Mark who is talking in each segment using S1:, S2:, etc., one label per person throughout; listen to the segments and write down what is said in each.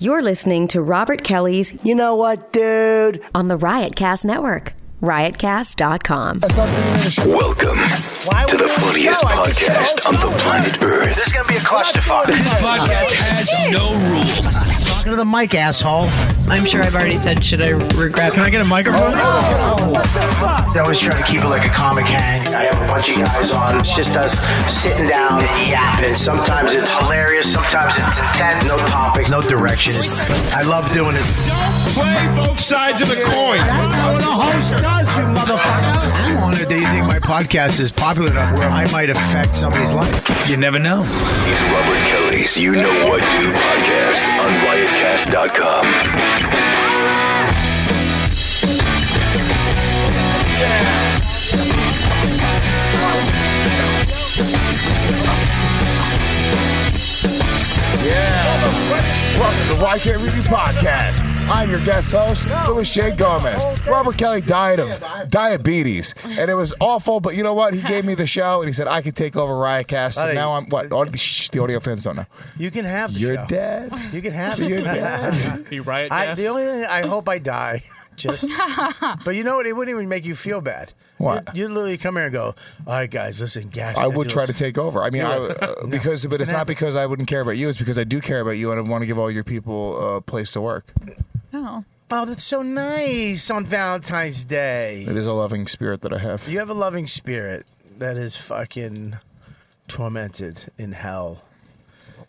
S1: You're listening to Robert Kelly's
S2: You know what, dude?
S1: on the Riotcast Network, riotcast.com.
S3: Welcome to the funniest podcast on the planet Earth.
S4: This is gonna be a clusterfuck.
S5: podcast has no rules.
S6: Talking to the mic, asshole.
S7: I'm sure I've already said, should I regret? Oh,
S6: Can I get a microphone?
S4: I always try to keep it like a comic hang. I have a bunch of guys on. It's just us sitting down and yapping. Sometimes it's hilarious. Sometimes it's intent. No topics. No direction. I love doing it.
S5: Play both sides of the coin.
S6: That's not what a host does, you motherfucker.
S4: I'm honored that you think my podcast is popular enough where I might affect somebody's life.
S6: You never know.
S3: It's Robert Kelly's You Know What Do podcast on riotcast.com.
S8: Welcome to Why Can't We Be Podcast. I'm your guest host, Louis J. Gomez. Robert Kelly died of diabetes, and it was awful. But you know what? He gave me the show, and he said I could take over Riotcast. So
S6: Buddy.
S8: now I'm what? Aud- shh, the audio fans don't know.
S6: You can have the
S8: You're
S6: show.
S8: dead.
S6: You can have it. You're dead.
S9: You riot
S6: I,
S9: gas?
S6: the only thing I hope I die. Just, but you know what? It wouldn't even make you feel bad.
S8: What?
S6: You, would literally come here and go, "All right, guys, listen, gas."
S8: I would try to
S6: deals-
S8: take over. I mean, I, uh, because but it's not because I wouldn't care about you. It's because I do care about you, and I want to give all your people a place to work.
S6: Oh, that's so nice on Valentine's Day.
S8: It is a loving spirit that I have.
S6: You have a loving spirit that is fucking tormented in hell.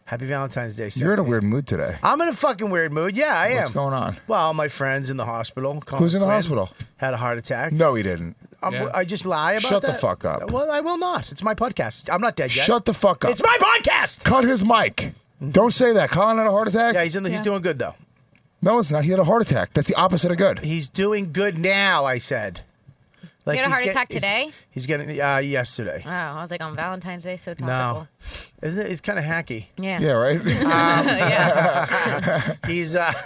S6: Happy Valentine's Day.
S8: You're in a
S6: sexy.
S8: weird mood today.
S6: I'm in a fucking weird mood. Yeah, I am.
S8: What's going on?
S6: Well, my friend's in the hospital. Colin
S8: Who's in the
S6: Quinn
S8: hospital?
S6: Had a heart attack.
S8: No, he didn't.
S6: I'm-
S9: Yeah.
S6: I just lie about
S8: Shut the
S6: that.
S8: fuck up.
S6: Well, I will not. It's my podcast. I'm not dead yet.
S8: Shut the fuck up.
S6: It's my podcast.
S8: Cut his mic. Don't say that. Colin had a heart attack.
S6: Yeah, he's in the, he's doing good though.
S8: No, it's not. He had a heart attack. That's the opposite of good.
S6: He's doing good now. I said. Like
S10: He had a
S6: he's
S10: heart
S6: get-
S10: attack
S6: he's-
S10: today?
S6: He's, getting uh, yesterday.
S10: Oh, I was like on Valentine's Day, so
S6: No,
S10: topical.
S6: isn't it? It's kind of hacky.
S10: Yeah.
S8: Yeah, right.
S6: Ah,
S10: yeah.
S6: He's uh,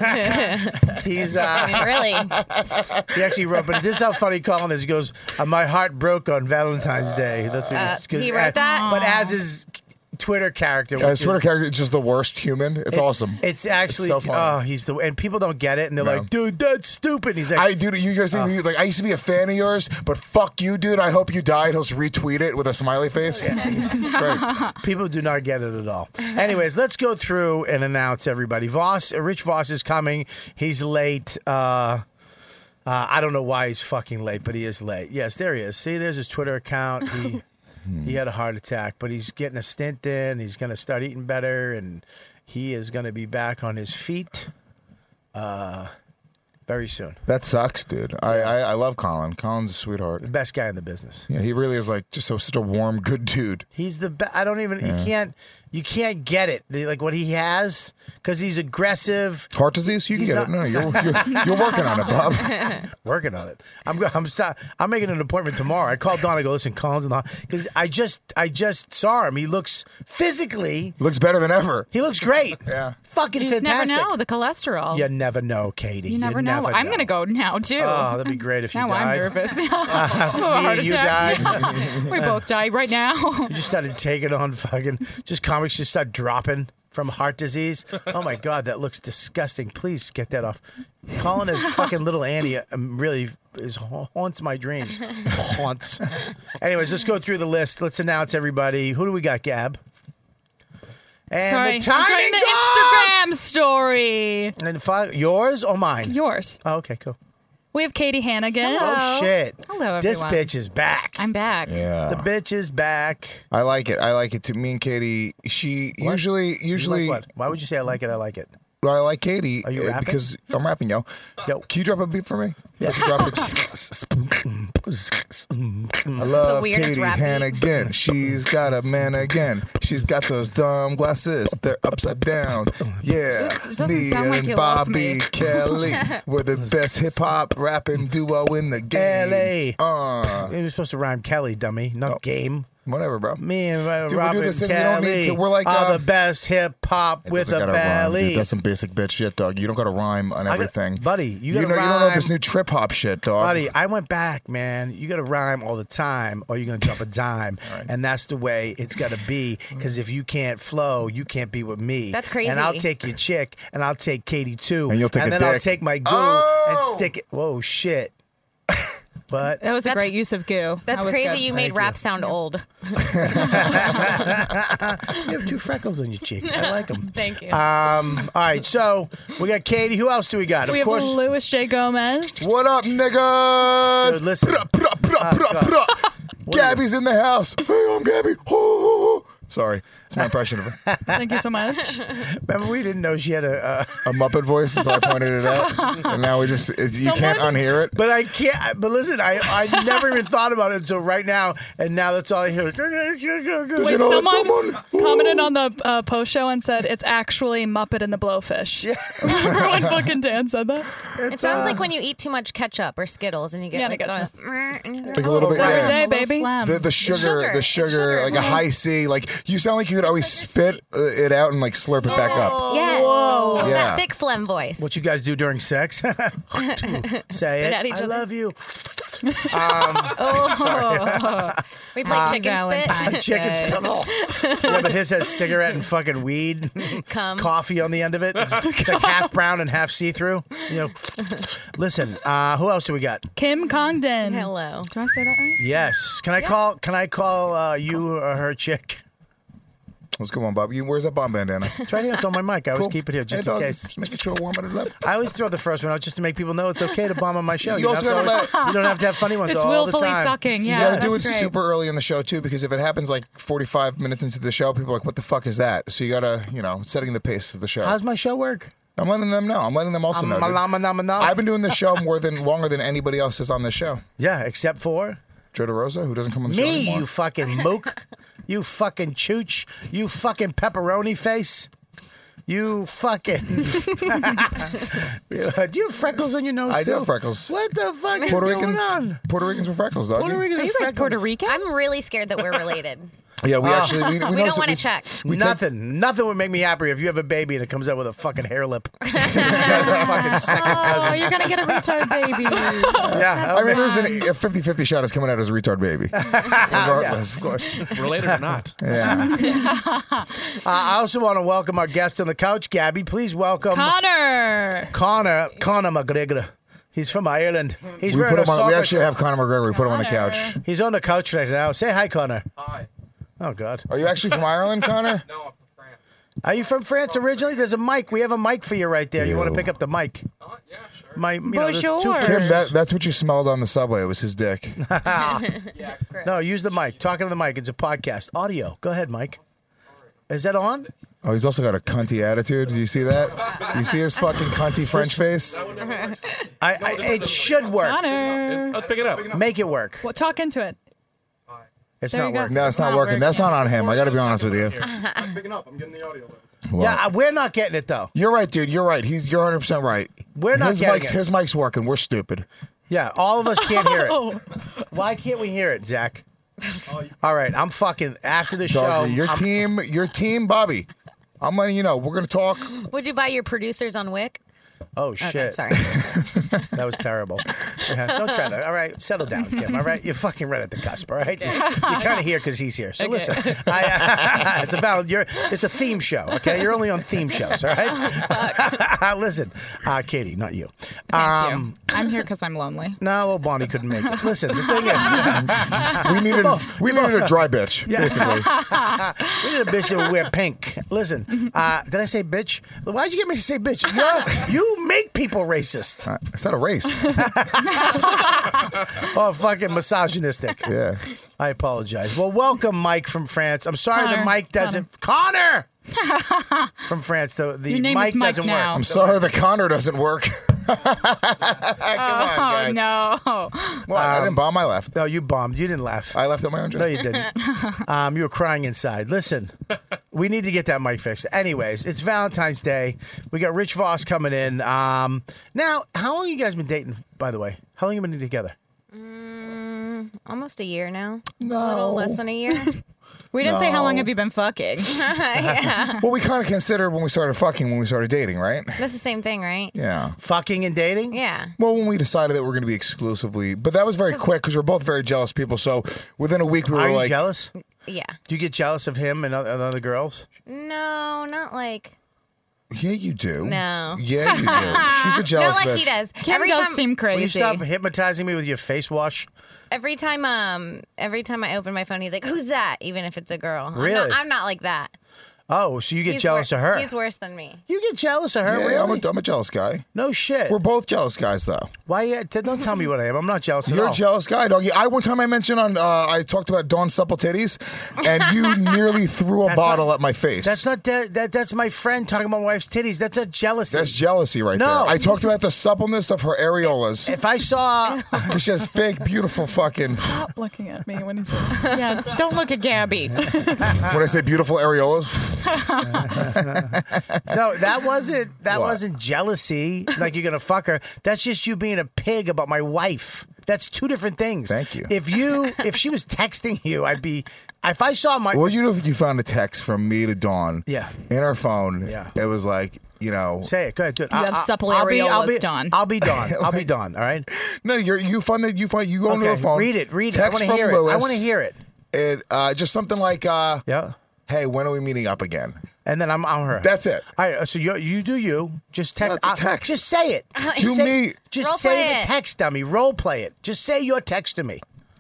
S6: he's
S10: I
S6: uh,
S10: mean, really.
S6: he actually wrote. But this is how funny Colin is. He goes, uh, "My heart broke on Valentine's Day." That's what
S10: Uh,
S6: was- 'cause-
S10: he wrote that?
S6: But as his Twitter character,
S8: I
S6: which
S8: swear
S6: is-
S8: to character, it's just the worst human. It's, awesome.
S6: It's actually
S8: so funny.
S6: oh, he's the and people don't get it, and they're
S8: No.
S6: like, "Dude, that's stupid." He's like,
S8: I dude, you guys see me like I used to be a fan of yours, but fuck you, dude. I hope you die. He'll just retweet it with a smiley face. It's great.
S6: People do not get it at all. Anyways, let's go through and announce everybody. Voss, uh, Rich Voss is coming. He's late. Uh, uh, I don't know why he's fucking late, but he is late. Yes, there he is. See, there's his Twitter account. He he had a heart attack, but he's getting a stint in. He's going to start eating better, and he is going to be back on his feet uh, very soon.
S8: That sucks, dude. I, I I love Colin. Colin's a sweetheart.
S6: Best guy in the business.
S8: Yeah, he really is like just so such a warm, good dude.
S6: He's the best. I don't even. You can't. You can't get it. The- Like what he has, because he's aggressive.
S8: Heart disease? You can
S6: He's
S8: get it. No, no, you're, you're you're working on it, Bob.
S6: Working on it. I'm. go- I'm. Stop, I'm making an appointment tomorrow. I called Don. I go. Listen, Collins in the because I just. I just saw him. He looks physically.
S8: Looks better than ever.
S6: He looks great.
S8: Yeah.
S6: Fucking
S5: You just never
S6: fantastic.
S5: know the cholesterol.
S6: You never know, Katie.
S5: You never know. I'm gonna go now too.
S6: Oh, that'd be great if you
S5: now
S6: died.
S5: I'm nervous. I have a
S6: Me
S5: heart
S6: and you
S5: attack.
S6: died.
S5: we both die right now.
S6: You just started taking on fucking just comics just start dropping from heart disease. Oh my god, that looks disgusting. Please get that off. Colin is fucking little Annie um, really is haunts my dreams. Haunts. Anyways, let's go through the list. Let's announce everybody. Who do we got, Gab? And
S5: Sorry.
S6: the
S5: I'm doing
S6: timing's
S5: the
S6: off!
S5: Instagram story.
S6: And fi- yours or mine?
S5: Yours.
S6: oh, okay, cool.
S5: We have Katie Hannigan.
S6: Oh shit.
S5: Hello,
S6: This
S5: everyone.
S6: bitch is back.
S5: I'm back.
S8: Yeah.
S6: the bitch is back.
S8: I like it. I like it too. Me and Katie, she usually
S6: You like
S8: usually
S6: what? Why would you say I like it? I like it.
S8: Well, I like Katie
S6: Are you
S8: uh,
S6: rapping?
S8: because I'm rapping, yo.
S6: Yo.
S8: Can you drop a beat for me? Yeah. Drop it.
S5: Mm-hmm.
S8: I love
S10: weirdest
S8: Katie
S10: rap beat.
S8: Hannigan. She's got a man again. She's got those dumb glasses. They're upside down. Yeah.
S5: This doesn't
S8: Me
S5: sound like
S8: and
S5: you love
S8: Bobby
S5: me.
S8: Kelly were the best hip hop rapping duo in the game.
S6: LA.
S8: Uh,
S6: It was supposed to rhyme Kelly, dummy, not game.
S8: Whatever, bro.
S6: Me and uh,
S8: Dude, we do
S6: Robert
S8: this thing we don't
S6: Kelly
S8: need to. We're like,
S6: are
S8: uh,
S6: the best hip hop
S8: It
S6: with
S8: doesn't
S6: a
S8: gotta rhyme, dude.
S6: belly.
S8: That's some basic bitch shit, dog. You don't got to rhyme on
S6: got-
S8: everything,
S6: buddy, you gotta
S8: know, you don't know
S6: rhyme.
S8: this new trip hop shit, dog.
S6: Buddy, I went back, man. You got to rhyme all the time, or you're gonna drop a dime, and that's the way it's got to be. Because if you can't flow, you can't be with me.
S5: That's
S6: And I'll
S5: crazy.
S6: take your chick, and I'll take Katie too,
S8: And you'll take
S6: and
S8: a
S6: then I'll
S8: dick.
S6: take my goo
S8: Oh!
S6: and stick it. Whoa, shit! but
S2: That was a great use of goo.
S5: That's
S2: That was
S5: crazy.
S2: good.
S5: You made
S6: Thank
S5: rap
S6: you.
S5: sound old.
S6: you have two freckles on your cheek. I like them.
S5: Thank you.
S6: Um. All right. So we got Katie. Who else do we got?
S2: We
S6: of
S2: have
S6: course.
S2: Louis J. Gomez.
S8: What up, niggas?
S6: Dude, listen.
S8: Pra, pra, pra, pra, pra. Gabby's in the house. Hey, I'm Gabby. Hoo, hoo, hoo. Sorry, it's my impression of her.
S2: Thank you so much.
S6: Remember, we didn't know she had a. Uh,
S8: A Muppet voice until I pointed it out, and now we just you can't
S2: Someone-
S8: unhear it.
S6: But I can't. But listen, I I never even thought about it until right now, and now that's all I hear.
S8: Did you know that
S2: Someone
S8: someone-
S2: commented on the uh, post show and said it's actually Muppet and the Blowfish. Yeah. Remember when fucking Dan said that?
S5: it sounds
S6: uh,
S5: like when you eat too much ketchup or Skittles and you get
S2: Yeah,
S5: like,
S2: and it goes-
S5: the- and you go,
S8: Like a little
S5: "Oh,
S8: bit,
S5: it's
S8: yeah.
S5: a
S2: Hey,
S5: little
S2: baby.
S5: phlegm."
S8: The, the sugar,
S5: sugar,
S8: the sugar,
S5: sugar,
S8: like a high C. Like you sound like you could always spit uh, it out and like slurp it back
S2: Oh.
S8: up.
S5: Yeah. Whoa. It's
S8: Yeah.
S5: that thick phlegm voice.
S6: What you guys do during sex? Say it.
S5: at each
S6: I
S5: other.
S6: love you.
S5: Oh. we play chicken spit.
S6: Chicken spit. yeah, but his has cigarette and fucking weed,
S5: Cum.
S6: coffee on the end of it. It's, it's like half brown and half see through. You know. Listen, uh, who else do we got?
S2: Kim Congdon.
S5: Hello.
S2: Do I say that right?
S6: Yes. Can I call? Can I call uh, you or her chick?
S8: What's going on, Bob? You, where's that bomb bandana?
S6: It's right here. It's on my mic. I always
S8: Cool.
S6: keep it here just
S8: hey,
S6: in
S8: dog,
S6: case.
S8: Just making sure warm it up.
S6: I always throw the first one out just to make people know it's okay to bomb on my show.
S8: You
S6: don't
S8: also
S6: have to
S8: gotta
S6: always- you don't have to have funny ones
S2: It's
S6: all the
S2: willfully
S6: time.
S2: sucking. Yeah.
S8: you got to do it
S2: that's right.
S8: super early in the show too, because if it happens like 45 minutes into the show, people are like, "What the fuck is that?" So you got to, you know, setting the pace of the show.
S6: How's my show work?
S8: I'm letting them know. I'm letting them also
S6: Um,
S8: know. dude.
S6: malama, nama, nama.
S8: I've been doing this show more than longer than anybody else is on this show.
S6: Yeah, except for
S8: Joe DeRosa, who doesn't come on the show
S6: me,
S8: anymore.
S6: you fucking mook, you fucking chooch, you fucking pepperoni face, you fucking. do you have freckles on your nose?
S8: I do
S6: too?
S8: have freckles.
S6: What the fuck is
S8: Puerto
S6: going
S8: Ricans,
S6: on?
S8: Puerto Ricans with freckles, dog.
S6: Puerto Ricans
S11: Are
S6: with
S11: you guys
S6: freckles.
S11: Puerto Rican?
S5: I'm really scared that we're related.
S8: Yeah,
S6: Oh.
S8: we actually we, we,
S5: We
S8: noticed
S5: don't
S8: that
S5: want
S8: we-
S5: to check.
S6: nothing, nothing would make me happier if you have a baby and it comes out with a fucking hair lip. you guys are fucking second
S11: Oh,
S6: cousins.
S11: you're gonna get a retard baby.
S6: Yeah,
S8: I mean, there's an, a 50-50 shot it's coming out as a retard baby, regardless.
S6: course.
S9: Related or not?
S8: yeah,
S6: Uh, I also want to welcome our guest on the couch, Gabby. Please welcome
S2: Connor.
S6: Connor Connor McGregor. He's from Ireland. He's
S8: we
S6: wearing
S8: put him
S6: a
S8: on. We
S6: soccer-
S8: actually have Conor McGregor. We put him on the couch.
S6: He's on the couch right now. Say hi, Connor. Hi. Oh God.
S8: Are you actually from Ireland, Connor?
S9: No, I'm from France.
S6: Are you from France originally? There's a mic. We have a mic for you right there. You want to pick up the mic?
S9: Oh, yeah, sure.
S6: My you know, the
S11: Bonjour.
S6: two
S11: Kim,
S8: Kim,
S6: curves.
S8: that, that's what you smelled on the subway. It was his dick.
S6: No, use the mic. Talking to the mic. It's a podcast. Audio. Go ahead, Mike. Is that on?
S8: Oh, he's also got a cunty attitude. Do you see that? You see his fucking cunty French face?
S6: I, I it should work.
S2: Connor.
S9: Let's pick it up.
S6: Make it work.
S2: Well, talk into it.
S6: It's
S2: There
S6: not
S2: you go.
S6: working.
S8: No, it's not working. That's not on him. I got to be honest with you.
S9: I'm picking up. I'm getting the audio.
S6: Yeah, I- we're not getting it though.
S8: You're right, dude. You're right. He's you're 100 percent right.
S6: We're not
S8: his
S6: getting
S8: mic's
S6: it.
S8: his mic's working. We're stupid.
S6: Yeah, all of us can't hear
S2: Oh.
S6: it. Why can't we hear it, Zach? All right, I'm fucking after the show.
S8: Doggy, your
S6: I'm-
S8: team, your team, Bobby. I'm letting you know. We're gonna talk.
S5: Would you buy your producers on Wick?
S6: oh shit,
S5: Okay, sorry.
S6: that was terrible. Yeah, don't try to. All right, settle down, Kim. All right, you're fucking right at the cusp. All right, you, are kind of here because he's here. So listen, I, uh, it's about your. It's a theme show. Okay, you're only on theme shows. All
S2: Oh,
S6: right, listen, uh, Katie, not you. Uh,
S2: Thank
S8: um,
S2: you. I'm here because I'm lonely.
S6: No, well, Bonnie couldn't make it. Listen, the thing is,
S8: We needed we needed a dry bitch, basically.
S6: we need a bitch that would wear pink. Listen, uh, did I say bitch? Why'd you get me to say bitch? You're, you make people racist.
S8: Uh, Is that a race?
S6: Oh, fucking misogynistic.
S8: Yeah.
S6: I apologize. Well, welcome, Mike from France. I'm sorry
S2: Connor.
S6: the mic doesn't. Connor! from France, the, the
S2: Your name
S6: mic
S2: is Mike
S6: doesn't
S2: now.
S8: I'm
S6: work.
S8: sorry, the Connor doesn't work.
S2: oh no.
S8: Well, I didn't bomb. I left.
S6: No, you bombed. You didn't laugh.
S8: I left on my own joke.
S6: Um, no, you didn't. um, you were crying inside. Listen, we need to get that mic fixed. Anyways, it's Valentine's Day. We got Rich Voss coming in. Um, now, how long you guys been dating, by the way? How long you been together?
S5: almost a year now.
S8: No.
S5: A little less than a year.
S2: We didn't say how long
S8: No.
S2: have you been fucking.
S5: yeah.
S8: Well, we kind of considered when we started fucking when we started dating, right?
S5: That's the same thing, right?
S8: Yeah.
S6: Fucking and dating?
S5: Yeah.
S8: Well, when we decided that we're going to be exclusively, but that was very quick because we're both very jealous people. So within a week, we were
S6: Are you
S8: like,
S6: jealous? Do
S5: Yeah.
S6: you get jealous of him and oth- and other girls?
S5: No, not like
S8: "Yeah, you do.
S5: no.
S8: Yeah, you do. She's a jealous
S5: Not like
S8: bitch.
S5: he does.
S2: Kim
S5: every
S2: does
S5: time,
S2: seem
S6: Will you
S2: crazy.
S6: stop hypnotizing me with your face wash?
S5: Every time, um, every time I open my phone, he's like, "Who's that?" Even if it's a girl. I'm
S6: Really?
S5: not, I'm not like that.
S6: Oh, so you get
S5: He's
S6: jealous
S5: wor-
S6: of her?
S5: He's worse than me.
S6: You get jealous of her?
S8: Yeah,
S6: really?
S8: I'm, a, I'm a jealous guy.
S6: no shit.
S8: We're both jealous guys, though.
S6: Why? Yeah, t- don't tell me what I am. I'm not jealous at
S8: You're
S6: all.
S8: a jealous guy, doggy. I one time I mentioned on uh, I talked about Dawn supple titties, and you nearly threw a
S6: That's
S8: bottle
S6: not-
S8: at my face.
S6: That's not de- that. That's my friend talking about my wife's titties. That's not jealousy.
S8: That's jealousy right
S6: No.
S8: there. I talked about the suppleness of her areolas.
S6: if I saw,
S8: 'cause she has fake, beautiful fucking.
S12: Stop looking at me when he's like,
S2: yeah, don't look at Gabby.
S8: When I say beautiful areolas,
S6: no, that wasn't that
S8: What?
S6: wasn't jealousy. Like you're gonna fuck her. That's just you being a pig about my wife. That's two different things.
S8: Thank you.
S6: If you if she was texting you, I'd be. If I saw my,
S8: what would you do if you found a text from me to Dawn?
S6: Yeah.
S8: In our phone.
S6: Yeah.
S8: It was like you know.
S6: say it. Go ahead. Do it. I-
S2: have
S6: I-
S2: supple
S6: I'll be- I'll
S2: areolas,
S6: be
S2: Don.
S6: I'll be Don. I'll be Don. All right.
S8: No, you're, you find that you find you go into her
S6: Okay,
S8: phone.
S6: read it, read it. I
S8: text
S6: wanna
S8: from
S6: hear it. I
S8: Lewis,
S6: wanna hear it.
S8: It uh, just something like, uh,
S6: Yeah.
S8: "Hey, when are we meeting up again?"
S6: And then I'm on her.
S8: That's it.
S6: All right, so you you do you. Just text.
S8: That's a
S6: I-
S8: text.
S6: just say it.
S8: To
S6: Just say,
S8: me-
S6: Just
S5: Role
S6: say
S5: play
S6: the
S5: it.
S6: text, dummy. Role play it. Just say your text to me.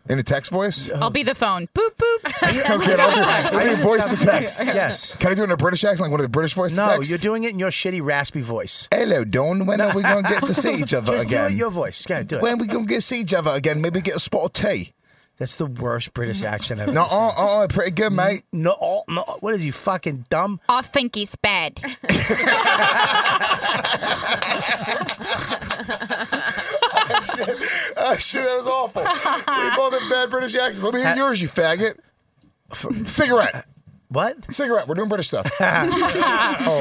S8: In a text voice.
S2: I'll be the phone. Boop boop.
S8: Okay, I'll do, I'll do voice to text.
S6: Yes.
S8: Can I do it in a British accent, like one of the British voice
S6: No,
S8: texts?
S6: you're doing it in your shitty raspy voice.
S8: Hello, Dawn. When are we going to get to see each other
S6: Just
S8: again?
S6: do it your voice. Go ahead, do it.
S8: when we going to get to see each other again? Maybe get a spot of tea.
S6: That's the worst British accent I've
S8: No,
S6: ever seen.
S8: uh, uh, pretty good, mate.
S6: No, oh, no, what is he fucking dumb?
S2: I think he's bad.
S8: Ah, shit, that was awful. we both have bad British accents. Let me hear
S6: Ha-
S8: yours, you faggot. Cigarette.
S6: What?
S8: Cigarette. We're doing British stuff.
S6: All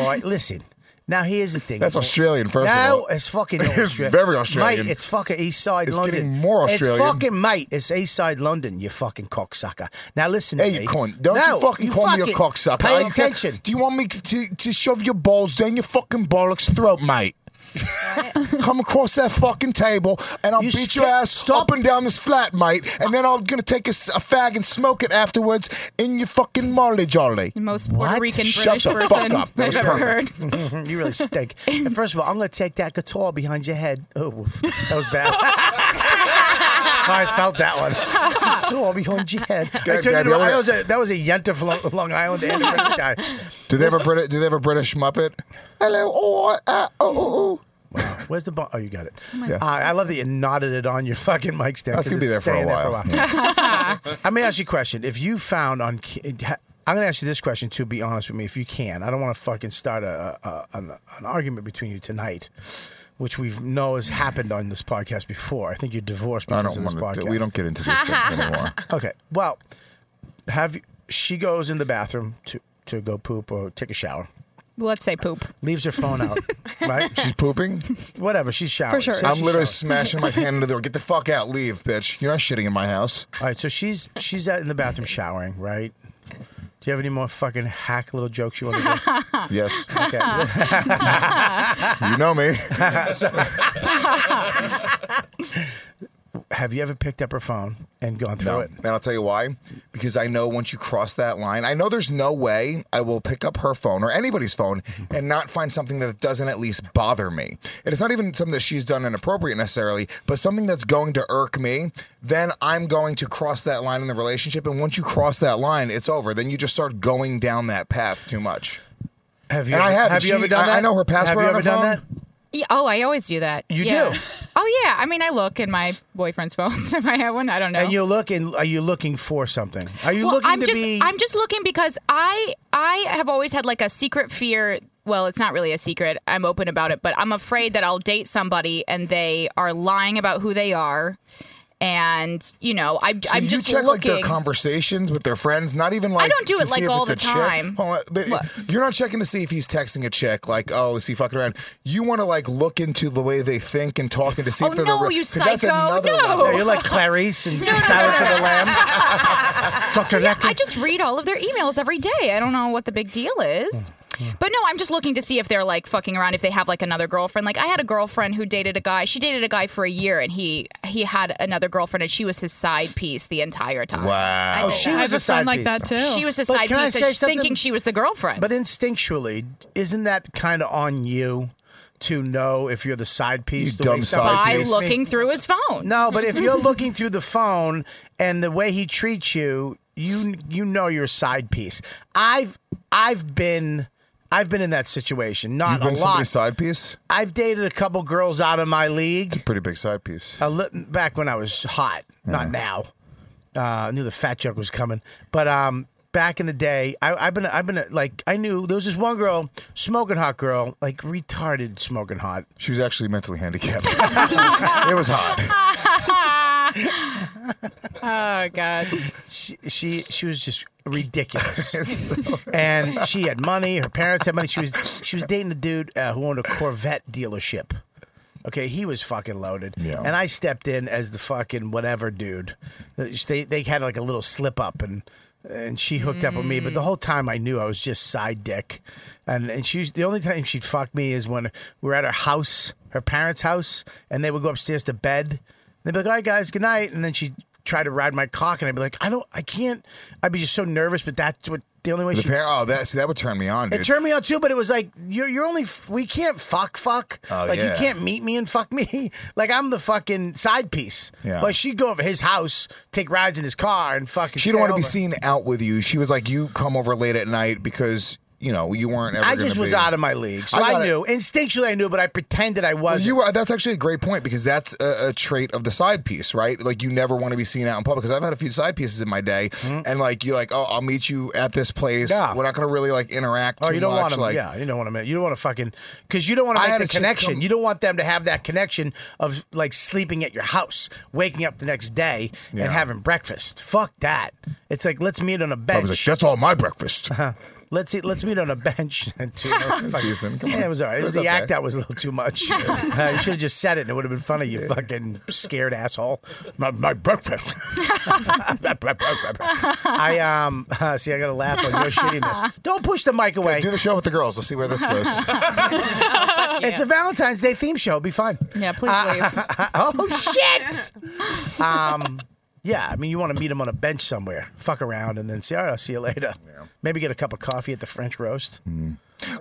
S6: right, listen. Now here's the thing.
S8: That's Australian, first of
S6: No,
S8: all.
S6: it's fucking.
S8: It's
S6: Austra-
S8: very Australian.
S6: Mate, it's fucking East Side
S8: It's
S6: London.
S8: getting more Australian.
S6: It's fucking mate. It's East Side London. You fucking cocksucker. Now listen.
S8: Hey,
S6: to
S8: you
S6: me.
S8: cunt. Don't
S6: No,
S8: you fucking call me
S6: fucking-
S8: a cocksucker.
S6: Pay
S8: I-
S6: attention.
S8: Do you want me to, to shove your balls down your fucking bollocks throat, mate? Come across that fucking table and I'll
S6: You
S8: beat
S6: sk-
S8: your ass
S6: stop.
S8: up and down this flat, mate. And then I'm gonna take a, s- a fag and smoke it afterwards in your fucking molly jolly.
S2: The most Puerto
S8: What?
S2: Rican
S8: Shut
S2: British
S8: the fuck
S2: person
S8: up. That
S2: I've
S8: was
S2: ever
S8: perfect.
S2: heard.
S6: you really stink. And first of all, I'm going to take that guitar behind your head. Oh, woof. that was bad. I felt that one. Guitar behind your head. I
S8: Good,
S6: turned
S8: Gabby,
S6: into a-
S8: I'm gonna-
S6: that was a that was a Yenta from Long- Long Island and a British guy.
S8: Do they have a British? Do they have a British Muppet? Hello, oh, uh, oh, oh, oh.
S6: Where's the bar? Oh, you got it.
S8: God.
S6: Uh, I love that you knotted it on your fucking mic stand.
S8: That's
S6: 'cause
S8: gonna be
S6: it's
S8: there for a
S6: staying
S8: while.
S6: I'm gonna ask you a question. If you found on, I'm gonna ask you this question too. Be honest with me, if you can. I don't want to fucking start a, a an, an argument between you tonight, which we know has happened on this podcast before. I think you're divorced
S8: I
S6: because
S8: don't
S6: of this
S8: want to.
S6: podcast.
S8: We don't get into these things anymore.
S6: Okay. Well, have you, she goes in the bathroom to to go poop or take a shower,
S2: Let's say poop.
S6: leaves her phone out, right?
S8: She's pooping.
S6: Whatever. She's showering.
S12: sure.
S6: So
S8: I'm
S6: she's
S8: literally
S6: showering.
S8: smashing my hand into the door. Get the fuck out. Leave, bitch. You're not shitting in my house.
S6: All right, so she's she's out in the bathroom showering, right? Do you have any more fucking hack little jokes you want to do?
S8: Yes,
S6: Okay.
S8: you know me.
S6: have you ever picked up her phone and gone through
S8: No.
S6: it?
S8: And I'll tell you why. Because I know once you cross that line, I know there's no way I will pick up her phone or anybody's phone and not find something that doesn't at least bother me. And it's not even something that she's done inappropriate necessarily, but something that's going to irk me. Then I'm going to cross that line in the relationship. And once you cross that line, it's over. Then you just start going down that path too much.
S6: Have you?
S8: And I
S6: ever,
S8: haven't.
S6: have you
S8: She-
S6: ever done
S8: I- I
S6: that?
S8: know her password
S6: Have you
S8: on
S6: ever
S8: her
S6: done
S8: phone.
S2: Yeah, oh, I always do that.
S6: You
S2: Yeah.
S6: do?
S2: Oh yeah. I mean, I look in my boyfriend's phones if I have one. I don't know.
S6: that? And you look and are you looking for something? Are you looking
S2: I'm
S6: to
S2: just,
S6: be?
S2: I'm just looking because I I have always had like a secret fear. Well, it's not really a secret. I'm open about it, but I'm afraid that I'll date somebody and they are lying about who they are. and you know, I,
S8: So
S2: I'm
S8: you
S2: just
S8: check like
S2: looking.
S8: their conversations with their friends, not even like
S2: don't do
S8: to
S2: it,
S8: see
S2: like,
S8: if
S2: all
S8: it's
S2: the
S8: a chick.
S2: time.
S8: Hold on, but you're not checking to see if he's texting a chick, like oh is he fucking around. You want to like look into the way they think and talking to see
S2: Oh,
S8: if they're
S2: no,
S8: the real.
S2: you
S8: 'cause that's
S2: psycho.
S8: another
S2: No.
S8: level.
S2: Yeah, you're like
S6: Clarice and
S2: Silence of the
S6: Lambs. Dr.
S2: Yeah, I just read all of their emails every day. I don't know what the big deal is. But no, I'm just looking to see if they're like fucking around, if they have like another girlfriend. Like I had a girlfriend who dated a guy. She dated a guy for a year and he he had another girlfriend and she was his side piece the entire time.
S8: Wow.
S6: Oh, she was a side piece.
S2: She was a
S6: But
S2: side
S6: can I
S2: piece
S6: say
S2: and sh-
S6: something?
S2: thinking she was the girlfriend.
S6: But instinctually, isn't that kind of on you to know if you're the side piece? the way
S8: dumb
S6: someone
S8: side
S2: by
S6: treats me?
S2: looking through his phone.
S6: No, but if you're looking through the phone and the way he treats you, you you know your side piece. I've I've been I've been in that situation. Not
S8: You've been
S6: a lot.
S8: somebody's side piece.
S6: I've dated a couple girls out of my league.
S8: Pretty big side piece.
S6: a li- back when I was hot, not now. Uh, I knew the fat joke was coming, but um, back in the day, I, I've been, I've been like, I knew there was this one girl, smoking hot girl, like retarded smoking hot.
S8: She was actually mentally handicapped. it was hot.
S2: Oh god.
S6: She, she, she was just ridiculous, and she had money. Her parents had money. She was, she was dating a dude uh, who owned a Corvette dealership. Okay, he was fucking loaded.
S8: Yeah.
S6: And I stepped in as the fucking whatever dude. They they had like a little slip up and and she hooked up with me, but the whole time I knew I was just side dick. And and she was- the only time she'd fuck me is when we were at her house, her parents' house, and they would go upstairs to bed. They'd be like, "All right, guys, good night," and then she'd try to ride my cock, and I'd be like, "I don't, I can't." I'd be just so nervous, but that's what the only way
S8: The
S6: she.
S8: pair. Oh, that see, that would turn me on, dude.
S6: It turned me on too, but it was like you're you're only f- we can't fuck fuck.
S8: Oh,
S6: like
S8: yeah.
S6: you can't meet me and fuck me. like I'm the fucking side piece.
S8: Yeah.
S6: But she'd go over his house, take rides in his car, and fucking.
S8: she didn't want to be
S6: stay over.
S8: seen out with you. She was like, you come over late at night because you know you weren't. Ever
S6: I just
S8: gonna
S6: was
S8: be-
S6: out of my league, so
S8: I
S6: I,
S8: got it.
S6: knew instinctually. I knew, but I pretended I
S8: Well,
S6: wasn't.
S8: You are, that's actually a great point because that's a, a trait of the side piece, right? Like you never want to be seen out in public. Because I've had a few side pieces in my day, and like you're like, oh, I'll meet you at this place.
S6: Mm-hmm. Yeah.
S8: We're not going to really like interact.
S6: Oh,
S8: too
S6: you don't
S8: much.
S6: want to.
S8: Like,
S6: yeah, you don't want to. You don't want to fucking because you don't want
S8: I
S6: to make
S8: had
S6: the
S8: a chick
S6: connection.
S8: come-
S6: you don't want them to have that connection of like sleeping at your house, waking up the next day,
S8: Yeah.
S6: and having breakfast. Fuck that. It's like let's meet on a bench.
S8: I was like, that's all my breakfast.
S6: Let's eat, let's meet on a bench. and two-
S8: That's decent. Come on.
S6: yeah, it was all right. It was, the
S8: okay.
S6: act out was a little too much. uh, you should have just said it, and it would have been funny. You fucking scared asshole. My, my breakfast. I um uh, see. I got to laugh on your shittiness. Don't push the mic away.
S8: Do the show with the girls. Let's see where this goes.
S6: It's a Valentine's Day theme show. It'll be fine.
S2: Yeah, please leave.
S6: oh shit. um. Yeah, I mean, you want to meet him on a bench somewhere, fuck around, and then say, "All right, I'll see you later." Maybe get a cup of coffee at the French roast.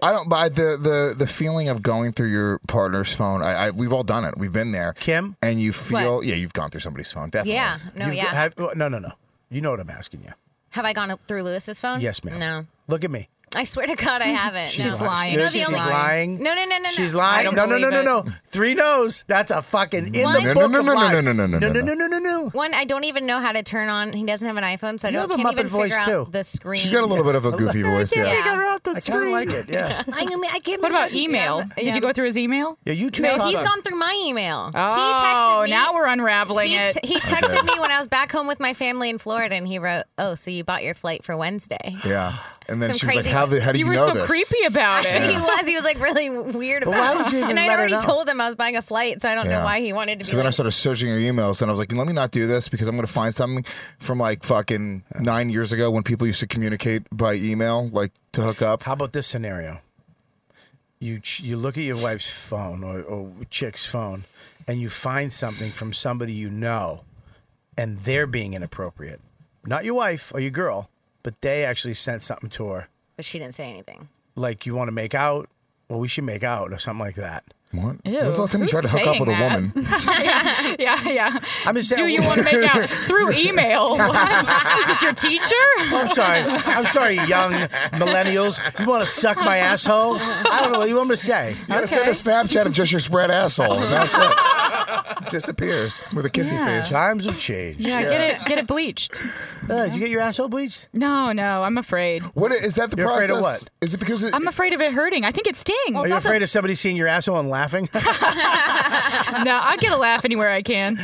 S8: I don't buy the the the feeling of going through your partner's phone. I, I we've all done it. We've been there,
S6: Kim?
S8: and you feel
S5: What?
S8: yeah, you've gone through somebody's phone. Definitely,
S5: Yeah. No.
S6: You've
S5: yeah.
S6: got-
S5: Have,
S6: have- well, no, no, no. You know what I'm asking you.
S5: I gone through Lewis's phone?
S6: Yes, ma'am.
S5: No.
S6: Look at me.
S5: I swear to God, I haven't.
S6: She's
S5: no.
S2: She's lying.
S5: You know,
S6: Good,
S5: the
S6: She's
S5: only,
S6: lying.
S5: No, no, no, no.
S6: She's
S2: I
S5: no.
S6: lying.
S2: don't
S6: No, no, no, no,
S2: believe
S6: no. Three no's. That's a fucking in
S5: One-
S6: the
S5: No,
S6: book
S8: no,
S6: of
S8: no, no,
S6: life.
S8: no, no, no, no,
S6: no,
S8: no,
S6: no, no, no, no.
S5: One, I don't even know how to turn on. He doesn't have an iPhone, so I
S6: You
S5: don't
S6: have a
S5: can't even
S6: Muppet voice,
S5: figure out
S6: too.
S5: the screen.
S8: she's got a little bit of a goofy voice. Yeah.
S5: Yeah. figure
S13: out the
S6: I kind of like it. Yeah.
S5: I mean, I can't
S2: What about
S5: believe-
S2: email?
S5: Yeah.
S2: Did
S5: Yeah.
S2: you go through his email?
S6: Yeah, you two.
S5: No,
S6: talk.
S5: he's gone through my email.
S2: Oh,
S5: he texted me.
S2: now we're unraveling
S5: he,
S2: it.
S5: t- he texted me when I was back home with my family in Florida, and he wrote, "Oh, so you bought your flight for Wednesday?"
S8: Yeah. And then
S5: Some
S8: she was like,
S5: crazy-
S8: how, the, how do you,
S2: you were
S8: know
S2: so
S8: this?
S2: creepy about it.
S5: he was. He was like really weird about
S6: Well, why
S5: it.
S6: would you even
S5: and I'd
S6: let her
S5: already
S6: know?
S5: told him I was buying a flight, so I don't
S8: Yeah.
S5: know why he wanted to
S8: So
S5: be.
S8: then I
S5: like,
S8: started searching your emails, and I was like, "Let me not do this because I'm going to find something from like fucking nine years ago when people used to communicate by email, like to hook up."
S6: How about this scenario? You ch- you look at your wife's phone or, or chick's phone, and you find something from somebody you know, and they're being inappropriate. Not your wife or your girl, but they actually sent something to her.
S5: but she didn't say anything.
S6: Like you want to make out? Well, we should make out or something like that.
S8: What?
S2: Ew,
S8: When's the last time you
S2: who's
S8: tried to hook up
S2: saying
S8: with
S2: that?
S8: a woman?
S2: yeah, yeah, yeah.
S6: I'm just saying.
S2: Do you want to make out through email? What? Is this your teacher?
S6: I'm sorry. I'm sorry, young millennials. You want to suck my asshole? I don't know what you want me to say.
S8: You got to send a Snapchat of just your spread asshole. And that's it. disappears with a kissy
S2: Yeah.
S8: face.
S6: Times have changed. Uh,
S2: Yeah, get it, get it bleached.
S6: did you get your asshole bleached?
S2: No, no, I'm afraid.
S8: What i- is that? The
S6: You're
S8: process?
S6: afraid of what?
S8: Is it because it,
S2: I'm afraid of it hurting. I think it stings.
S6: Are you afraid of somebody seeing your asshole and laughing?
S2: no, I get a laugh anywhere I can.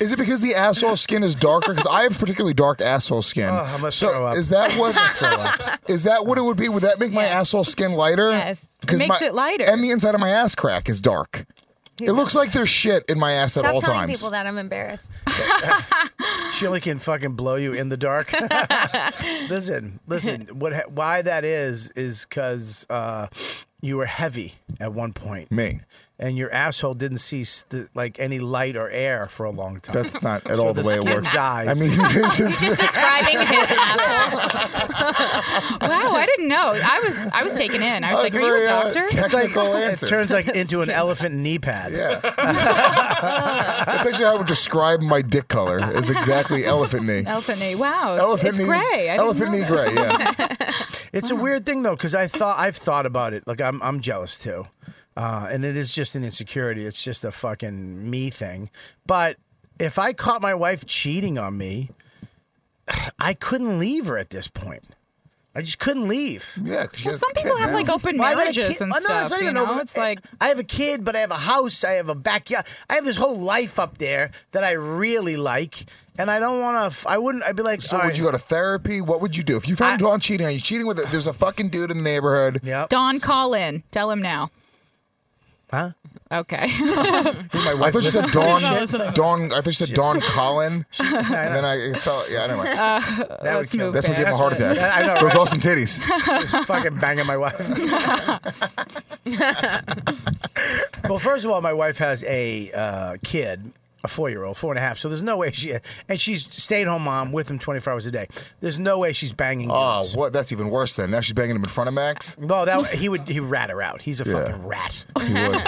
S8: is it because the asshole skin is darker? Because I have particularly dark asshole skin.
S6: Oh, I'm gonna
S8: so
S6: throw up.
S8: is that what
S6: Throw up.
S8: is that what it would be? Would that make my asshole skin lighter?
S5: Yes. It
S8: 'Cause
S2: makes
S8: my-
S2: it lighter.
S8: And the inside of my ass crack is dark. It looks like there's shit in my ass at
S5: Stop
S8: all
S5: telling
S8: times.
S5: people that I'm embarrassed.
S6: she only can fucking blow you in the dark. listen, listen. What? ha- Why that is is because uh, you were heavy at one point.
S8: Me.
S6: And your asshole didn't see st- like any light or air for a long time.
S8: That's not at
S6: So
S8: all the,
S6: the
S8: way it
S6: skin
S8: works.
S6: dies.
S8: I mean, it's just,
S5: Just describing his asshole.
S2: Wow, I didn't know. I was I was taken in. I was
S8: That's
S2: like, "Are you
S8: very,
S2: a
S8: uh,
S2: doctor?"
S8: technical
S6: it
S8: answer.
S6: turns like into an elephant knee pad.
S8: Yeah. That's actually how I would describe my dick color. Is exactly elephant knee.
S2: Elephant knee. Wow, it's-
S8: Elephant
S2: it's
S8: knee.
S2: gray. I didn't
S8: elephant
S2: know
S8: knee
S2: that.
S8: gray. Yeah.
S6: It's
S8: Mm-hmm.
S6: a weird thing though, because I thought I've thought about it. Like I'm, I'm jealous too, uh, and it is just an insecurity. It's just a fucking me thing. But if I caught my wife cheating on me, I couldn't leave her at this point. I just couldn't leave.
S8: Yeah. 'cause you
S2: Well,
S8: got
S2: some
S8: a kid
S2: people have
S8: now.
S2: like open
S6: Well, I got a
S2: marriages
S6: kid-
S2: and
S6: well, no,
S2: stuff.
S6: it's not
S2: you
S6: even
S2: know?
S6: open-
S2: it's like
S6: I have a kid, but I have a house. I have a backyard. I have this whole life up there that I really like, and I don't want to. I wouldn't. I'd be like,
S8: So
S6: all
S8: would
S6: right,
S8: you go to therapy? What would you do if you found Dawn cheating? Are you cheating with it? There's a fucking dude in the neighborhood.
S6: Yep.
S2: Don, call in. Tell him now.
S6: Huh?
S2: Okay.
S6: My
S8: I
S6: wife.
S8: thought you said
S6: listens to
S8: Dawn.
S6: this shit.
S8: Dawn. I thought you said Dawn Colin. and then I it felt. Yeah. Anyway,
S6: That would
S2: Let's
S6: kill
S2: move
S6: me.
S8: that's what gave him a
S2: fast.
S8: heart attack.
S6: I know,
S8: Those
S6: right?
S8: awesome titties.
S6: just fucking banging my wife. well, first of all, my wife has a uh, kid, a four-year-old, four and a half. So there's no way she and she's stay-at-home mom with him 24 hours a day. There's no way she's banging.
S8: Oh,
S6: dudes.
S8: what? That's even worse. Then now she's banging him in front of Max.
S6: Well, that he would he would rat her out. He's a fucking rat.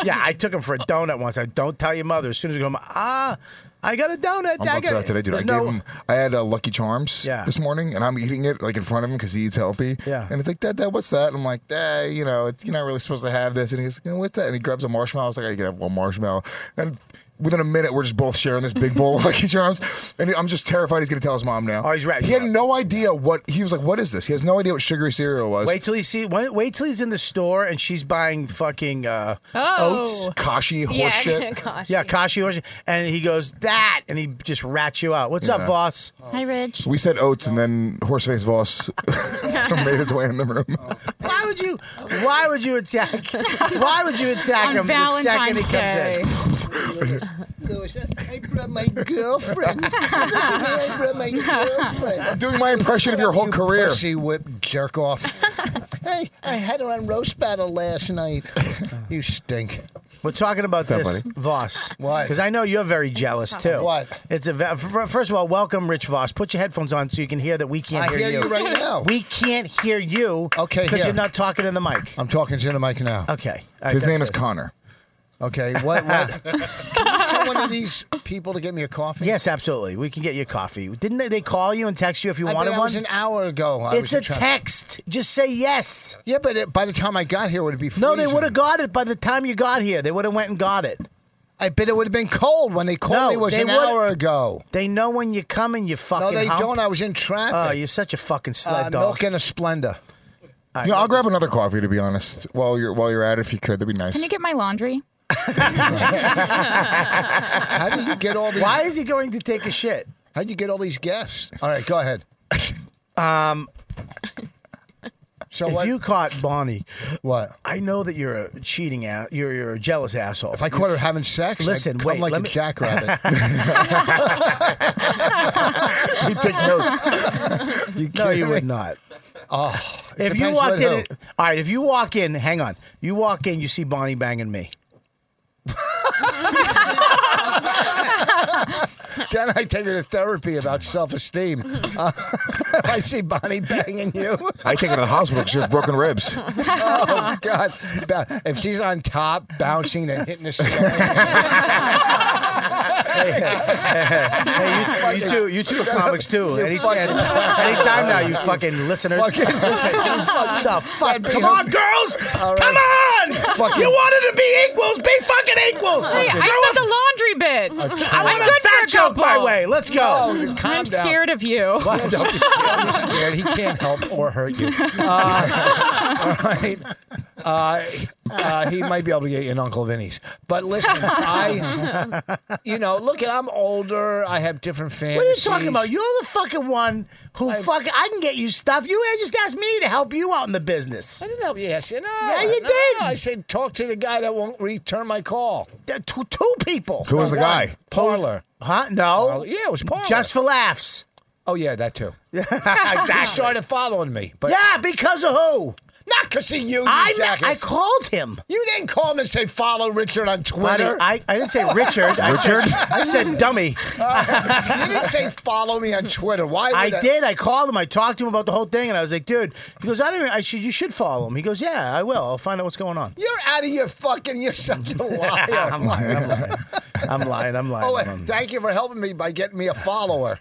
S6: yeah, I took him for a donut once. I don't tell your mother. As soon as you go, home, ah, I got a donut.
S8: I'm
S6: I got
S8: about to that today, dude. I
S6: There's
S8: gave
S6: no-
S8: him. I had uh, Lucky Charms
S6: Yeah.
S8: this morning, and I'm eating it like in front of him because he eats healthy.
S6: Yeah.
S8: And it's like, Dad, Dad, what's that? I'm like, Dad, you know, it's, you're not really supposed to have this. And he goes, "Yeah, What's that? And he grabs a marshmallow. I was like, I can have one marshmallow. And within a minute, we're just both sharing this big bowl of Lucky Charms, and I'm just terrified he's gonna tell his mom now.
S6: Oh, he's ratting
S8: He
S6: you
S8: had
S6: out.
S8: no idea what he was like. What is this? He has no idea what sugary cereal was.
S6: Wait till he see. Wait, wait till he's in the store and she's buying fucking uh,
S14: Oh.
S6: oats.
S8: Kashi horse
S5: Yeah,
S8: shit.
S5: gosh.
S6: Yeah, Kashi was, and he goes that, and he just rats you out. What's up, boss?
S2: Hi, Ridge.
S8: We said oats, and then Horseface Voss made his way in the room.
S6: Why would you? Why would you attack? Why would you attack
S2: On
S6: him the second he
S2: Valentine's
S6: comes
S2: Day.
S6: in?
S15: I brought my girlfriend. I brought my girlfriend.
S8: Doing my impression of your whole
S15: You
S8: career.
S15: pussy whip jerk off. hey, I had her on roast battle last night. You stink.
S6: We're talking about
S8: What's up,
S6: this,
S8: buddy?
S6: Voss.
S15: What?
S6: Because I know you're very jealous too.
S15: What?
S6: It's a va- f- first of all, welcome, Rich Voss. Put your headphones on so you can hear that we can't
S15: I hear you right now.
S6: We can't hear you.
S15: Okay, Um,
S6: Because
S15: here.
S6: you're not talking in the mic.
S15: I'm talking to the mic now.
S6: Okay. All right,
S8: His
S6: that's
S8: name is
S6: good.
S8: Connor.
S15: Okay, what? what can you get one of these people to get me a coffee?
S6: Yes, absolutely. We can get you coffee. Didn't they, they call you and text you if you
S15: I bet
S6: wanted
S15: that
S6: one?
S15: was an hour ago. I was
S6: it's a
S15: in traffic.
S6: text. Just say yes.
S15: Yeah, but it, by the time I got here, it would be freezing.
S6: No, they would have got it by the time you got here. They would have went and got it.
S15: I bet it would have been cold when they called
S6: No,
S15: me. It was
S6: they
S15: an
S6: would-
S15: hour ago.
S6: They know when you're coming.
S15: No,
S6: You fucking.
S15: they
S6: hump.
S15: don't. I was in traffic.
S6: Oh, you're such a fucking sled
S15: uh,
S6: dog.
S15: milk and a Splenda.
S8: Yeah, I'll grab another coffee to be honest. While you're while you're at it, if you could, that'd be nice.
S2: Can you get my laundry?
S15: How do you get all these?
S6: Why is he going to take a shit?
S15: How do you get all these guests? All right, go ahead. Um. So
S6: If
S15: what?
S6: you caught Bonnie,
S15: what?
S6: I know that you're a cheating ass. You're you're a jealous asshole.
S15: If I caught her having sex, I'd
S6: Listen,
S15: come
S6: wait,
S15: like
S6: let
S15: a
S6: me-
S15: jackrabbit.
S8: you take notes?
S15: you
S6: no,
S15: kidding
S6: you would
S15: me?
S6: not.
S15: Oh, it
S6: If you
S15: depends
S6: walked
S15: with
S6: in,
S15: who.
S6: it- all right. If you walk in, hang on. You walk in, you see Bonnie banging me.
S15: then I take her to therapy about self-esteem. Uh, I see Bonnie banging you.
S8: I take her to the hospital. 'cause She has broken ribs.
S15: Oh God! Ba- If she's on top, bouncing and hitting the sky,
S6: hey, you, you two, you two are comics too. Any chance, anytime now, you fucking listeners. listen, you fuck the fuck. Come on, girls, come on.
S2: Fucking-
S6: you wanted to be equals, be fucking equals.
S2: Hey, I said the laundry bit.
S6: I want
S2: I'm good
S6: a fat
S2: for a
S6: joke my
S2: couple.
S6: way. Let's
S8: Oh,
S6: go.
S2: I'm scared of you.
S6: What? Don't be scared.
S8: You're scared. He can't help or hurt you. Uh, all right. Uh, uh, he might be able to get you an Uncle Vinny's. But listen, I, you know, look, at I'm older. I have different fantasies.
S6: What are you talking about? You're the fucking one who fucking. I can get you stuff. You just asked me to help you out in the business.
S8: I didn't help you. Yes, you know.
S6: Yeah, you
S8: No,
S6: did.
S8: I said, talk to the guy that won't return my call.
S6: Two, two people.
S16: Who was the
S8: No, one.
S16: guy?
S8: Parlor.
S6: Huh? No.
S8: Parlor. Yeah, it was Parlor.
S6: Just for laughs.
S8: Oh yeah, that too.
S6: Exactly.
S8: He started following me, but
S6: Yeah, because of who?
S8: not because of you. you
S6: I I
S8: jackass.
S6: called him.
S8: You didn't call him and say follow Richard on
S6: Buddy,
S8: Twitter.
S6: I, I didn't say Richard. I said, I said dummy.
S8: you didn't say follow me on Twitter. Why? Would
S6: I did. I called him. I talked to him about the whole thing, and I was like, "Dude," he goes, "I don't. Even, I should. You should follow him." He goes, "Yeah, I will. I'll find out what's going on."
S8: You're out of your fucking. You're such a liar.
S6: I'm lying. I'm lying. I'm lying. I'm lying.
S8: oh,
S6: I'm
S8: and
S6: lying.
S8: thank you for helping me by getting me a follower.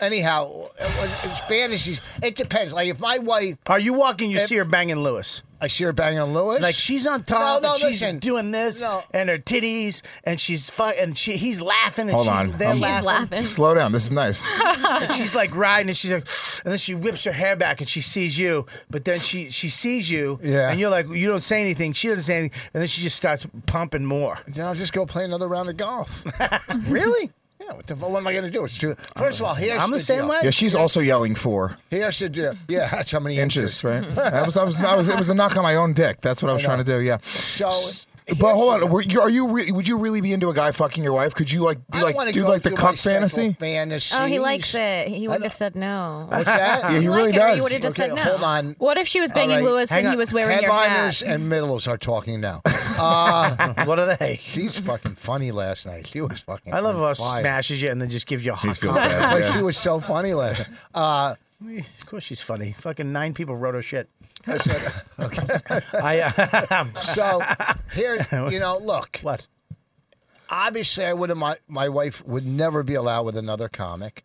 S8: Anyhow, it was- it's fantasies. It depends. Like if my wife,
S6: Are you walking? You see her banging Lewis.
S8: I see her banging on Lewis.
S6: Like she's on top
S8: No, no,
S6: and she's
S8: listen.
S6: doing this
S8: No.
S6: and her titties and she's fu- and she he's laughing and
S16: Hold
S6: she's
S16: on.
S6: they're
S16: I'm-
S5: He's
S6: laughing.
S5: laughing.
S16: Slow down. This is nice.
S6: and she's like riding and she's like and then she whips her hair back and she sees you but then she she sees you
S8: Yeah.
S6: and you're like you don't say anything she doesn't say anything and then she just starts pumping more
S8: Then I'll just go play another round of golf.
S6: really
S8: yeah. What, the, what am I going to do? It's too, first of all, here's
S6: I'm the same
S8: deal.
S6: way
S16: Yeah, she's also yelling for
S8: Here's the deal. Yeah, that's how many
S16: inches, right? That was, I was, I was, it was a knock on my own dick. That's what I was
S8: I know.
S16: trying to do. Yeah.
S8: So,
S16: But hold on, were you, are you? Re- would you really be into a guy fucking your wife? Could you like
S8: I
S16: be
S8: don't
S16: like
S8: wanna
S16: do
S8: go
S16: like the
S8: through my
S16: cuck fantasy?
S8: sexual fantasies.
S5: Oh, he likes it. He would have said no.
S8: What's that?
S16: Yeah, he
S5: like
S16: really
S5: it, or you
S16: does.
S5: would've just
S8: Okay,
S5: said no.
S8: Hold on.
S2: What if she was
S8: banging
S2: banging
S8: right.
S2: Lewis
S8: Lewis
S6: Hang
S2: and
S6: and he
S2: he
S6: on. was
S2: was wearing your
S8: Headliners
S2: hat?
S8: and middles are talking now. Uh,
S6: what are they
S8: she's fucking funny last night. She was fucking.
S6: I love
S8: on
S6: how it
S8: fire.
S6: smashes you and then just gives you a hot
S16: feel
S6: compliment.
S16: bad.
S8: Like
S16: Yeah.
S8: she was so funny last. night. Uh,
S6: of course she's funny fucking nine people wrote her shit
S8: I said-
S6: I uh,
S8: so here, you know, look.
S6: what
S8: Obviously, I would have. My, my wife would never be allowed with another comic.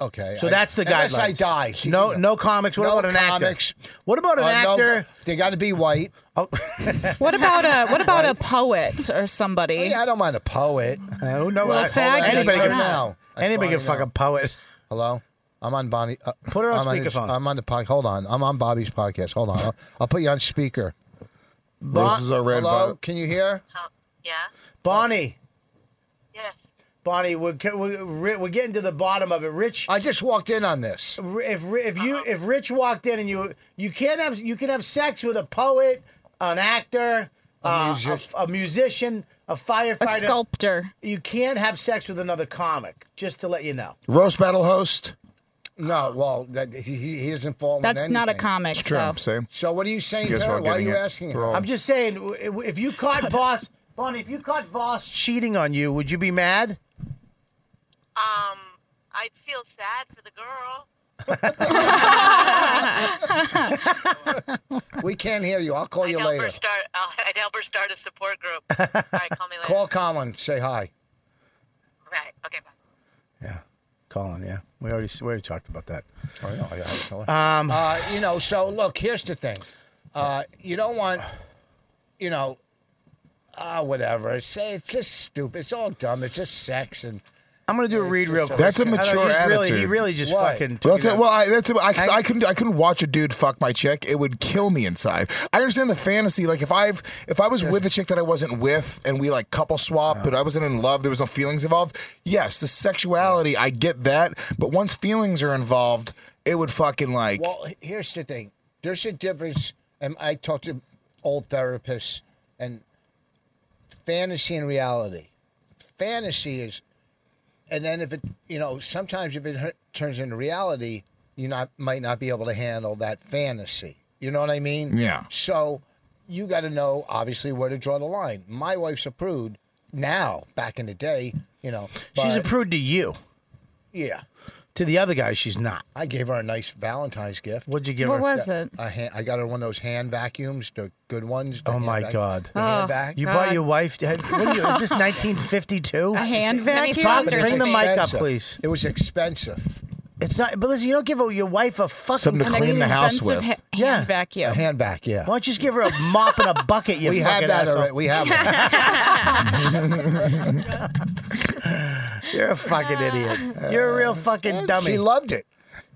S8: Okay.
S6: so
S8: I-
S6: that's the guidelines
S8: unless I die. she
S6: no
S8: can-
S6: no comics what
S8: No
S6: about an
S8: comics.
S6: actor what about an
S8: Uh, no,
S6: actor
S8: they got to be white.
S2: What about a what about a poet or somebody?
S8: Yeah, I don't mind a poet.
S6: oh no
S2: Well,
S6: I-
S2: faggot.
S6: anybody
S8: That's
S6: can
S8: right now. That's
S6: anybody
S8: why
S6: can
S8: I
S6: fuck
S8: know.
S6: a poet
S8: Hello? I'm on Bonnie. Uh,
S6: Put her on
S8: I'm his-
S6: speakerphone.
S8: I'm on the podcast. Hold on. I'm on Bobby's podcast. Hold on. I'll, I'll put you on speaker.
S16: Roses are red.
S8: Hello?
S16: violet-
S8: Can you hear?
S6: Bonnie. Yes. Bonnie, we're, ca- we're Ri- we're getting to the bottom of it. Rich,
S8: I just walked in on this.
S6: Ri- if Ri- if you if Rich walked in and you you can't have you can have sex with a poet, an actor, uh, a,
S8: musician.
S6: a musician, a firefighter.
S2: a sculptor.
S6: You can't have sex with another comic. Just to let you know.
S16: Roast battle host. Oh.
S8: No, well, that, he, he he doesn't fall. in
S2: That's not a
S8: anything.
S2: comic.
S16: True.
S2: so.
S16: Same.
S8: So what are you saying
S16: You
S8: to
S16: guys
S8: her?
S16: are
S8: Why are
S16: getting
S8: you
S16: it.
S8: asking her?
S16: They're all-
S6: I'm just saying, w- if you caught Boss Bonnie, if you caught Boss cheating on you, would you be mad?
S17: Um, I feel sad for the girl.
S8: We can't hear you. I'll call
S17: I'd
S8: you
S17: help
S8: later.
S17: her start. I'll, I'd help her start a support group. All right, call me later.
S8: Call Colin. Say hi.
S17: Right. Okay. Bye.
S6: Yeah, Colin. Yeah, we already we already talked about that.
S8: Um, uh, you know, so look, here's the thing. Uh, you don't want, you know, ah, whatever. Say it's just stupid. It's all dumb. It's just sex and.
S6: I'm gonna do a
S8: It's
S6: read
S8: just
S6: real
S8: so-
S6: quick.
S16: That's a
S6: I don't know,
S16: mature
S6: he just Really, he
S16: attitude.
S6: really just
S8: Why?
S6: fucking.
S16: Well, that's it.
S6: took it out.
S16: well, I, that's I,
S6: I-
S16: I, couldn't I couldn't watch a dude fuck my chick. It would kill me inside. I understand the fantasy. Like if I've if I was with a chick that I wasn't with and we like couple swap, but I wasn't in love, there was no feelings involved. Yes, the sexuality, I get that. But once feelings are involved, it would fucking like
S8: Well, h- here's the thing. There's a difference, and I talk to old therapists, and fantasy and reality. Fantasy is, and then if it, you know, sometimes if it hu- turns into reality, you not might not be able to handle that fantasy. You know what I mean?
S16: Yeah.
S8: So you got to know obviously where to draw the line. My wife's a prude now. Back in the day, you know,
S6: She's a
S8: but-
S6: prude to you.
S8: Yeah.
S6: To the other guy, she's not.
S8: I gave her a nice Valentine's gift.
S6: What'd you give What her? was it?
S8: A hand, I got her one of those hand vacuums, the good ones. the
S6: Oh
S8: hand
S6: my
S8: vac-
S6: God! Oh.
S8: the hand vac-
S6: you bought your wife? What are you, is this 1952?
S8: A
S2: hand
S6: Bob, Bring the mic up,
S8: Expensive.
S6: please.
S8: It was expensive.
S6: It's not. But listen, you don't give a- your wife a fucking
S16: Something to
S6: thing.
S16: clean the house with.
S6: yeah.
S2: vacuum.
S8: A hand vac,
S6: Why
S8: yeah.
S6: don't you just give her a mop and a bucket? You
S8: We have
S6: fucking
S8: that
S6: asshole.
S8: already. We have
S6: You're a fucking idiot. You're a real fucking dummy. She
S8: loved it.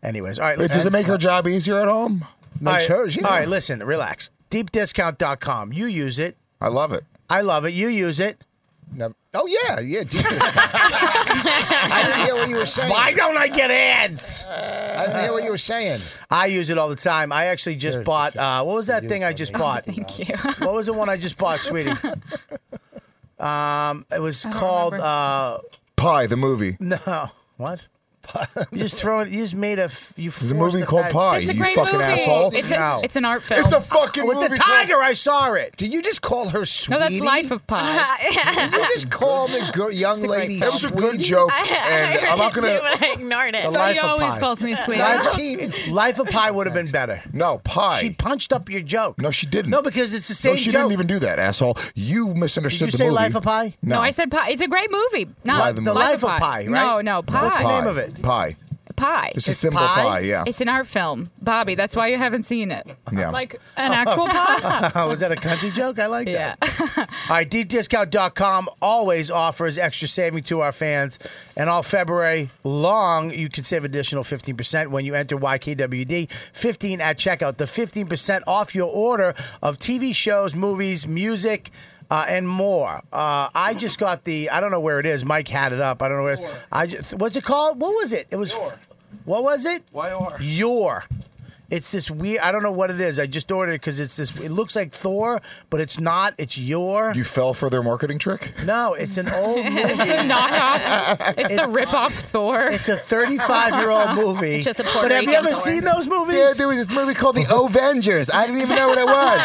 S6: Anyways, all right.
S16: Wait,
S6: listen.
S16: does it make her job easier at home?
S6: All right, All right, listen, relax. Deepdiscount.com. You use it.
S16: I love it.
S6: I love it. You use it.
S8: Oh yeah, yeah. Deep I didn't hear what you were saying.
S6: Why don't I get ads?
S8: I didn't hear what you were saying.
S6: I use it all the time. I actually just bought. Uh, what was that thing I just bought?
S2: Thank you.
S6: What was the one I just bought, sweetie? Um, it was called. Uh,
S16: Pie, the movie.
S6: no, what? you just throw it. You just made a. f- You
S16: There's a movie called
S6: Oh,
S16: Pie. you fucking asshole.
S2: It's, a-
S6: No.
S2: it's an art film.
S16: It's a fucking
S6: With
S16: movie
S6: the
S16: called-
S6: tiger, I saw it.
S8: Did you just call her sweetie?
S2: no, that's Life of Pi.
S8: Did you just call the gir- young lady
S16: It was a good
S8: sweetie?
S16: joke, and I'm not gonna.
S5: I ignored it.
S18: Thought he always calls me sweetie.
S8: Nineteen.
S6: Life of Pie would have been better.
S16: No pie.
S6: She punched up your joke.
S16: no, she didn't.
S6: No, because it's the same
S16: No, she
S6: joke.
S16: didn't even do that, asshole. You
S6: Did
S16: misunderstood
S6: you
S16: the
S6: say
S16: movie.
S6: Life of Pi?
S2: No,
S16: No,
S2: I said Pi. It's a great movie. No,
S16: Life of
S6: The Life of Pi, right?
S2: No, no, Pi.
S6: What's the
S16: Pie.
S6: name of it?
S16: Pie.
S2: Pi.
S16: It's a symbol
S6: pie?
S16: pie. Yeah.
S2: It's an art film, Bobby. That's why you haven't seen it.
S16: yeah.
S18: Like an actual pie.
S6: Oh, was that a country joke? I like
S2: Yeah.
S6: that. All right, deepdiscount.com always offers extra saving to our fans. And all February long, you can save additional 15% when you enter YKWD15 at checkout. The 15% off your order of TV shows, movies, music. Uh, and more. Uh, I just got the. I don't know where it is. Mike had it up. I don't know where it is. I just, what's it called? What was it? It was. What was it?
S9: YR.
S6: Your. It's this weird. I don't know what it is. I just ordered it because it's this. It looks like Thor, but it's not. It's your.
S16: You fell for their marketing trick.
S6: no, it's an old
S2: It's the
S6: movie.
S2: knockoff. It's, the rip-off Thor.
S6: It's a 35 year old movie.
S5: It's just a Puerto
S6: but have you
S5: Rican
S6: ever
S5: Thor.
S6: seen those movies?
S16: Yeah, there was this movie called The Avengers. I didn't even know what it was.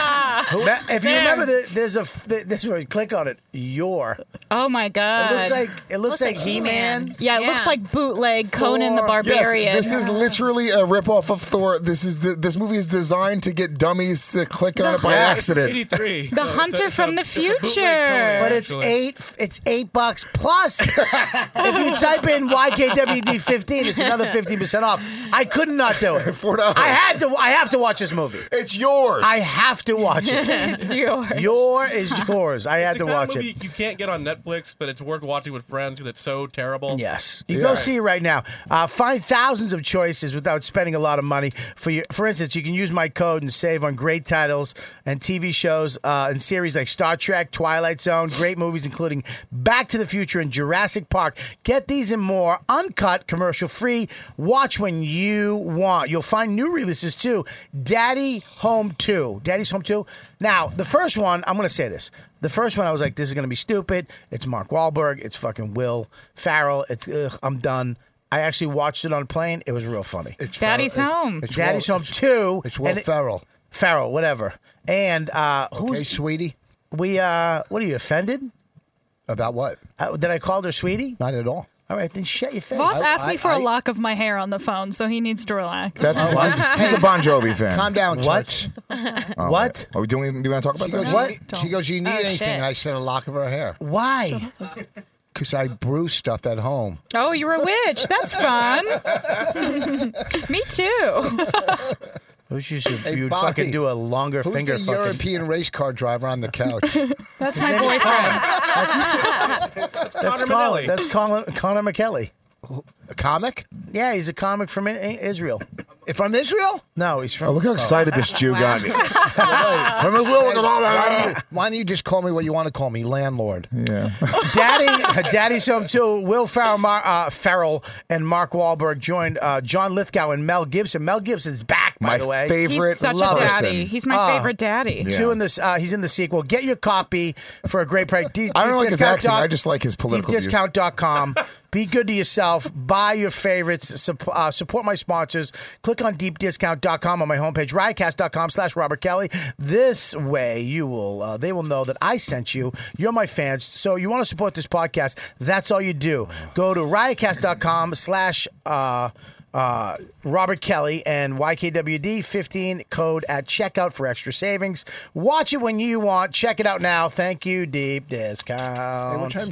S6: That- if you remember, the, there's a f- th- this where you click on it. Your.
S2: Oh my
S6: It
S2: god.
S6: looks like it looks, like, He
S5: He-Man.
S6: Man.
S2: Yeah, it looks like bootleg Conan the
S6: Thor.
S2: Barbarian.
S16: Yes, this is literally a ripoff of Thor. This is the, this movie is designed to get dummies to click on it by accident.
S9: 83.
S2: the hunter from the future.
S6: But it's eight. f- It's eight bucks plus. if you type in YKWd fifteen, it's another fifteen percent off. I could not do it.
S16: Four dollars.
S6: I had to. I have to watch this movie.
S16: It's yours.
S6: I have to watch it.
S2: it's yours.
S6: Your is yours. I had
S9: It's
S6: to
S9: the kind of
S6: watch
S9: movie
S6: it.
S9: You can't get on Netflix, but it's worth watching with friends because it's so terrible.
S6: Yes, you go see it right now. Uh, find thousands of choices without spending a lot of money. For your, for instance, you can use my code and save on great titles and TV shows uh, and series like Star Trek, Twilight Zone, great movies including Back to the Future and Jurassic Park. Get these and more uncut, commercial free. Watch when you want. You'll find new releases too. Daddy Home Two, Daddy's Home Two. Now, the first one, I'm going to say this. The first one, I was like, this is going to be stupid. It's Mark Wahlberg. It's fucking Will Farrell. It's, ugh, I'm done. I actually watched it on a plane. It was real funny.
S2: Daddy's home.
S8: It's
S6: Daddy's
S8: Will-
S6: Home 2.
S8: It's Will
S6: and it-
S8: Ferrell.
S6: Farrell, whatever. And uh, who's,
S8: Hey, sweetie.
S6: we, uh, what are you, offended?
S8: About what?
S6: Uh, that I called her sweetie?
S8: Not at all.
S6: All right, then shut your face.
S18: Voss asked
S8: I-
S18: me for
S8: I-
S18: a lock of my hair on the phone, so he needs to relax.
S16: That's he's, he's a Bon Jovi fan.
S8: Calm down,
S6: What?
S8: Toots.
S6: what?
S16: Are we doing? Do you want to talk about
S8: She goes,
S16: that?
S6: What?
S8: "You need- She goes, you need
S5: Oh,
S8: anything?
S5: shit.
S8: And I said a lock of her hair
S18: Uh-huh.
S6: Why?
S8: because I brew stuff at home.
S2: Oh, you're a witch. That's fun. Me too.
S6: We should should-
S8: Hey,
S6: you'd
S8: Bobby,
S6: fucking do a longer
S8: Who's
S6: finger
S8: the
S6: fucking.
S8: European race car driver on the couch?
S2: That's my boyfriend.
S6: That's
S9: Connor
S6: Colin,
S9: Manelli.
S6: that's Colin, Connor McKelly.
S8: a comic?
S6: Yeah, he's a comic from I- Israel.
S8: If I'm Israel,
S6: No, he's from.
S16: Oh, look how excited this Jew got. From his will, look at all that.
S8: why don't you just call me what you want to call me, landlord?
S16: Yeah.
S6: Daddy, Daddy's home too. Will Farrell, Mar- uh, Farrell and Mark Wahlberg joined uh, John Lithgow and Mel Gibson. Mel Gibson's back, by
S16: My
S6: the way.
S16: favorite
S2: He's such a
S16: person.
S2: daddy. He's my favorite daddy.
S16: Yeah.
S6: Two in this. Uh, he's in the sequel. Get your copy for a great price. Deep,
S16: I don't like his
S6: discount
S16: accent. I just like his political views.
S6: Deepdiscount.com. Be good to yourself. Buy your favorites. Sup- uh, support my sponsors. Click on deepdiscount.com on my homepage, riotcast.com slash Robert Kelly. This way you will, uh, they will know that I sent you. You're my fans. So you want to support this podcast. That's all you do. Go to riotcast.com slash uh, uh, Robert Kelly and YKWD15 code at checkout for extra savings. Watch it when you want. Check it out now. Thank you, Deep Discount.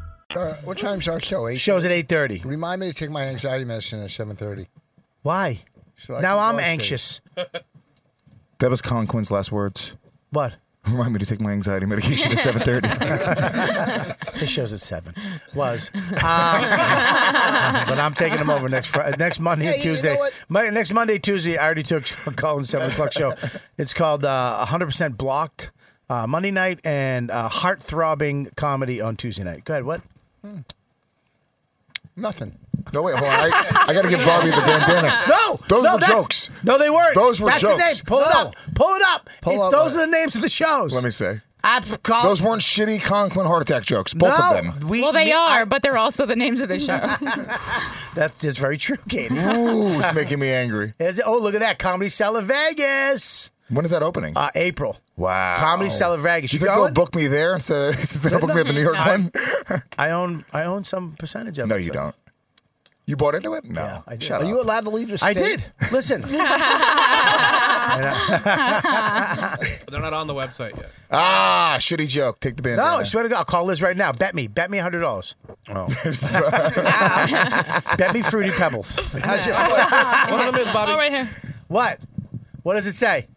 S8: Uh, what time's our show?
S3: eh?
S8: Eight
S6: Show's at eight thirty.
S8: Remind me to take my anxiety medicine at seven thirty.
S6: Why?
S8: So I
S6: Now
S8: can
S6: I'm
S8: go upstairs.
S6: anxious.
S19: That was Colin Quinn's last words.
S6: What?
S19: Remind me to take my anxiety medication at 7.30.
S6: this show's at 7. Was. Um, but I'm taking them over next Friday, next Monday
S19: Hey,
S6: and
S19: you know
S6: Tuesday.
S19: what?
S6: My, next Monday, Tuesday, I already took Colin's seven o'clock show. It's called uh, 100% Blocked uh, Monday night and uh, heart throbbing comedy on Tuesday night. Go ahead. What?
S8: Nothing.
S3: No, wait, hold on. I, I got to give Bobby the bandana.
S6: No,
S3: Those
S6: no,
S3: were
S6: that's-
S3: jokes.
S6: No, they weren't.
S3: Those were
S6: That's
S3: jokes.
S6: The name. Pull it up. Pull it up.
S3: Pull
S6: It's-
S3: up
S6: those
S3: what?
S6: are the names of the shows.
S3: Let me say.
S6: I've called.
S3: Those weren't shitty Conklin heart attack jokes. Both of
S6: No,
S3: them.
S2: well, they are, but they're also the names of the show.
S6: That's, that's very true, Katie.
S3: Ooh, it's making me angry.
S6: Is it- oh, look at that. Comedy Cellar Vegas.
S3: When is that opening?
S6: Uh, April.
S3: Wow.
S6: Comedy Cellar Vegas.
S3: You,
S6: You
S3: think
S6: going?
S3: they'll book me there instead of instead of book me at the New York
S6: I-
S3: one?
S6: I own I own some percentage of it.
S3: No, you
S6: so-
S3: don't. You bought into it? No.
S6: I did.
S3: Shut
S6: Are
S3: up.
S6: you
S8: allowed to leave the
S6: I did. Listen.
S9: They're not on the website yet.
S3: Ah, shitty joke. Take the
S6: No, I
S3: bandana.
S6: swear to God, I'll call Liz right now. Bet me. Bet me hundred dollars. Oh. Bet me fruity pebbles. How's your- Ah.
S9: One of them is Bobby.
S20: Oh, right here.
S6: What? What does it say?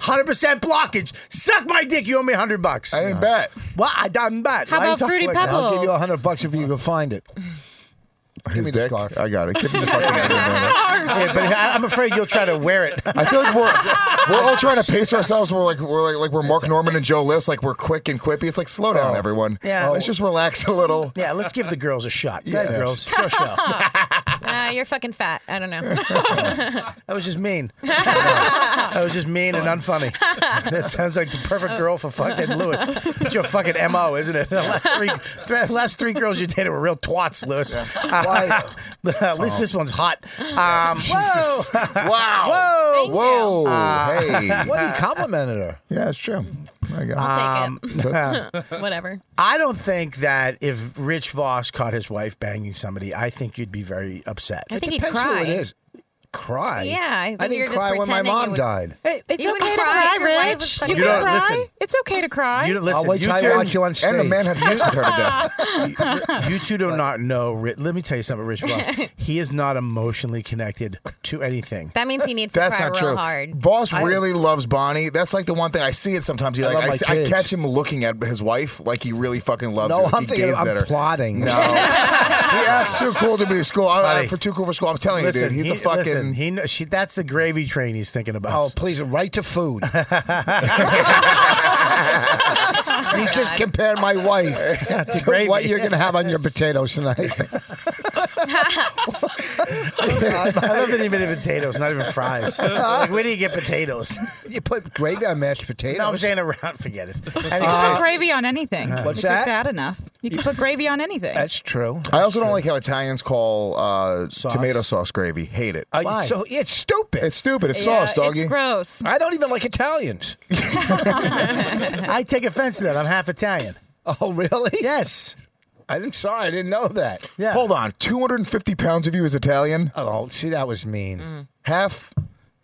S6: Hundred percent blockage. Suck my dick. You owe me hundred bucks. I
S3: didn't bet.
S6: Well, I didn't bet.
S20: How
S6: Why are you
S20: about
S6: talking
S20: Fruity
S6: like that?
S8: I'll give you a hundred bucks if you can find it.
S3: His dick. I got it. Give me the fucking bandana.
S6: Yeah, but I- I'm afraid you'll try to wear it.
S3: I feel like we're we're all trying to pace ourselves. We're like we're like, like we're Mark Norman and Joe List. Like we're quick and quippy. It's like slow
S8: Oh.
S3: down, everyone.
S6: Yeah.
S3: Let's just relax a little.
S6: Yeah, let's give the girls a shot. Yeah,
S3: Yeah.
S6: girls. It's your show.
S21: Nah, you're fucking fat. I don't know.
S6: That was just mean. that was just mean and unfunny. That sounds like the perfect girl for fucking Lewis. It's your fucking mo, isn't it? The last three, th- last three girls you dated were real twats, Lewis.
S8: Why- Oh.
S6: At least this one's hot. Um,
S3: Jesus. Wow.
S6: Whoa. Uh,
S3: Whoa. hey.
S8: What you complimented her?
S3: Yeah, it's true. I got Um,
S21: I'll
S6: take
S21: Whatever.
S6: I don't think that if Rich Voss caught his wife banging somebody, I think you'd be very upset.
S21: I think he'd
S8: Depends who
S21: cry.
S8: it is. Cry.
S21: Yeah, I think
S8: didn't
S21: you're just
S8: cry when my
S21: pretending you
S8: mom
S21: would-
S8: died.
S20: It- It's
S21: You
S20: okay
S21: would
S20: to
S21: cry
S20: cry,
S21: if your wife
S20: Rich.
S21: was
S20: You
S21: fucking
S20: can
S6: You don't-
S20: cry.
S6: listen.
S20: It's okay to cry.
S6: You don't listen.
S8: I'll wait
S6: you
S8: till I
S6: two-
S8: watch you on stage.
S3: And the man had sex with her to death.
S6: you two do not know. Ri- Let me tell you something, Rich Voss. he is not emotionally connected to anything.
S21: That means he needs to
S3: That's
S21: cry
S3: not
S21: real
S3: true.
S21: hard.
S3: Boss really loves Bonnie. That's like the one thing I see it sometimes. He
S8: I
S3: like
S8: love
S3: I,
S8: my
S3: see- I
S8: kids.
S3: catch him looking at his wife like he really fucking loves
S8: No,
S3: her. Like
S8: I'm
S3: he
S8: thinking
S3: gazes at
S8: I'm
S3: her.
S8: plotting.
S3: No, he acts too cool to be at school. I, I,
S6: Buddy.
S3: for too cool for school. I'm telling you, dude. He's
S6: he-
S3: a fucking.
S6: listen, he kn- she, that's the gravy train he's thinking about.
S8: Oh, please, right to food. you
S21: Oh,
S8: just compared my wife to
S6: gravy.
S8: what you're going to have on your potatoes tonight.
S6: I love that he made potatoes, not even fries. like, where do you get potatoes?
S8: you put gravy on mashed potatoes.
S6: no, I'm saying around. Forget it.
S2: You can
S6: Anyway,
S2: put gravy on anything.
S8: What's
S2: if you're
S8: that?
S2: fat enough. You can put gravy on anything.
S8: That's true.
S3: I also don't like how Italians call uh, tomato sauce gravy. Hate it.
S8: I-
S6: Why?
S8: So it's stupid.
S3: It's stupid. It's
S2: Yeah,
S3: sauce, doggy.
S2: It's gross.
S8: I don't even like Italians.
S6: I take offense to that. I'm half Italian.
S8: Oh, really?
S6: Yes.
S8: I'm sorry. I didn't know that.
S6: Yeah.
S3: Hold on. 250 pounds of you is Italian.
S8: Oh, see, that was mean.
S3: Half.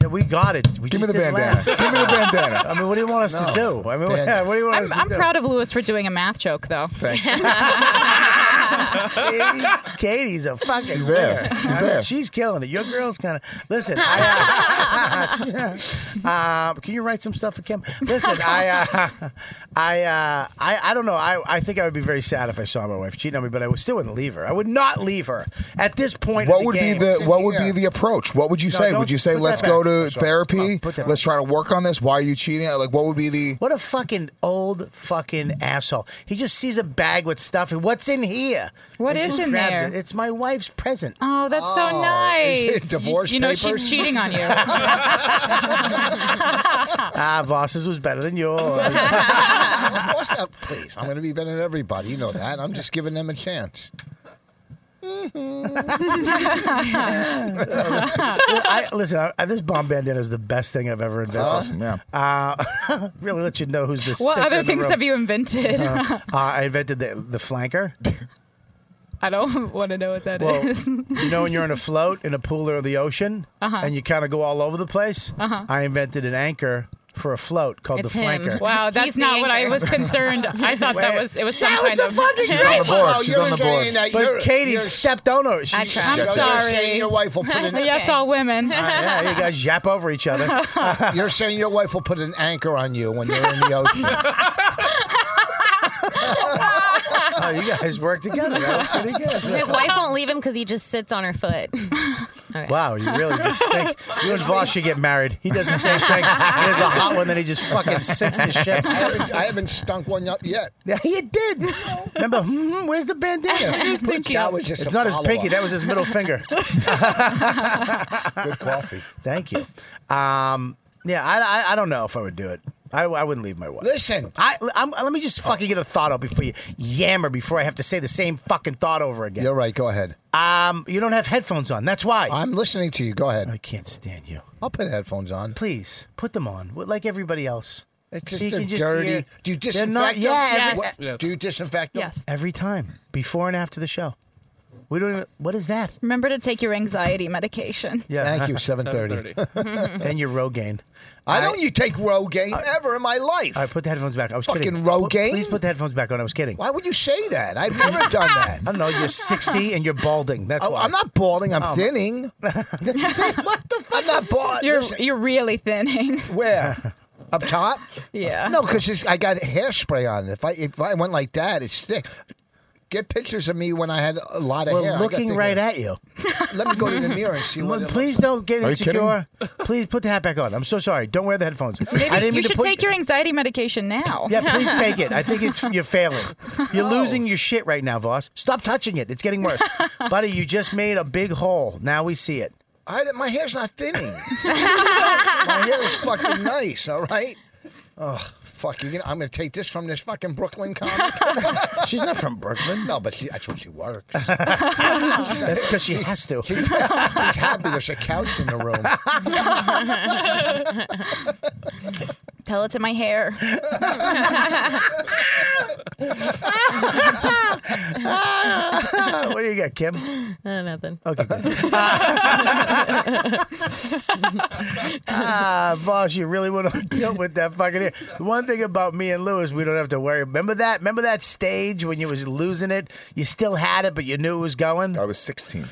S6: Yeah, we got it. We
S3: Give me
S6: just
S3: the
S6: didn't
S3: bandana.
S6: laugh.
S3: Give me the bandana.
S6: I mean, what do you want us to do? I mean, what,
S8: Bandana.
S6: what do you want
S2: I'm,
S6: us to
S2: I'm
S6: do?
S2: proud of Lewis for doing a math joke, though.
S3: Thanks.
S6: See? Katie's a fucking.
S16: She's there.
S6: winner.
S16: She's
S6: I mean,
S16: there.
S6: she's killing it. Your girl's kind of. Listen, I, uh, uh, can you write some stuff for Kim? Listen, I, uh, I, uh, I, I don't know. I, I think I would be very sad if I saw my wife cheating on me, but I would still wouldn't leave her. I would not leave her at this point.
S16: What
S6: in
S16: would
S6: the
S16: be
S6: game-
S16: the what would be the approach? What would you
S6: No,
S16: say?
S6: don't
S16: Would you say
S6: put
S16: let's
S6: that
S16: go
S6: back.
S16: to
S6: That's right.
S16: therapy?
S6: put that
S16: let's try to work on this. Why are you cheating? Like what would be the
S6: What a fucking old fucking asshole. He just sees a bag with stuff. and What's in here?
S22: What
S6: And
S22: is
S6: just
S22: in
S6: grabs
S22: there? Uh.
S6: It. It's my wife's present.
S2: Oh, that's so nice. you, you know she's cheating on you.
S6: ah, Voss's was better than yours.
S8: Of course, I- please. I'm going to be better than everybody. You know that. I'm just giving them a chance.
S6: I, listen, I, I- this bomb bandana is the best thing I've ever invented.
S16: Awesome, yeah.
S6: Uh, really let you know who's this.
S2: What other things have you invented?
S6: Uh, uh, I invented the, the flanker.
S2: I don't want to know what that is.
S6: Well, you know when you're in a float in a pool or the ocean,
S2: Uh-huh.
S6: and you kind of go all over the place.
S2: Uh-huh.
S6: I invented an anchor for a float called
S2: It's
S6: the
S2: him.
S6: flanker.
S2: Wow, that's
S5: the
S2: not what I
S5: anchor.
S2: was concerned. I thought that
S6: Wait.
S2: was it was some
S6: That
S2: kind
S6: was a
S2: of.
S6: fucking She's on the great- board.
S8: Oh,
S6: She's
S8: you're
S6: on the
S8: saying
S6: board.
S8: that
S6: But
S8: you're-
S6: Katie
S8: you're-
S6: stepped on her. She-
S8: I'm
S6: she-
S8: You're
S2: sorry.
S8: saying your wife will put an
S2: Yes, all women.
S6: Uh, yeah, you guys yap over each other.
S8: You're saying your wife will put an anchor on you when you're in the ocean.
S6: oh, you guys work together. That was pretty good.
S5: His wife won't leave him because he just sits on her foot.
S6: Wow, you really just think you and Voss should get married. He does the same thing. There's a hot one, then he just fucking sinks the ship.
S8: I haven't, I haven't stunk one up yet.
S6: Yeah, he did. Remember, hmm, where's the bandana?
S8: His pinky. That was just
S6: it's
S8: a
S6: not his
S8: follow-up.
S6: pinky. That was his middle finger.
S8: Good coffee.
S6: Thank you. Um, yeah, I, I, I don't know if I would do it. I, I wouldn't leave my wife.
S8: Listen,
S6: I, I'm, let me just fucking get a thought out before you yammer before I have to say the same fucking thought over again.
S8: you're right. Go ahead.
S6: Um, you don't have headphones on. That's why.
S8: I'm listening to you. Go ahead.
S6: I can't stand you.
S8: I'll put headphones on.
S6: Please put them on, like everybody else.
S8: It's
S6: So
S8: just
S6: you
S8: a
S6: can just
S8: dirty.
S6: hear-
S8: do you
S6: They're
S8: disinfect
S6: not-
S8: them?
S6: yeah, every-
S8: Wha- Do you disinfect them?
S2: Yes.
S6: every time before and after the show. We don't even. What is that?
S2: Remember to take your anxiety medication.
S8: Thank you. Seven thirty.
S6: and your Rogaine.
S8: I don't. You take Rogaine ever in my life.
S6: I put the headphones back. I was
S8: Fucking
S6: kidding.
S8: Rogaine?
S6: P- Please put the headphones back on. I was kidding.
S8: Why would you say that? I've never done that.
S6: I don't know. You're 60 and you're balding. That's
S8: I,
S6: why.
S8: Oh, I'm not balding. I'm
S6: Oh, my-
S8: thinning.
S6: what the
S8: I'm not bald.
S2: You're
S8: Listen,
S2: you're really thinning.
S8: where? Up top?
S2: Yeah.
S8: No, because I got hairspray on. If I if I went like that, it's thick. Get pictures of me when I had a lot of hair. I
S6: We're
S8: got
S6: looking
S8: thick
S6: right
S8: hair. Oh,
S6: at you.
S8: Let me go to the mirror and see what. it
S6: Please don't get
S16: Are you
S6: insecure. Please put the hat back on. I'm so sorry. Don't wear the headphones.
S2: Maybe
S6: I didn't
S2: you
S6: mean to
S2: should
S6: put-
S2: take your anxiety medication now.
S6: Yeah, please take it. I think it's you're failing. You're losing your shit right now, Voss. Stop touching it. It's getting worse. Buddy, you just made a big hole. Now we see it.
S8: I, my hair's not thinning. my hair is fucking nice, all right? Oh, fuck. You gonna, I'm going to take this from this fucking Brooklyn comic.
S6: She's not from Brooklyn.
S8: no, but she, that's where she works.
S6: That's because she has to.
S8: She's, she's happy there's a couch in the room.
S2: Tell it to my hair.
S6: what do you got, Kim?
S5: Uh, nothing.
S6: Okay. good. ah, Voss, you really want to deal with that fucking ear. One thing about me and Lewis, we don't have to worry. Remember that? Remember that stage when you was losing it? You still had it, but you knew it was going?
S3: I was 16.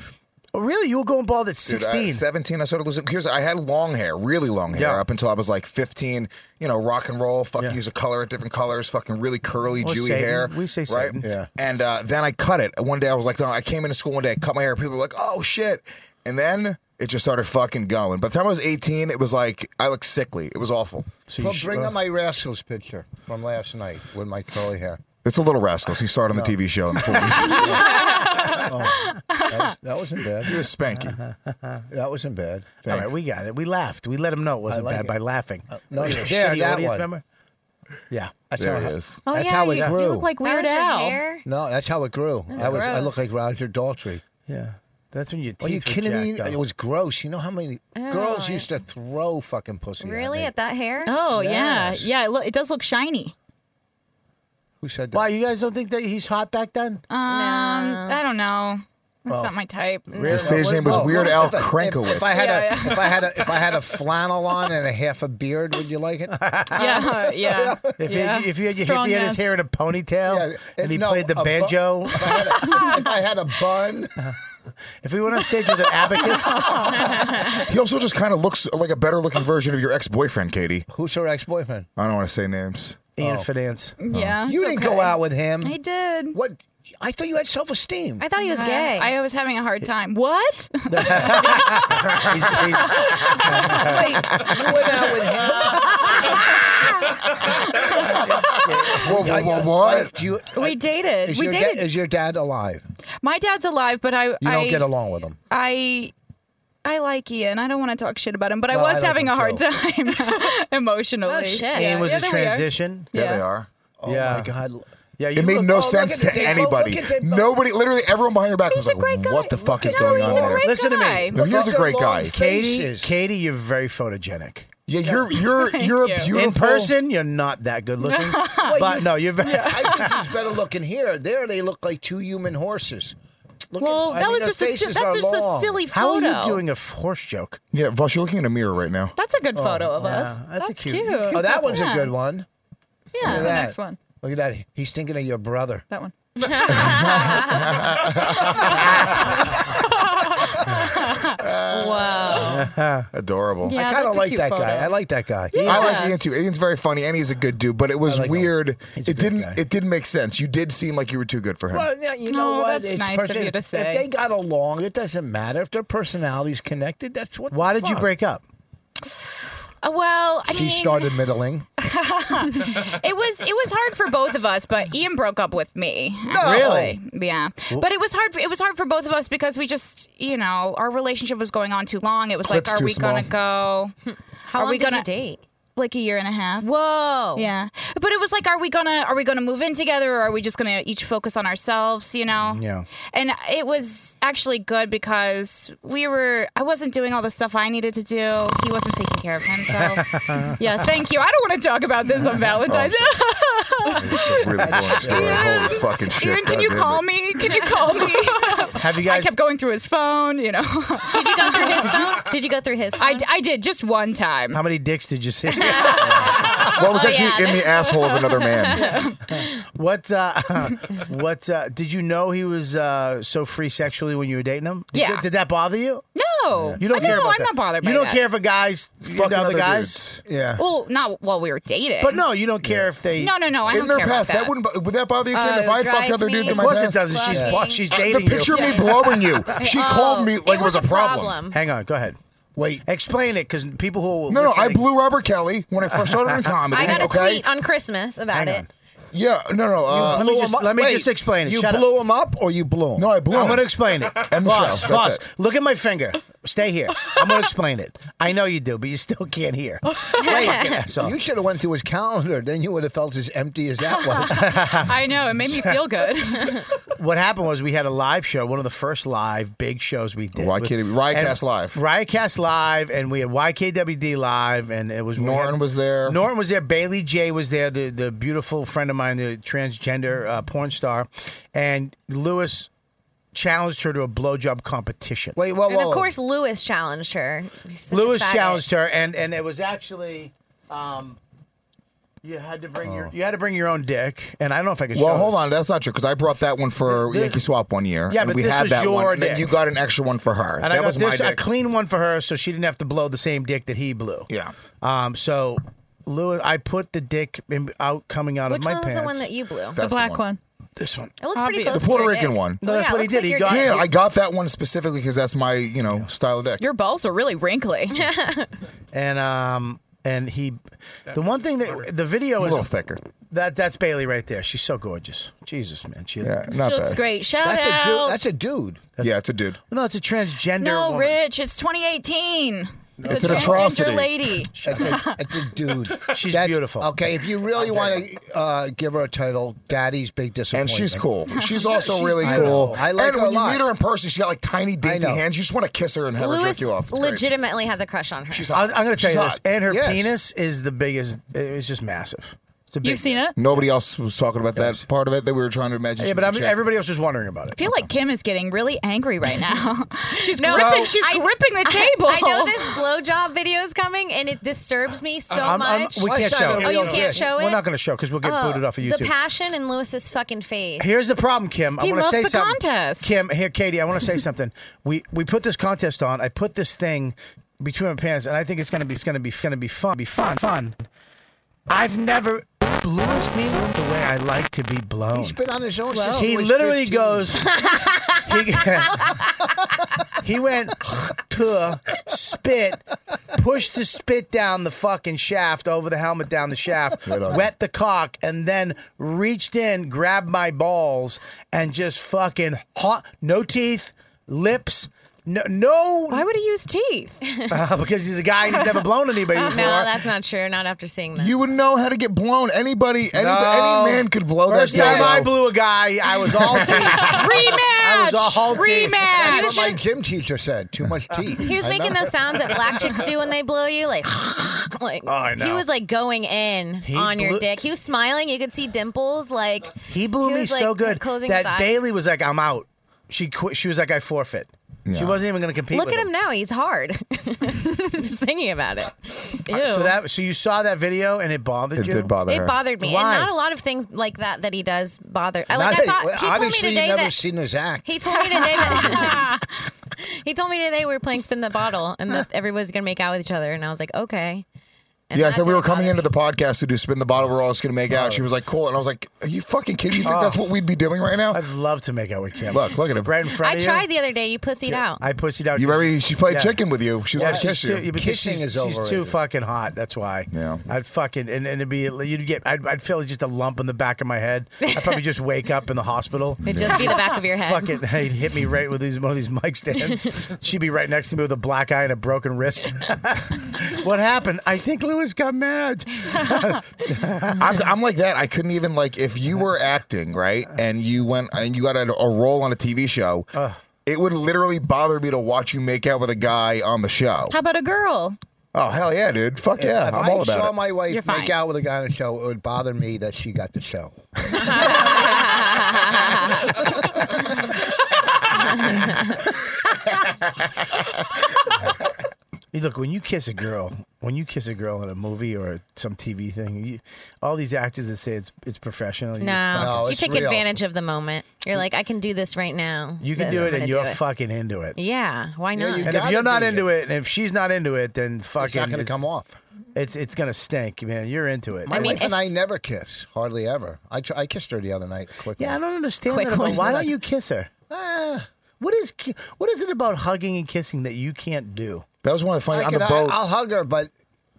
S6: Oh, really? You were going bald at
S3: Dude, I-
S6: 16?
S3: 17, I started losing. Here's, I had long hair, really long hair,
S6: Yeah.
S3: up until I was like 15. You know, rock and roll, fuck, use a color at different colors, fucking really curly,
S6: Or
S3: dewy
S6: Satan.
S3: hair.
S6: We say
S3: right?
S6: Satan.
S3: Yeah. And uh, then I cut it. One day I was like, no, I came into school one day, I cut my hair. People were like, oh shit. And then it just started fucking going. By the time I was 18, it was like, I looked sickly. It was awful.
S6: So
S8: Well,
S6: sh- uh,
S8: bring up my Rascals picture from last night with my curly hair.
S3: It's a little rascals. He starred on the TV show in the 40s.
S8: Oh, That, was, that wasn't
S3: he
S8: bad.
S3: was spanky.
S8: That wasn't bad.
S6: All right, we got it. We laughed. We let him know it wasn't
S8: like
S6: bad
S8: it. Uh,
S6: by laughing.
S8: no,
S6: Like a
S8: no, there,
S6: shitty
S8: that
S6: audience
S8: one.
S6: member. Yeah.
S8: That's
S3: There
S8: how,
S3: he is.
S5: Oh,
S8: that's
S5: yeah,
S8: how it
S5: you,
S8: grew.
S5: You look like
S2: That
S5: Weird
S2: was your
S5: Al.
S2: hair?
S8: no, that's how it grew. I was I
S5: gross.
S8: look like Roger Daltrey.
S6: Yeah. That's when your teeth
S8: Are you
S6: were
S8: kidding me?
S6: jacked up.
S8: It was gross. You know how many
S5: Oh,
S8: girls
S5: yeah.
S8: used to throw fucking pussy
S5: Really?
S8: at me?
S5: At that hair?
S2: Oh
S8: Yes.
S2: yeah, yeah. It, lo- it does look shiny.
S8: Who said that?
S6: Wow, you guys don't think that he's hot back then?
S2: Um, I don't know. That's not my type.
S3: His stage name was
S8: Whoa,
S3: Weird
S8: whoa,
S3: Al
S8: if I- if-
S3: Krankowitz.
S8: If I had
S2: Yeah,
S8: a
S2: yeah.
S8: if I had a if I had a flannel on and a half a beard, would you like it?
S2: Yes, Mm, yeah.
S6: If,
S2: Yeah.
S6: he, if, he, if he
S2: Strong
S6: had his
S2: yes.
S6: hair in a ponytail and he
S8: no,
S6: played the
S8: a bu-
S6: banjo.
S8: if, I had a, if I had a bun,
S6: If we went on stage with an abacus,
S3: He also just kind of looks like a better looking version of your ex boyfriend, Katie.
S8: Who's her ex boyfriend?
S3: I don't want to say names.
S8: Oh.
S6: Ian Finance.
S2: Yeah,
S8: you
S2: it's
S8: didn't
S2: okay.
S8: go out with him.
S2: I did.
S8: What? I thought you had self esteem.
S5: I thought he was
S2: Uh,
S5: gay.
S2: I was having a hard time. What?
S6: He's- he's-
S8: Wait, you went out with him?
S3: Whoa, whoa, whoa, what?
S8: Do you,
S2: we dated.
S8: is,
S2: We
S8: your da-
S2: dated.
S8: is your dad alive?
S2: My dad's alive, but I
S8: You
S2: I,
S8: don't get along with him.
S2: I I like Ian. I don't want to talk shit about him, but
S8: No,
S2: I
S8: I
S2: was
S8: like
S2: having
S8: him
S2: a hard
S8: too.
S2: time emotionally.
S5: Oh, shit.
S2: Yeah.
S5: Ian
S6: was
S2: Yeah,
S6: a
S2: there we are.
S6: transition.
S3: There they
S2: Yeah.
S3: are.
S8: Oh
S6: Yeah.
S8: my god.
S6: Yeah, you
S3: It made
S6: look-
S3: no
S8: look
S3: sense
S8: at
S3: to
S8: them. Oh,
S3: anybody.
S8: look at them both.
S3: Nobody, literally everyone behind your back was
S2: He's a
S3: like,
S2: great
S3: "What
S2: guy.
S3: the fuck is
S2: No,
S3: going
S2: he's
S3: on?"
S2: a
S3: here?
S2: great
S6: Listen to me.
S2: guy.
S3: No, he was a
S8: Look at
S3: great
S8: their
S3: guy.
S8: long
S6: Katie,
S8: faces.
S6: Katie, you're very photogenic.
S3: Yeah, you're you're you're a
S2: you. In
S3: beautiful
S6: In person, you're not that good looking, but no, you're very.
S8: I think he's better looking here. There, they look like two human horses. Look
S2: Well,
S8: I
S2: that
S8: mean,
S2: was
S8: their
S2: just a, si-
S8: faces
S2: that's
S8: are
S2: just a
S8: long.
S2: silly
S6: How
S2: photo.
S6: are you doing a f- horse joke?
S3: Yeah, Vosh, you're looking in a mirror right now.
S2: That's a good photo of us.
S6: yeah, that's a cute-
S2: cute.
S8: Oh, that one's
S2: Yeah.
S8: a good one.
S2: Yeah,
S8: Look at
S2: the
S8: that.
S2: next one.
S8: Look at that. He's thinking of your brother.
S2: That one. Whoa.
S3: Adorable.
S2: Yeah,
S8: I
S2: that's
S8: kind
S2: a
S8: of like
S2: cute
S8: that
S2: photo.
S8: guy. I like that guy.
S3: I like
S2: Yeah.
S3: Ian too. Ian's very funny and he's a good dude, but it was
S8: I like him.
S3: weird.
S6: a
S3: It
S6: good
S3: didn't
S6: guy.
S3: it didn't make sense. You did seem like you were too good for him.
S8: Well, yeah, you know
S2: Oh,
S8: what?
S2: that's nice of you to say.
S8: If they got along, it doesn't matter. If their personalities connected, that's what.
S6: Why
S8: the
S6: did you
S8: fuck?
S6: break up?
S2: Uh, well, I
S8: She
S2: mean,
S8: started middling.
S2: it was it was hard for both of us, but Ian broke up with me.
S6: Really?
S2: Yeah, but it was hard. For, it was hard for both of us because we just, you know, our relationship was going on too long. It was
S3: Clip's
S2: like, are
S3: too
S2: we gonna go?
S5: How
S2: are
S5: long
S2: we
S5: did
S2: gonna
S5: you date?
S2: Like a year and a half.
S5: Whoa.
S2: Yeah, but it was like, are we gonna are we gonna move in together, or are we just gonna each focus on ourselves? You know.
S6: Mm, Yeah.
S2: And it was actually good because we were. I wasn't doing all the stuff I needed to do. He wasn't taking care of himself. yeah. Thank you. I don't want to talk about
S6: Oh,
S2: this on Valentine's.
S3: It's a really boring story. Holy fucking shit.
S2: Ian, can
S3: God
S2: you
S3: damn
S2: call
S3: it.
S2: me? Can you call me?
S6: Have you
S2: I
S6: guys?
S2: kept going through his phone. You know.
S5: Did you go through his phone? Did you go through his phone?
S2: I, I did just one time.
S6: How many dicks did you see?
S3: Well, it was
S5: Oh,
S3: actually
S5: yeah,
S3: in the asshole of another man.
S6: what? Uh, what? Uh, did you know he was uh, so free sexually when you were dating him? Did-
S2: Yeah.
S6: Did that bother you?
S2: No.
S6: You don't
S2: no,
S6: care about
S2: I'm
S6: that.
S2: not bothered by
S6: You don't
S2: that.
S6: care if a guy's fucking
S3: Fucking
S6: other
S3: other
S6: guys.
S3: dudes.
S8: Yeah.
S2: Well, not while we were dating.
S6: But no, you don't care if they.
S2: No, no, no. I
S3: In
S2: don't
S3: their
S2: care
S3: past,
S2: about
S3: that wouldn't would that bother you, Kim?
S5: Oh,
S3: if I had
S5: drive
S3: fucked other
S5: me.
S3: dudes in
S6: Of
S3: my
S6: course it
S3: past?
S6: doesn't. She's
S5: Fucking-
S6: blo- she's
S3: The
S6: dating
S3: picture
S6: you.
S3: of me blowing you. She called me like it was a problem.
S6: Hang on, go ahead.
S8: Wait.
S6: Explain it, because people who will
S3: No, no, I
S6: listening-
S3: blew Robert Kelly when I first started in comedy.
S5: I got a
S3: okay?
S5: tweet on Christmas about
S6: Hang
S5: it.
S6: on.
S3: Yeah, no, no. Uh,
S6: Let me just let me just explain it.
S8: You
S6: Shut up.
S8: blew him up or you blew him?
S3: no, I blew.
S6: I'm
S3: him.
S6: going to explain it.
S3: End the
S6: boss,
S3: show. That's
S6: boss,
S3: it.
S6: look at my finger. Stay here. I'm going to explain it. I know you do, but you still can't hear. Wait, so.
S8: You should have went through his calendar. Then you would have felt as empty as that was.
S2: that. I know. It made me feel good.
S6: what happened was we had a live show, one of the first live big shows we did.
S3: Why
S6: with-
S3: can't it be- Riotcast
S6: and-
S3: Live.
S6: Riotcast Live, and we had YKWd live, and it was we
S3: Norton
S6: had-
S3: was there.
S6: Norton was there. Bailey J was there, the the beautiful friend of mine, the transgender uh, porn star, and Lewis challenged her to a blowjob competition.
S8: Wait, whoa,
S5: And
S8: whoa.
S5: of course, Lewis challenged her. He's such a
S6: Lewis
S5: faggot.
S6: challenged her, and and it was actually. Um, you had to bring your you had to bring your own dick, and I don't know if I could.
S3: Oh. Well,
S6: show
S3: hold
S6: this.
S3: on, that's not true because I brought that one for Yankee Swap one year.
S6: Yeah,
S3: and
S6: but
S3: we
S6: this
S3: had
S6: was
S3: that one,
S6: your
S3: and then
S6: dick.
S3: you got an extra one for her.
S6: And I
S3: that
S6: got
S3: was my
S6: this,
S3: dick.
S6: a clean one for her, so she didn't have to blow the same dick that he blew.
S3: Yeah.
S6: Um. So, Lewis, I put the dick in, out coming out
S5: Which
S6: of my
S5: one was
S6: pants.
S5: the one that you blew? It
S3: That's
S18: the black one.
S6: This one.
S5: looks pretty
S2: Obvious.
S5: close.
S2: The
S5: to
S3: Puerto
S5: your
S3: Rican
S5: dick.
S3: one.
S6: No,
S5: Oh,
S6: that's
S5: yeah,
S6: what
S5: it
S6: he
S5: looks
S6: did.
S5: like
S6: He
S5: your
S6: got-
S5: dick.
S3: Yeah, I got that one specifically because that's my you know style of dick.
S2: Your balls are really wrinkly.
S6: And um. And he, the one thing that the video
S3: a
S6: is
S3: little thicker.
S6: That that's Bailey right there. She's so gorgeous. Jesus, man, she is.
S3: Yeah, not
S2: she looks
S3: bad.
S2: great. Shout
S8: That's a
S2: out.
S8: dude. That's a dude.
S3: Yeah, it's a dude.
S6: No, it's a transgender.
S2: no,
S6: woman.
S2: Rich. It's 2018.
S3: It's
S2: the
S3: an atrocity.
S2: transgender lady.
S8: That's a, that's a dude.
S6: She's
S8: That's-
S6: beautiful.
S8: Okay, if you really want to uh, give her a title, Daddy's Big
S3: And
S8: Disappointment.
S3: she's cool. She's also
S8: she's-
S3: really
S8: I
S3: cool.
S8: know. I like
S3: and
S8: her a
S3: when you
S8: lot.
S3: meet her in person, she got like tiny dainty
S8: know.
S3: hands. You just want to kiss her and have her jerk
S5: Lewis
S3: you off. It's great.
S5: legitimately has a crush on her.
S3: She's
S6: I,
S3: hot.
S6: I'm going to tell
S3: She's
S6: you
S3: hot.
S6: this, and her
S8: Yes.
S6: penis is the biggest. It's just massive. It's a
S18: You've seen it?
S3: Nobody else was talking about that part of it that we were trying to imagine.
S6: Yeah,
S3: she
S6: but
S3: could
S6: I'm,
S3: check.
S6: everybody else was wondering about it.
S2: I feel like Kim is getting really angry right now. she's
S5: No,
S2: gripping. She's
S5: I-
S2: gripping the
S5: I-
S2: table.
S5: I, know this blowjob video is coming, and it disturbs me so
S6: I'm- I'm-
S5: much.
S6: we can't show. it.
S5: Oh, you can't show it.
S6: We're not going to show because we'll get
S5: Oh,
S6: booted off of YouTube.
S5: The passion in Lewis's fucking face.
S6: Here's the problem, Kim. I
S5: He
S6: want to
S5: loves
S6: say
S5: the
S6: something. Kim, here, Katie. I want to say something. We we put this contest on. I put this thing between my pants, and I think it's gonna be it's gonna be gonna be fun. Be fun, fun. I've never blows me the way I like to be blown.
S8: He's been on his own since
S6: he
S8: was
S6: literally
S8: 15.
S6: goes. He, he went to spit, pushed the spit down the fucking shaft over the helmet down the shaft,
S3: Right on.
S6: wet the cock, and then reached in, grabbed my balls, and just fucking hot, no teeth, lips. No, no.
S2: Why would he use teeth?
S6: Uh, because he's a guy and he's never blown anybody
S5: no,
S6: before.
S5: that's not true. Not after seeing that.
S3: You would know how to get blown. Anybody, any,
S6: No.
S3: any man could blow
S6: First
S3: that
S6: time I
S3: dildo.
S6: blew a guy, I was all teeth. I was all teeth.
S8: That's what my gym teacher said. Too much
S3: Uh,
S8: teeth.
S5: He was
S8: I
S5: making
S8: know.
S5: those sounds that black chicks do when they blow you, like, like
S6: Oh, I know.
S5: he was like going in
S6: He
S5: on your
S6: blew-
S5: dick. He was smiling. You could see dimples. Like
S6: He blew me
S5: was,
S6: so
S5: like,
S6: good
S5: closing his
S6: that
S5: eyes.
S6: Bailey was like, "I'm out." She quit. She was like, "I forfeit." She wasn't even going to compete.
S5: Look
S6: with
S5: at him now. He's hard. Just thinking about it.
S6: Uh, So that so you saw that video and it bothered
S3: It
S6: you.
S3: did bother
S5: it bothered me,
S6: Why?
S5: and not a lot of things like that that he does bother. I
S8: Not
S5: like. I
S8: that-
S5: thought
S8: well,
S5: he told me
S8: obviously,
S5: today
S8: you've never
S5: that
S8: seen his act.
S5: he told me today that he told me today we were playing spin the bottle, and that everybody's gonna make out with each other, and I was like, okay. And
S3: yeah, I
S5: that
S3: said we
S5: didn't
S3: were
S5: bother
S3: coming
S5: me.
S3: into the podcast to do spin the bottle. We're all just gonna make out. She was like, "Cool," and I was like, "Are you fucking kidding? You think that's what we'd be doing right now?"
S6: I'd love to make out with Kim.
S3: Look, look at him.
S6: right in front
S5: I
S6: of
S5: tried the other day. You pussied out.
S6: you. I pussied out.
S3: You already. She played
S6: Yeah.
S3: chicken with you. She was
S6: Yeah,
S3: gonna
S6: she's
S3: kiss
S6: too-
S3: you.
S6: yeah, because
S8: Kissing
S6: she's,
S8: is
S6: she's too
S8: overrated.
S6: fucking hot. That's why.
S3: Yeah.
S6: I'd fucking and, and it'd be you'd get I'd, I'd feel just a lump in the back of my head. I'd probably just wake up in the hospital.
S5: It'd just be the back of your head.
S6: Fucking, he'd hit me right with these one of these mic stands. She'd be right next to me with a black eye and a broken wrist. what happened? I think Lewis got mad.
S3: I'm, I'm like that. I couldn't even like if you were acting right and you went and you got a, a role on a TV show. it would literally bother me to watch you make out with a guy on the show.
S2: How about a girl?
S3: Oh hell yeah, dude! Fuck yeah,
S8: if
S3: I'm
S8: I
S3: all
S8: saw
S3: about it.
S8: my wife
S2: You're
S8: make
S2: fine.
S8: out with a guy on the show, it would bother me that she got the show.
S6: You Look, when you kiss a girl, when you kiss a girl in a movie or some TV thing, you, all these actors that say it's it's professional. you're
S5: No,
S6: fucking-
S8: No,
S5: you
S8: it's
S5: take
S8: real.
S5: advantage of the moment. You're like, I can do this right now.
S6: you can
S5: Then
S6: do
S5: I'm
S6: it, and
S5: gonna
S6: you're
S5: do it.
S6: fucking into it.
S5: Yeah, why
S8: Yeah,
S5: not?
S8: you
S6: And if
S8: gotta
S6: you're not
S8: be
S6: into it, and if she's not into it, then fucking
S8: It's not going to come off.
S6: It's it's gonna stink, man. You're into it.
S8: My
S5: I mean,
S8: wife and
S5: if-
S8: I never kiss, hardly ever. I, tr- I kissed her the other night. Quickly.
S6: yeah, I don't understand
S5: Quick
S6: that. about-
S5: one.
S6: Why don't you kiss her? Ah, What is ki- what is it about hugging and kissing that you can't do?
S3: That was one of the funny
S8: I
S3: on the
S8: could- I-
S3: boat.
S8: I'll hug her, but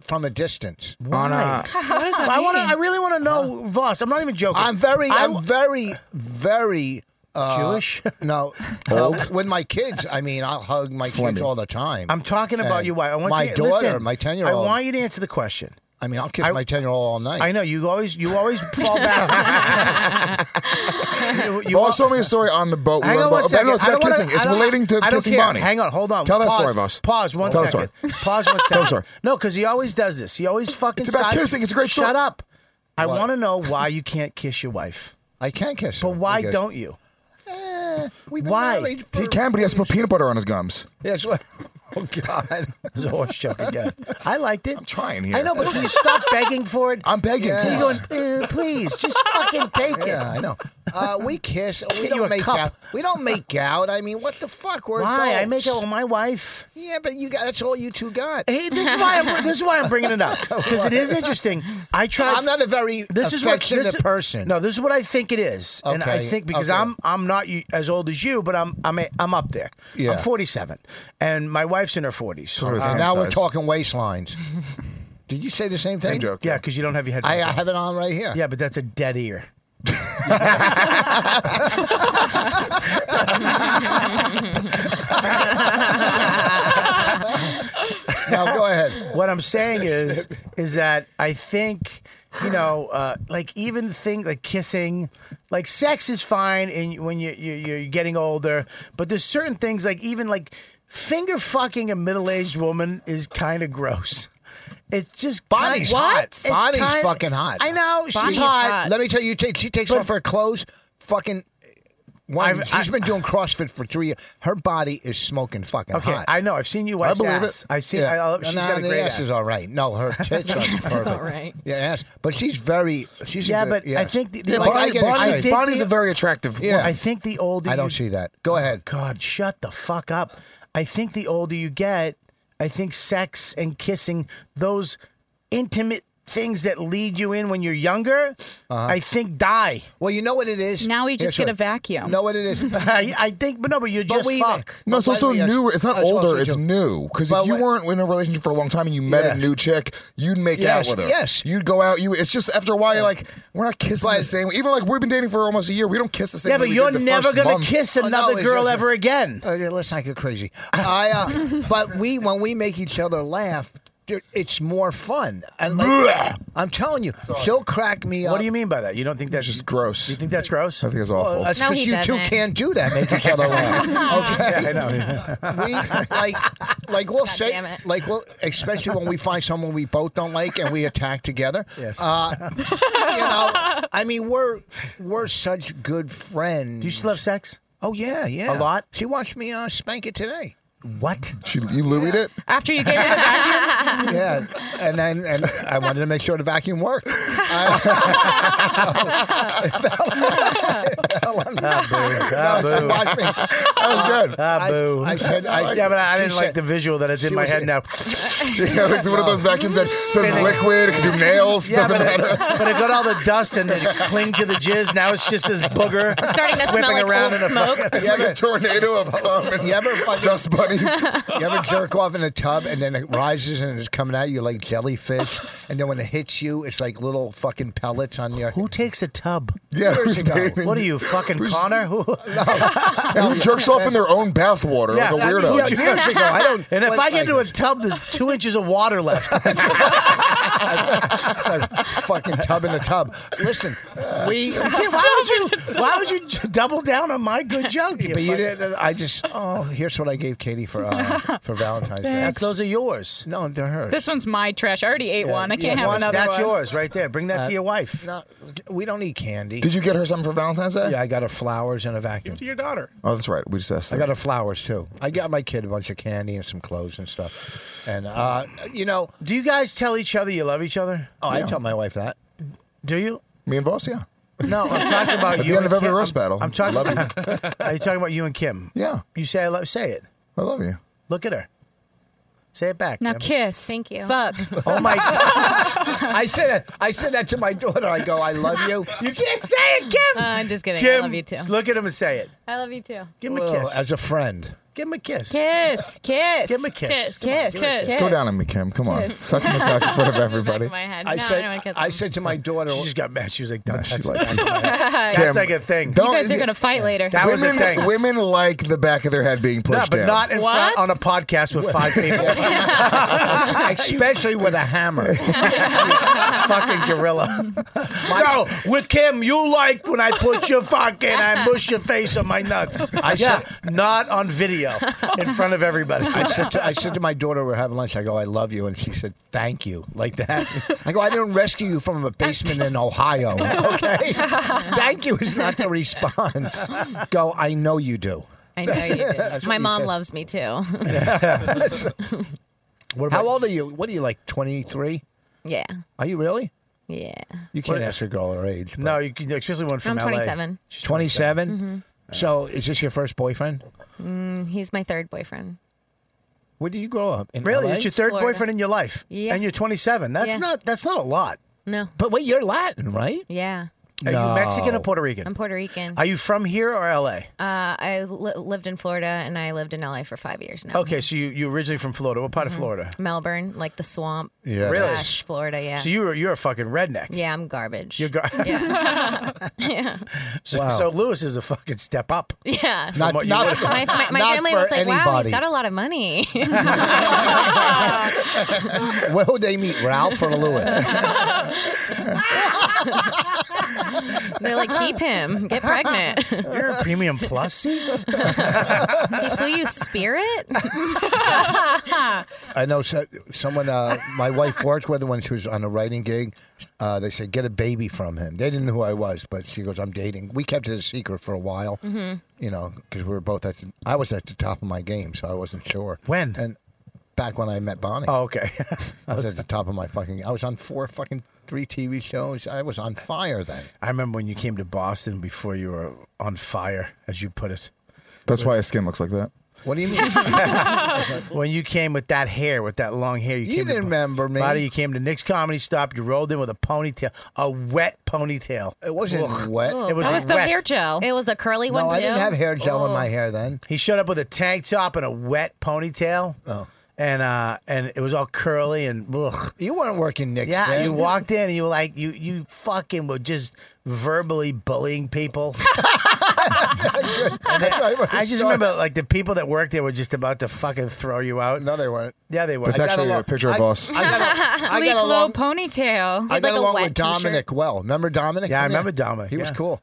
S8: from a distance.
S3: on a,
S6: I want to. I really want to know, Voss. I'm not even joking.
S8: I'm very,
S6: I-
S8: I'm very, very uh,
S6: Jewish?
S8: No, uh, with my kids. I mean, I'll hug my kids
S3: Fleming.
S8: all the time.
S6: I'm talking about
S8: And
S6: you. Why? I want
S8: my
S6: you to,
S8: daughter,
S6: listen,
S8: my
S6: I
S8: ten-year-old.
S6: want you to answer the question.
S8: I mean, I'll kiss
S6: I-
S8: my ten-year-old all night.
S6: I know you always you always fall back. you, you
S3: Voss told Oh, me a story on the boat. We
S6: Hang
S3: were
S6: on
S3: on
S6: one
S3: boat. No,
S6: second.
S3: it's
S6: I don't
S3: about
S6: wanna-
S3: kissing.
S6: I
S3: it's
S6: don't-
S3: relating to
S6: I don't
S3: kissing
S6: care.
S3: Bonnie.
S6: Hang on, hold on.
S3: Tell that
S6: Pause.
S3: story, boss.
S6: Pause one
S3: Tell that
S6: second.
S3: story.
S6: Pause one second.
S3: Tell the story.
S6: No, because he always does this. He always fucking.
S3: It's about
S6: side-
S3: kissing. It's a great
S6: Shut
S3: story.
S6: up. I want to know why you can't kiss your wife.
S8: I can kiss her.
S6: But why
S8: because-
S6: don't you?
S8: Eh, we've been
S6: Why?
S8: married for-
S3: He can, but he has to put peanut butter on his gums.
S8: Yes, well- oh God.
S6: It's a horse joke again. I liked it.
S3: I'm trying here.
S6: I know, but can you stop begging for it?
S3: I'm begging.
S6: You're
S8: Yeah.
S6: going, uh, please, just fucking take it.
S8: Yeah, I know. Uh, we kiss. We
S6: you a
S8: don't make
S6: cup.
S8: out. We don't make out. I mean, what the fuck? We're
S6: Why? I
S8: adults.
S6: make out with my wife.
S8: Yeah, but you got. That's all you two got.
S6: Hey, this is why I'm this is why I'm bringing it up because it is interesting. I tried.
S8: I'm not a very
S6: this is what
S8: affectionate
S6: this is-
S8: person.
S6: No, this is what I think it is, and I
S8: Okay,
S6: think because
S8: okay.
S6: I'm I'm not y- as old as you, but I'm I'm a, I'm up there.
S8: Yeah.
S6: I'm 47, and my wife's in her 40s.
S3: Sort of
S8: And
S3: pant
S8: now we're
S3: size.
S8: talking waistlines. Did you say the same thing?
S3: Same joke.
S6: yeah, because you don't have your headphones.
S8: I, I
S6: on.
S8: have it on right here.
S6: Yeah, but that's a dead ear.
S8: Now go ahead.
S6: What I'm saying is, is that I think, you know, uh, like even thing like kissing, like sex is fine, and when you, you you're getting older, but there's certain things like even like finger fucking a middle aged woman is kind of gross. It's just
S8: Bonnie's
S6: kind-
S8: hot.
S6: It's
S8: Bonnie's
S6: kind-
S8: fucking hot.
S6: I know she's
S8: Bonnie's
S6: hot.
S8: Let me tell you, ta- she takes
S6: But-
S8: off her clothes. Fucking. One,
S6: I've-
S8: she's been doing CrossFit for three. years. Her body is smoking fucking
S6: Okay,
S8: hot.
S6: I know. I've seen you
S8: I
S6: wife's
S8: believe
S6: ass.
S8: it.
S6: I've seen-
S8: Yeah.
S6: I love- she's
S8: no,
S6: got a
S8: the
S6: great
S8: ass, is
S6: ass.
S8: all right. No, her tits are
S6: The ass is
S8: perfect.
S6: all right.
S8: Yeah, ass. but she's very. She's a
S6: Yeah,
S8: good-
S6: but I
S8: yes.
S6: think the, the
S8: Yeah, like,
S6: older-
S8: I get
S6: Bonnie- I
S8: excited.
S6: think
S8: Bonnie's
S6: the-
S8: a very
S3: attractive.
S8: Yeah.
S6: I think the older
S8: I don't
S6: you- Oh,
S8: see that. Go ahead.
S6: God, shut the fuck up. I think the older you get, I think sex and kissing, those intimate things that lead you in when you're younger,
S8: Uh-huh.
S6: I think die.
S8: Well, you know what it is.
S2: Now we just get a vacuum.
S8: Know what it is?
S6: I, I think, but no, but you
S8: But
S6: just
S8: we-
S6: fuck.
S3: No, it's
S8: But
S3: also
S8: why do we ask-
S3: newer. It's not
S8: I was
S3: older.
S8: also
S3: It's
S8: joking.
S3: new. Because
S8: But
S3: if you
S8: what-
S3: weren't in a relationship for a long time and you met
S8: Yes.
S3: a new chick, you'd make
S8: Yes,
S3: out with her.
S8: yes.
S3: you'd go out. You. It's just after a while, you're like, we're not kissing the same. Even like we've been dating for almost a year, we don't kiss the same.
S6: Yeah,
S3: way
S6: but
S3: we
S6: you're
S3: did the
S6: never
S3: first
S6: gonna
S3: month.
S6: kiss another
S8: it's
S6: girl
S8: just-
S6: ever again.
S8: Uh, yeah, let's not get crazy. I, uh, but we, when we make each other laugh, dude, it's more fun. And like, I'm telling you, she'll crack me up.
S6: What do you mean by that? You don't think that's
S3: Just gross.
S6: You think that's gross?
S3: I think it's awful.
S8: Well,
S6: uh,
S8: that's
S5: No,
S8: because
S5: he
S8: you two
S5: doesn't.
S8: can't do that. Make each other laugh. Okay.
S6: Yeah, I know. yeah.
S8: we like like we'll say
S5: damn it.
S8: like we'll especially when we find someone we both don't like and we attack together.
S6: Yes.
S8: Uh, you know, I mean we're we're such good friends.
S6: Do you still have sex?
S8: oh yeah,
S6: A
S8: yeah.
S6: lot?
S8: She watched me uh, spank it today.
S6: What?
S3: She, you louied it.
S2: After you gave her the vacuum,
S8: Yeah, and then and I wanted to make sure the vacuum worked. I, so, it fell on- it fell on-
S6: Ah, boo.
S8: Watch me. That was good.
S6: Ah,
S8: I-
S6: boo.
S8: I, said, I,
S6: yeah, but I, I
S8: she
S6: didn't like
S8: said-
S6: the visual that it's in
S8: she
S6: my
S8: was
S6: head
S8: in-
S6: now.
S3: Yeah, like one of those vacuums that does liquid, it can do nails,
S6: Oh. Yeah,
S3: doesn't
S6: but it,
S3: matter.
S6: but it got all the dust and it clinged to the jizz. Now it's just this booger
S5: Starting to
S6: whipping
S5: smell like
S6: around
S5: old
S6: in a
S5: smoke.
S3: It's like a tornado of cum and
S8: You ever fucking-
S3: dust bunnies.
S8: You ever jerk off in a tub and then it rises and it's coming at you like jellyfish, and then when it hits you, it's like little fucking pellets on your.
S6: Who takes a tub?
S3: Yeah,
S8: Years
S3: who's
S8: ago.
S3: bathing?
S6: What are you, fucking
S3: Who's-
S6: Connor? Who?
S3: And who jerks off in their own bathwater like a
S6: I-
S3: weirdo?
S6: yeah, years ago, I don't. And if
S8: What-
S6: I get into a tub, there's two inches of water left.
S8: fucking tub in the tub. Listen, we.
S6: why would you? Why would you j- double down on my good joke?
S8: But you didn't. I just. Oh, here's what I gave Katie for uh, for Valentine's Day.
S6: Ah. That's, those are yours.
S8: No, they're hers.
S2: this one's my trash. I already ate one. I can't
S8: yeah,
S2: have another
S6: That's
S2: one.
S6: yours right there. Bring that to your wife.
S8: Uh, no, we don't need candy.
S3: Did you get her something for Valentine's Day?
S8: yeah, I got her flowers and a vacuum.
S9: to your daughter.
S3: Oh, that's right. We just asked.
S8: I
S3: that.
S8: got her flowers too. I got my kid a bunch of candy and some clothes and stuff. And uh, you know,
S6: Do you guys tell each other you love each other?
S8: oh, I tell my wife that.
S6: Do you?
S3: me and Voss. Yeah,
S6: No, I'm talking about you.
S3: the end of
S6: and
S3: every
S6: Kim.
S3: roast battle.
S6: I'm talking.
S3: Love you.
S6: Are you talking about you and Kim?
S3: Yeah,
S6: You say I love. Say it.
S3: I love you.
S6: Look at her. Say it back.
S2: Now
S6: Kim.
S2: kiss.
S5: Thank you.
S2: Fuck.
S6: Oh my god.
S8: I said that. I said that to my daughter. I go, I love you.
S6: You can't say it, Kim.
S5: Uh, I'm just kidding. I love you too.
S6: Look at him and say it.
S5: I love you too.
S6: Give him
S8: Well,
S6: a kiss.
S8: Oh, as a friend.
S6: Give him a kiss.
S2: Kiss. Kiss.
S6: Give him a
S2: Kiss.
S6: kiss.
S2: Kiss.
S5: Kiss.
S2: Kiss.
S3: Go down on me, Kim. Come on, suck my cock in front of everybody.
S5: Back of my head.
S8: I
S5: no,
S8: said.
S5: I, don't
S8: I,
S5: wanna kiss him.
S8: said to my daughter.
S6: She just got mad. She was like, "Don't
S3: She
S6: touch
S3: likes
S6: that."
S3: you.
S6: That's like a thing.
S3: Don't-
S2: You guys are gonna fight later.
S6: That was a
S3: women,
S6: thing.
S3: women like the back of their head being
S6: No,
S3: pushed
S6: but
S3: down.
S6: not in front
S2: What?
S6: on a podcast with five people.
S8: especially with a hammer.
S6: fucking gorilla. no, Oh, with Kim, you liked when I put your fucking I push your face on my nuts. I yeah, not on video in front of everybody.
S8: I said, to, I said to my daughter, we're having lunch. I go, I love you, and she said, thank you, like that. I go, I didn't rescue you from a basement in Ohio. Okay, thank you is not the response. Go, I know you do.
S5: I know you
S8: That's
S5: did.
S8: what
S5: My
S8: you
S5: mom
S8: said.
S5: loves me too.
S8: How old are you? What are you like? Twenty three?
S5: yeah.
S8: Are you really?
S5: Yeah.
S8: You can't ask a girl her age.
S6: no, you can, especially one from
S5: I'm
S6: LA.
S5: 27.
S6: She's
S8: 27? Mm-hmm. So, is this your first boyfriend?
S5: Mm-hmm. Mm, He's my third boyfriend.
S8: Where did you grow up? In
S6: Really,
S8: LA?
S6: it's your third
S5: Florida.
S6: boyfriend in your life,
S5: Yeah.
S6: and you're 27. That's
S5: Yeah.
S6: not that's not a lot.
S5: No.
S8: But wait, you're Latin, right?
S5: Yeah.
S6: Are you Mexican or
S8: No.
S6: Puerto Rican?
S5: I'm Puerto Rican.
S6: Are you from here or LA?
S5: Uh, I li- lived in Florida and I lived in LA for five years now.
S6: okay, so you you originally from Florida. What part
S5: Mm-hmm.
S6: of Florida?
S5: Melbourne, like the swamp.
S8: Yeah.
S6: Really?
S5: Slash Florida, yeah.
S6: So you were you're a fucking redneck.
S5: yeah, I'm garbage.
S6: You're gar-
S5: yeah.
S6: so,
S8: Wow.
S6: so Lewis is a fucking step up.
S5: yeah.
S8: Not,
S6: what you
S8: not,
S6: would've-
S5: my my, my
S8: not
S5: family
S8: for
S5: was like,
S8: anybody.
S5: wow, he's got a lot of money.
S8: Will they meet Ralph or Lewis?
S5: They're like, keep him, get pregnant.
S6: You're in premium plus seats?
S5: he flew you Spirit?
S8: I know so- someone. Uh, my wife worked with her when she was on a writing gig. Uh, they said get a baby from him. They didn't know who I was, but she goes, "I'm dating." We kept it a secret for a while,
S5: Mhm.
S8: you know, because we were both at. The, I was at the top of my game, so I wasn't sure
S6: when.
S8: And back when I met Bonnie.
S6: Oh, okay.
S8: I was at the top of my fucking. I was on four fucking three TV shows. I was on fire then.
S6: I remember when you came to Boston before you were on fire, as you put it.
S3: That's why his skin looks like that.
S8: What do you mean?
S6: when you came with that hair, with that long hair, you,
S8: You
S6: came
S8: didn't
S6: to,
S8: remember me.
S6: Buddy, you came to Nick's Comedy Stop. You rolled in with a ponytail, a wet ponytail.
S8: It wasn't wet.
S6: It was,
S5: That was the
S6: wet.
S5: hair gel. It was the curly
S8: No,
S5: one,
S8: I
S5: too?
S8: didn't have hair gel in my
S5: Oh.
S8: hair then.
S6: He showed up with a tank top and a wet ponytail.
S8: Oh.
S6: And uh, and it was all curly and ugh.
S8: You weren't working Nick's.
S6: Yeah,
S8: then.
S6: you walked in and you were like you you fucking were just verbally bullying people. And
S8: That's right, where
S6: I
S8: it
S6: just
S8: started.
S6: remember like the people that worked there were just about to fucking throw you out.
S8: No, they weren't.
S6: Yeah, they were.
S3: That's
S6: I got
S3: actually
S6: along-
S3: a picture of
S6: I-
S3: us.
S6: I got a-
S8: I
S2: Sleek
S8: got
S2: low
S8: along-
S2: ponytail.
S8: I got along with Dominic well. Remember Dominic?
S6: Yeah, I
S8: Come here.
S6: remember Dominic.
S8: He was
S6: yeah.
S8: cool.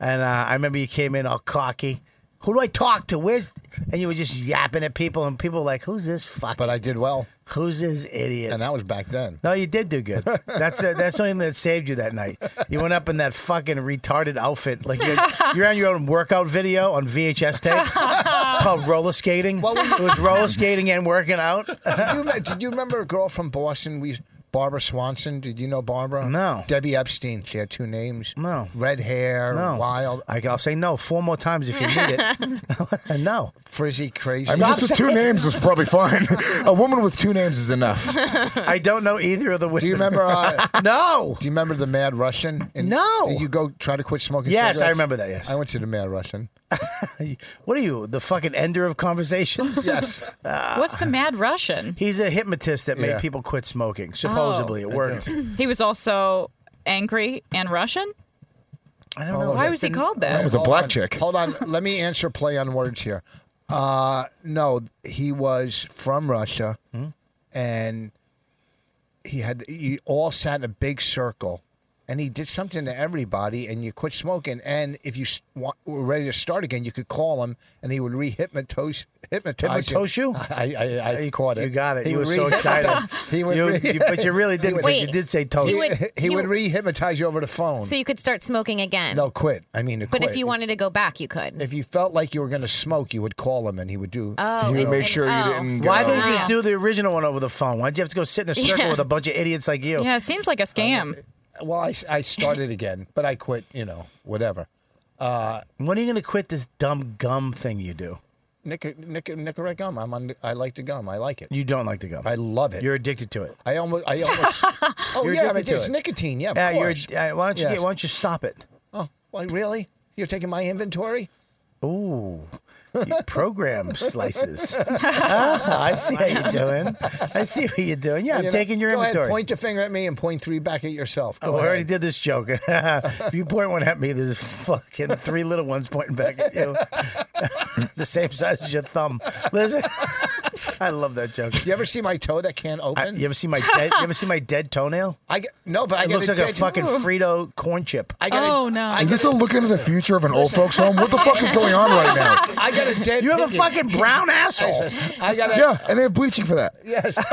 S6: And uh, I remember you came in all cocky. Who do I talk to? Where's and you were just yapping at people, and people were like, "Who's this fuck?
S8: But I did well,
S6: Who's this idiot?"
S8: and that was back then.
S6: No, you did do good. That's the, that's something that saved you that night. You went up in that fucking retarded outfit, like you're, you're on your own workout video on VHS tape called roller skating. it was roller skating and working out.
S8: did, you, me- did you remember a girl from Boston? We Barbara Swanson. Did you know Barbara?
S6: No.
S8: Debbie Epstein. She had two names.
S6: No,
S8: Red hair,
S6: no,
S8: wild,
S6: I, I'll say no four more times if you need it. no,
S8: frizzy, crazy.
S3: I mean, just with two names is probably fine. a woman with two names is enough.
S6: I don't know either of the women.
S8: Do you remember? Uh,
S6: No.
S8: do you remember the Mad Russian? And
S6: No.
S8: You go try to quit smoking.
S6: Yes, I
S8: cigarettes?
S6: remember that, yes.
S8: I went to the Mad Russian.
S6: What are you, the fucking ender of conversations?
S8: Yes.
S2: What's the Mad Russian?
S6: He's a hypnotist that made
S8: Yeah. Oh.
S6: people quit smoking. Supposedly, it worked.
S2: He was also angry and Russian.
S6: I don't know.
S2: Why was he called that?
S3: That was a
S8: Hold
S3: black
S8: on.
S3: chick.
S8: Hold on. Let me answer play on words here. Uh, no, he was from Russia,
S6: Hmm?
S8: and he had you all sat in a big circle, and he did something to everybody, and you quit smoking. And if you s- wa- were ready to start again, you could call him, and he would rehypnotize hypnotize
S6: Hypnotize you?
S8: I, I, I
S6: You-
S8: caught it.
S6: You got it.
S8: He
S6: you were
S8: would
S6: so
S8: re-
S6: excited.
S8: he would
S6: You-
S8: re-
S6: you- but you really didn't because you
S5: Wait.
S6: did say toast.
S8: He,
S5: would-
S8: he
S5: you-
S8: would rehypnotize you over the phone.
S5: So you could start smoking again.
S8: no, quit. I mean, to
S5: but if
S8: quit.
S5: you wanted to go back, you could.
S8: if you felt like you were going to smoke, you would call him and he would do.
S5: oh,
S3: he would
S5: and-
S3: make
S5: and-
S3: sure
S5: oh.
S3: you didn't go.
S6: Why don't you just do the original one over the phone? Why'd you have to go sit in a circle
S5: Yeah.
S6: with a bunch of idiots like you?
S2: Yeah, it seems like a scam.
S8: well, I, I started again, but I quit, you know, whatever.
S6: When are you going to quit this dumb gum thing you do?
S8: Nick, Nick, Nicorette gum. I'm on, I like the gum. I like it.
S6: You don't like the gum.
S8: I love it.
S6: You're addicted to it.
S8: I almost. I almost. oh
S6: You're
S8: yeah,
S6: addicted
S8: but
S6: to
S8: it's
S6: it.
S8: nicotine. Yeah, of
S6: Yeah, you're.
S8: course.
S6: Uh, why don't you
S8: Yes.
S6: get? Why don't you stop it?
S8: oh, well, really? You're taking my inventory?
S6: Ooh. you program slices. Ah, I see how you're doing. I see what you're doing. Yeah, I'm
S8: You know,
S6: taking your
S8: go ahead,
S6: inventory.
S8: point your finger at me and point three back at yourself. Go
S6: Oh, I already
S8: ahead.
S6: did this joke. if you point one at me, there's fucking three little ones pointing back at you. the same size as your thumb. Listen, I love that joke.
S8: You ever see my toe that can't
S6: I-
S8: open?
S6: you ever see my dead, you ever see my dead toenail?
S8: I get, no, but I
S6: It
S8: get
S6: looks like a
S8: dead-
S6: fucking Frito corn chip.
S8: I get a-
S18: Oh no.
S8: I
S3: Is this
S8: got
S3: a look into the future of an old folks home? What the fuck is going on right now?
S8: I got a dead.
S6: You have a
S8: pinky.
S6: fucking brown asshole,
S8: I got a
S3: Yeah, and they have bleaching for that.
S8: yes.
S6: and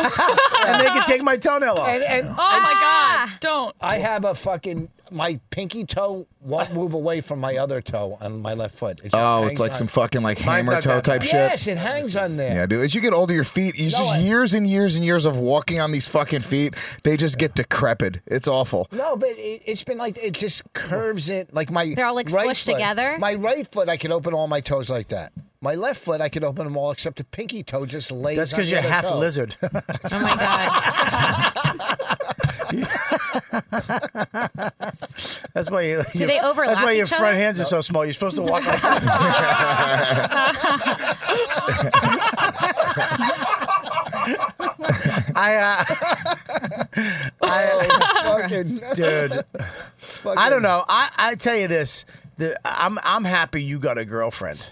S6: they can take my toenail off.
S8: And- and
S18: oh my
S8: Ah!
S18: god. Don't.
S8: I have a fucking my pinky toe won't move away from my other toe on my left foot. It just
S3: Oh,
S8: hangs
S3: it's like
S8: on.
S3: some fucking like
S6: Mine's
S3: hammer
S6: not
S3: toe
S6: that
S3: type
S6: bad.
S3: shit.
S8: Yes, it hangs on there.
S3: Yeah, dude. As you get older, your feet, it's
S8: No,
S3: just
S8: I-
S3: years and years and years of walking on these fucking feet. They just get decrepit. It's awful.
S8: No, but it, it's been like it just curves it like my.
S5: They're all, like,
S8: right
S5: squished
S8: foot-
S5: together?
S8: My right foot, I could open all my toes like that. My left foot, I could open them all except the pinky toe just lays.
S6: That's
S8: because
S6: because you're half lizard.
S5: Oh my god.
S6: That's why you. your-
S5: they overlap
S6: That's why your
S5: each
S6: front
S5: other?
S6: hands are so small. You're supposed to walk like this. I,
S8: Oh, fucking,
S6: uh, dude, I don't know. I, I tell you this, the, I'm I'm happy you got a girlfriend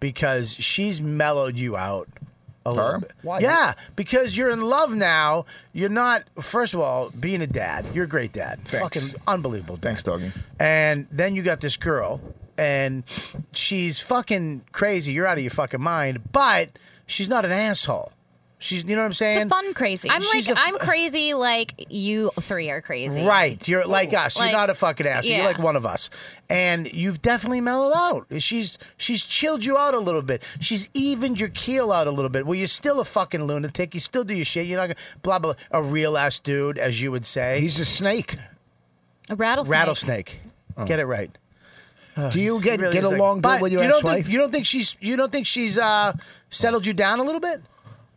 S6: because she's mellowed you out a little bit.
S8: Why?
S6: Yeah, because you're in love now. You're not. First of all, being a dad, you're a great dad.
S3: Thanks.
S6: Fucking unbelievable. Dad.
S3: Thanks, doggy.
S6: And then you got this girl, and she's fucking crazy. You're out of your fucking mind. But she's not an asshole. She's, you know what I'm saying?
S2: It's a fun crazy.
S5: I'm
S6: She's
S5: like,
S6: a f-
S5: I'm crazy like you three are crazy.
S6: Right. You're like us.
S5: Like-
S6: You're not a fucking asshole.
S5: yeah.
S6: You're like one of us. And you've definitely mellowed out. She's she's chilled you out a little bit. She's evened your keel out a little bit. Well, you're still a fucking lunatic. You still do your shit. You're not gonna blah blah a real ass dude, as you would say. He's
S8: a snake.
S5: A rattlesnake.
S6: Rattlesnake. Get it right.
S8: Do Oh. you
S6: He
S8: get
S6: really
S8: get
S6: is a-
S8: along
S6: but
S8: good with your
S6: you don't
S8: ex-wife?
S6: think you don't think she's you don't think she's uh, settled you down a little bit?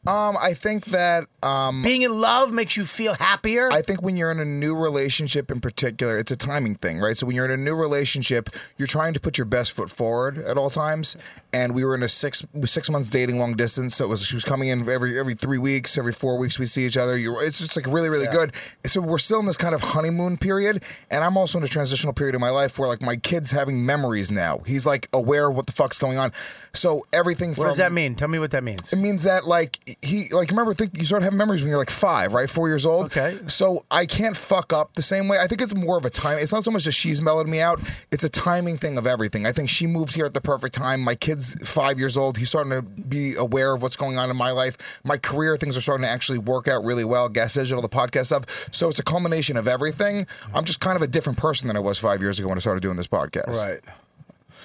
S3: Um, I think that um,
S6: being in love makes you feel happier.
S3: I think when you're in a new relationship, in particular, it's a timing thing, right? So when you're in a new relationship, you're trying to put your best foot forward at all times. And we were in a six six months dating, long distance, so it was she was coming in every every three weeks, every four weeks we see each other. You, it's just like really really good. So we're still in this kind of honeymoon period, and I'm also in a transitional period in my life where like my kid's having memories now. He's like aware of what the fuck's going on. So everything.
S6: What does
S3: from-
S6: that mean? Tell me what that means.
S3: it means that like he like remember think you start having memories when you're like five, right? Four years old. Okay. So I can't fuck up the same way. I think it's more of a time. It's not so much that she's mellowed me out. It's a timing thing of everything. I think she moved here at the perfect time. My kid's five years old. He's starting to be aware of what's going on in my life. My career things are starting to actually work out really well. Gas digital, the podcast stuff. So it's a culmination of everything. I'm just kind of a different person than I was five years ago when I started doing this podcast.
S6: Right.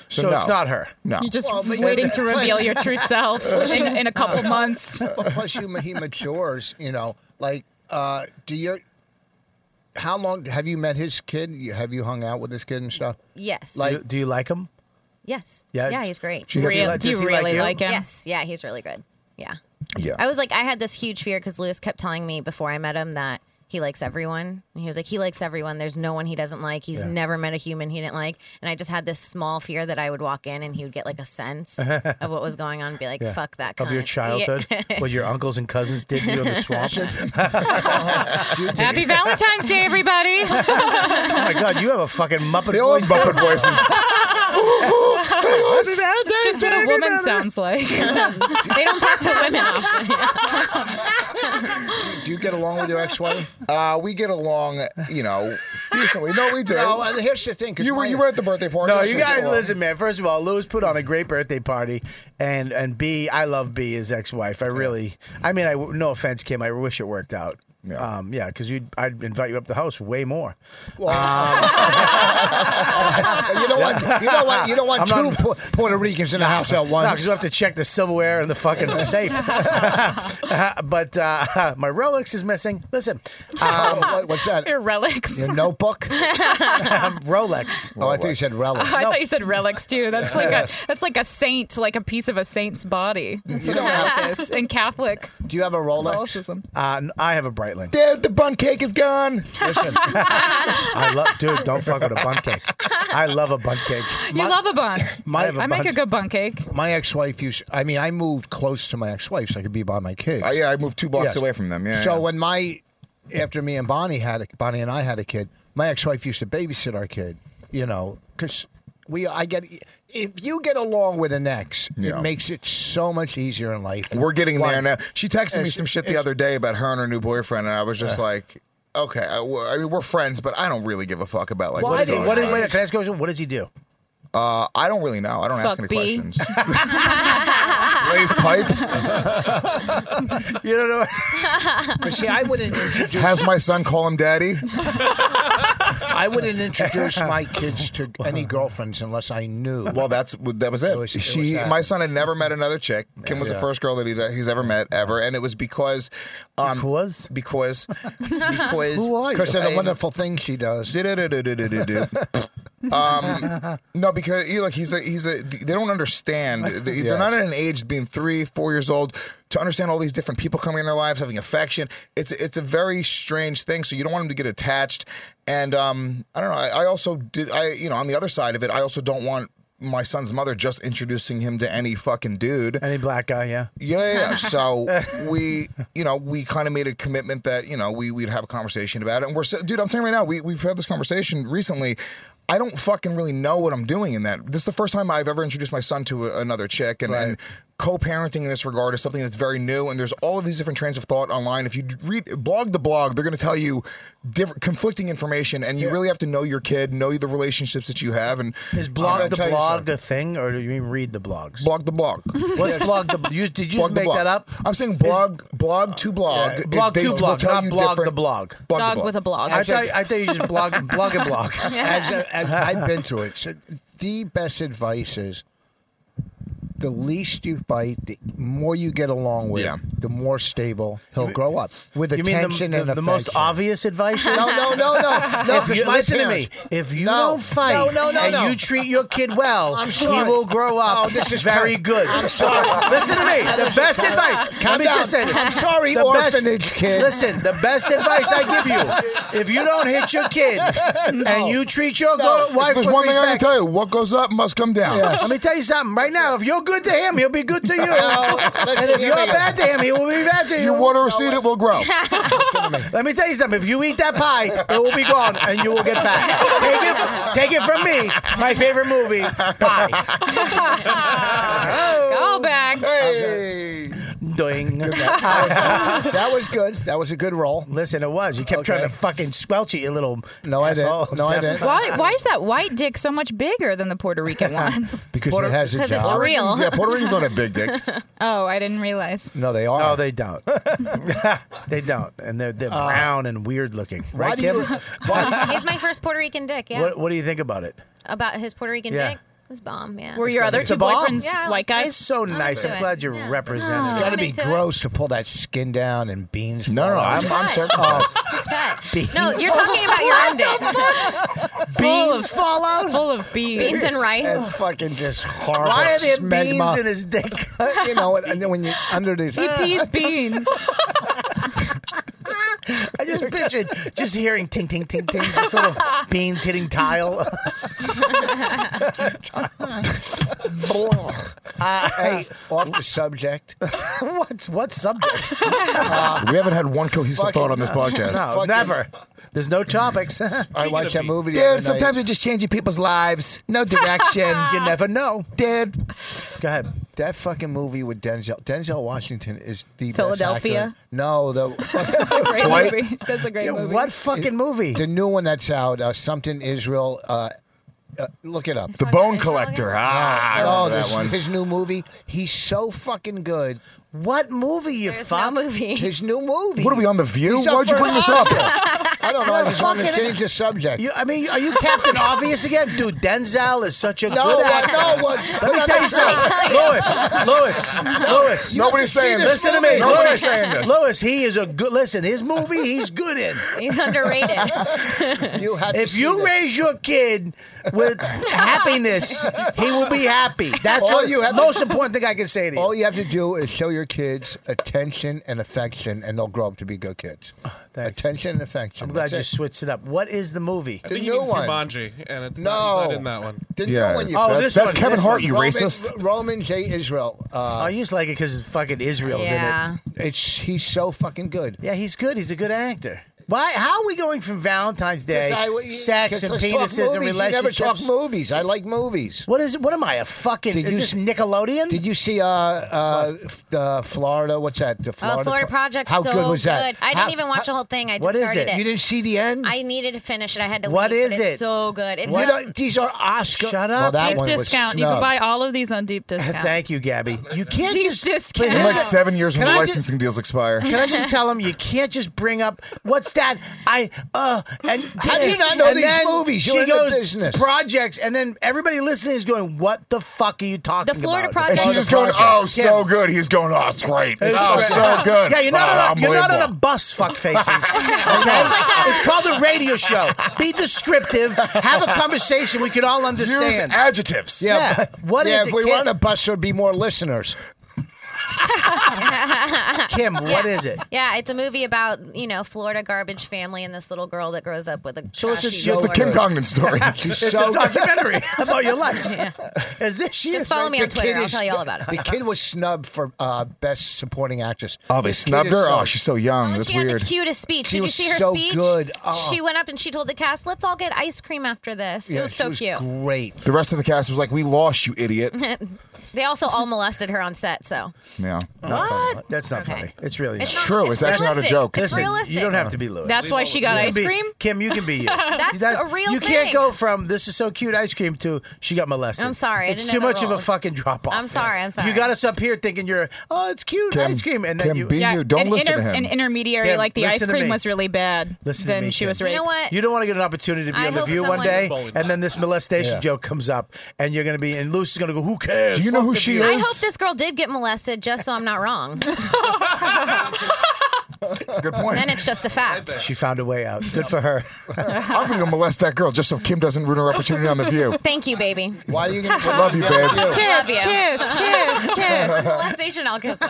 S3: So,
S6: So it's
S3: no.
S6: not her.
S3: No.
S2: You're just
S8: Well, but you-
S2: waiting to reveal your true self in, in a couple
S8: No.
S2: months.
S8: Well, plus, you he matures. You know, like, uh, do you? How long have you met his kid? You- Have you hung out with his kid and stuff?
S5: Yes.
S6: do, do you like him?
S5: Yes.
S6: Yeah.
S5: Yeah. he's great.
S6: She- does he Really? like- Do does you he like really you? like him?
S5: Yes. Yeah, he's really good. Yeah.
S3: Yeah.
S5: I was like, I had this huge fear because Lewis kept telling me before I met him that he likes everyone. And he was like, he likes everyone. There's no one he doesn't like. He's
S23: Yeah.
S5: never met a human he didn't like. And I just had this small fear that I would walk in and he would get like a sense of what was going on and be like,
S6: Yeah.
S5: fuck that
S6: of your
S5: cunt."
S6: childhood,
S5: Yeah.
S6: what your uncles and cousins did to you in the swamp.
S2: Happy Valentine's Day, everybody.
S6: oh my god, you have a fucking Muppet.
S3: They all have Muppet voices.
S2: That's just what a woman sounds like. they don't talk to women often.
S8: Do you get along with your ex-wife?
S3: Uh, we get along, you know, decently. No, we do.
S8: No, uh, here's the thing. 'cause
S3: You were
S8: my-
S3: you were at the birthday party.
S6: No,
S3: That's
S6: you
S3: what
S6: guys
S3: did.
S6: listen, man. First of all, Lewis put on a great birthday party, and and B, I love B, his ex-wife. I really, I mean, I no offense, Kim, I wish it worked out. Yeah, um, yeah, because you, I'd invite you up the house way more.
S8: you don't want you don't want you don't want
S6: I'm
S8: two Pu- Puerto Ricans in the house at
S6: No,
S8: once.
S6: because you have to check the silverware and the fucking safe. Uh, but uh, my Rolex is missing. Listen, um,
S8: What- what's that?
S2: Your relics.
S8: Your notebook?
S6: um, Rolex.
S8: Oh, I thought you said relic.
S2: I thought you said relics too. That's like a that's like a saint, like a piece of a saint's body. That's what a relic is in Catholic
S8: Do you have a Rolex?
S2: Catholicism.
S6: uh, I have a Breitling.
S3: Dad, the bun cake is gone. Uh,
S8: Listen,
S6: I love, dude. Don't fuck with a bun cake. I love a bun cake.
S2: You love a bun.
S8: my-
S2: I make a good bun cake.
S8: my ex-wife used. I mean, I moved close to my ex-wife so I could be by my kids.
S3: Uh, yeah, I moved two blocks
S8: Yes.
S3: away from them. Yeah.
S8: so
S3: yeah.
S8: when my after me and Bonnie had a, Bonnie and I had a kid, my ex-wife used to babysit our kid. You know, because we I get if you get along with an ex,
S3: Yeah.
S8: it makes it so much easier in life.
S3: we're getting
S8: Why-
S3: there now. She texted me
S8: It's-
S3: some shit the
S8: it's-
S3: other day about her and her new boyfriend, and I was just
S6: Yeah.
S3: like, okay, I, well, I mean, we're friends, but I don't really give a fuck about like
S6: Well,
S3: what
S6: I
S3: is
S6: did-
S3: going
S6: what is-
S3: on.
S6: wait, can I ask a question? What does he do?
S3: Uh, I don't really know. I don't ask
S6: Fuck
S3: any
S6: B.
S3: questions. Raise pipe.
S6: You don't know.
S8: But see, I wouldn't introduce
S3: Has my son call him daddy?
S8: I wouldn't introduce my kids to any girlfriends unless I knew.
S3: Well, that's that was it.
S8: was- it
S3: she,
S8: was that.
S3: my son, had never met another chick. Kim was the
S8: Yeah.
S3: first girl that he, he's ever met ever, and it was because, um,
S6: because,
S3: because, because,
S8: Who are you? Because of the
S3: I-
S8: wonderful thing she does.
S3: Du-du-du-du-du-du-du. um, no, because you know, like he's a he's a they don't understand. They,
S8: Yeah.
S3: They're not at an age being three, four years old to understand all these different people coming in their lives, having affection. It's it's a very strange thing. So you don't want them to get attached. And um, I don't know. I, I also did. I you know on the other side of it, I also don't want my son's mother just introducing him to any fucking dude.
S6: Any black guy? Yeah.
S3: Yeah, yeah, yeah. So we, you know, we kind of made a commitment that you know we we'd have a conversation about it. And we're, so, dude, I'm telling you right now, we we've had this conversation recently. I don't fucking really know what I'm doing in that. This is the first time I've ever introduced my son to a, another chick, and, and co-parenting in this regard is something that's very new and there's all of these different trains of thought online if you read blog the blog they're going to tell you different conflicting information and you really have to know your kid know the relationships that you have and
S6: Is blog the blog a thing, or do you mean read the blogs?
S3: blog the blog
S6: What's blog the you, Did you
S3: Blog
S6: just
S3: the
S6: make
S3: blog.
S6: that up?
S3: I'm saying blog, blog to blog. It-
S6: blog
S3: they
S6: to
S3: will
S6: blog,
S3: tell
S6: not
S3: you
S6: blog the
S3: different-
S6: blog.
S3: Blog the Dog blog. with a blog.
S6: I thought, I thought you just blog, blog and blog.
S8: As, a, as I've been through it, so the best advice is the least you fight, the more you get along with,
S3: Yeah.
S8: the more stable he'll grow up with
S6: You mean the-
S8: attention
S6: the-
S8: and
S6: the most
S8: affection.
S6: obvious advice? is-
S8: No, no, no, no, no,
S6: If you-
S8: 'cause my
S6: listen
S8: parents-
S6: to me. If you
S8: No,
S6: don't fight
S8: no, no, no,
S6: and
S8: no.
S6: you treat your kid well,
S8: I'm
S6: he
S8: sorry.
S6: will grow up
S8: Oh, this is
S6: very
S8: Ken.
S6: good.
S8: I'm sorry.
S6: Listen to me. The
S8: Listen,
S6: best
S8: calm
S6: advice.
S8: down.
S6: Let me just say this.
S8: I'm sorry,
S6: The best-
S8: orphanage kid.
S6: Listen, the best advice I give you, if you don't hit your kid and you treat your
S8: No.
S6: girl, wife
S3: There's
S6: with
S3: one thing I can
S6: respect,
S3: tell you: what goes up must come down.
S6: Let me tell you something right now. If you're good to him, he'll be good to you. and if
S8: here
S6: you're
S8: we go.
S6: bad to him, he will be bad to you.
S3: You water a seed, it will grow.
S6: Let me tell you something. If you eat that pie, it will be gone and you will get fat. Take it, take it from me. My favorite movie, Pie.
S2: Go back.
S3: Hey,
S6: Doing.
S8: that was good. That was a good roll.
S6: Listen, it was. You kept trying to fucking squelch it, you little.
S8: No, I didn't.
S6: asshole.
S8: No, I didn't.
S2: Why, why is that white dick so much bigger than the Puerto Rican one?
S8: Because
S6: Puerto-
S8: it has a
S2: Because it's
S8: job.
S2: real.
S3: yeah, Puerto Ricans don't have big dicks.
S2: oh, I didn't realize.
S8: No, they are.
S6: No, Oh, they don't. they don't, and they're they're brown and weird looking,
S8: Uh, Why
S6: right,
S8: do you-
S6: Kim? Why-
S5: He's my first Puerto Rican dick. Yeah.
S6: what, what do you think about it?
S5: About his Puerto Rican
S6: Yeah.
S5: dick. It was bomb. Yeah.
S2: Were your other
S6: It's a
S2: two
S6: bomb.
S2: boyfriends
S5: Yeah, I
S2: white
S5: like
S2: guys?
S6: It's so nice.
S5: into
S6: I'm
S5: it.
S6: glad you
S5: Yeah.
S6: represented.
S8: It's
S5: Oh.
S6: it.
S8: got to
S5: I'm
S8: be
S5: into it.
S8: gross to pull that skin down and beans.
S3: No, no,
S8: fall
S3: I'm,
S8: out.
S3: I'm
S5: Cut.
S3: circumcised.
S5: It's cut. No, you're talking about your own dick.
S6: Beans fall out.
S2: Full of bees.
S5: Beans and rice.
S8: And fucking just horrible.
S6: Why are there
S8: smegma.
S6: beans in his dick?
S8: you know, and then when you under the
S2: He pees beans.
S6: I just pictured just hearing ting ting ting ting, just little beans hitting tile.
S8: hey, off the subject.
S6: Uh, What's what subject?
S3: we haven't had one cohesive thought on this podcast.
S6: No, never. There's no topics.
S8: I watched that movie. The other
S3: Dude,
S8: night.
S3: sometimes it just changes people's lives. No direction.
S6: you never know.
S3: Dude,
S6: Go ahead.
S8: that fucking movie with Denzel Denzel Washington is the best
S2: Philadelphia?
S8: actor. No, the
S2: That's a great
S3: White?
S2: movie. That's a great
S6: Yeah,
S2: movie.
S6: what fucking movie?
S8: the new one that's out. Uh, something Israel. Uh, uh, look it up.
S3: the bone collector. Ah, I
S8: oh,
S3: remember that
S8: this-
S3: one.
S8: his new movie. He's so fucking good.
S6: What movie you
S5: There's no
S6: fuck?
S5: movie.
S8: His new movie.
S3: What are we on the View?
S8: He's up
S3: Why'd you
S8: for
S3: bring
S8: an
S3: this up?
S8: Oscar. I don't know. I just want to
S6: Fucking-
S8: change the subject.
S6: You, I mean, are you Captain Obvious again, dude? Denzel is such a
S8: no,
S6: good
S8: what,
S6: actor.
S8: no, what?
S6: Let me tell you something, Louis, Louis, Louis.
S3: Nobody's saying this.
S6: Listen to me,
S3: Nobody's
S6: Louis.
S3: saying this.
S6: Louis, he is a good. Listen, his movie, he's good in.
S5: He's underrated.
S8: You have to
S6: If
S8: see
S6: you
S8: this.
S6: raise your kid with happiness, he will be happy. That's
S8: All
S6: what
S8: you have to-
S6: most important thing I can say to you.
S8: All you have to do is show your kids attention and affection, and they'll grow up to be good kids.
S6: thanks.
S8: Attention and affection.
S6: I'm glad you
S8: That's it. Uh,
S6: switched it up. What is the movie?
S9: I think
S8: The
S9: he
S8: new
S9: means
S8: one.
S9: Jumanji, and it's
S8: No.
S9: not, he's not in that one.
S8: Didn't
S3: Yeah.
S8: know when you.
S6: Oh,
S3: That's-
S6: this
S3: that's
S6: one,
S3: Kevin
S6: this
S3: Hart,
S6: one.
S3: you
S8: Roman,
S3: racist.
S8: Roman J. Israel. Uh,
S6: I Oh, just like it because fucking Israel's in
S5: Yeah.
S6: it.
S8: it's he's so fucking good.
S6: Yeah, he's good. He's a good actor. Why? How are we going from Valentine's Day,
S8: I-
S6: sex
S8: 'cause
S6: and
S8: let's
S6: penises
S8: talk
S6: and
S8: movies. You never
S6: relationships?
S8: talk movies. I like movies.
S6: What is? What am I? A fucking?
S8: Did
S6: is
S8: you
S6: this
S8: s-
S6: Nickelodeon?
S8: Did you see uh uh f- uh, Florida? What's that? The
S5: Oh,
S8: Florida,
S5: Florida
S8: Pro-
S5: Project.
S8: How
S5: so
S8: good was that?
S5: I
S8: How-
S5: didn't even watch the whole thing. I just
S6: What is
S5: started
S6: it?
S5: it.
S8: You didn't see the end.
S5: I needed to finish it. I had to.
S6: What
S5: leave,
S6: is
S5: but
S6: it?
S5: It's so good. It's
S8: You
S5: not-
S8: don't- these are Oscar.
S6: Shut
S8: Well,
S6: up.
S8: that
S18: Deep
S8: one was
S18: discount. You
S8: snubbed.
S18: can buy all of these on deep discount.
S6: Thank you, Gabby. You can't
S2: Deep
S6: just
S2: discount.
S6: but
S3: In
S6: here's
S3: like
S6: a-
S3: seven years when
S6: Can
S3: the
S6: I just-
S3: licensing deals expire.
S6: Can I just tell him you can't just bring up what's that? I uh and
S8: How do you not know
S6: and
S8: these
S6: then
S8: movies? You're
S6: she
S8: in the
S6: goes
S8: business.
S6: projects, and then everybody listening is going, "What the fuck are you talking about?"
S5: The Florida
S3: And
S5: Project-
S3: she's
S5: Florida
S3: just going,
S6: Project.
S3: "Oh, so
S6: Kim.
S3: good." He's going, "Oh, it's great.
S6: It's
S3: oh,
S6: great.
S3: so good." Oh,
S6: Yeah, you're not,
S3: Wow,
S6: on, a, you're not on a
S3: unbelievable.
S6: bus, fuck faces.
S5: Oh
S6: Okay? it's called a radio show. Be descriptive. Have a conversation we can all
S3: Use
S6: understand.
S3: adjectives.
S6: Yeah.
S8: but-
S6: What
S8: yeah,
S6: is
S8: if
S6: it,
S8: we
S6: kid?
S8: weren't a bus, there'd be more listeners.
S6: Kim, what is it?
S5: Yeah, it's a movie about you know Florida garbage family and this little girl that grows up with a.
S6: So it's
S5: trashy
S6: a- it's a
S5: lord.
S6: Kim
S3: Congdon story.
S6: It's a documentary about your life. Is this she
S5: Just
S6: is,
S5: follow
S6: right?
S5: me on
S6: The
S5: Twitter.
S6: kid
S5: I'll
S6: is-
S5: tell you all about it.
S8: The kid was snubbed for uh, best supporting actress.
S3: Oh, they
S8: This kid
S3: snubbed
S8: is
S3: her.
S8: so-
S3: Oh, she's so young. That's
S5: she had
S3: weird.
S5: the cutest speech.
S8: She
S5: Did you
S8: was
S5: see her
S8: so
S5: speech?
S8: good. Oh.
S5: She went up and she told the cast, "Let's all get ice cream after this."
S3: Yeah,
S5: it was
S3: she
S5: so
S3: was
S5: cute.
S8: Great.
S3: The rest of the cast was like, "We lost you, idiot."
S5: they also all molested her on set. So
S3: Yeah.
S6: Not funny.
S5: What?
S6: That's not funny. It's really
S5: It's
S6: not.
S5: not- True. it's It's actually not a realistic. joke. It's
S6: Listen,
S5: realistic.
S6: you don't have to be Louis.
S2: That's why she got
S6: You can
S2: ice
S6: be-
S2: cream?
S6: Kim, you can be you.
S5: That's a real
S6: You can't
S5: thing.
S6: go from this is so cute ice cream to she got molested.
S5: I'm sorry, I
S6: It's
S5: didn't
S6: too
S5: know the
S6: much of a
S5: rules.
S6: fucking drop off.
S5: I'm sorry, I'm sorry.
S6: You got us up here thinking you're oh it's cute
S3: Kim-
S6: ice cream and then
S3: Kim,
S6: you
S3: be Yeah, you. Don't
S2: an
S3: listen
S2: inter-
S3: to him.
S2: An intermediary,
S6: Kim,
S2: like the ice
S6: listen to me.
S2: cream was really bad.
S6: Listen to
S2: then
S6: me,
S2: she
S6: Kim.
S2: was raped.
S5: You know what?
S6: You don't want to get an opportunity to be
S5: I
S6: on the
S5: hope
S6: View one
S5: someone-
S6: day,
S5: Bullied
S6: and then this molestation
S8: Yeah.
S6: joke comes up, and you're going to be, and Lucy's going to go, "Who cares?"
S3: Do you know
S6: Fuck
S3: who
S6: The
S3: she
S6: View."
S3: is?
S5: I hope this girl did get molested, just so I'm not wrong.
S3: Good point.
S5: then it's just a fact.
S6: She found a way out. Good for her.
S3: I'm gonna go molest that girl just so Kim doesn't ruin her opportunity on the View.
S5: Thank you, baby.
S8: Why are you going to
S3: I love you, babe.
S5: Love
S2: Kiss,
S5: you.
S2: kiss, kiss, kiss.
S5: Molestation, I'll kiss him.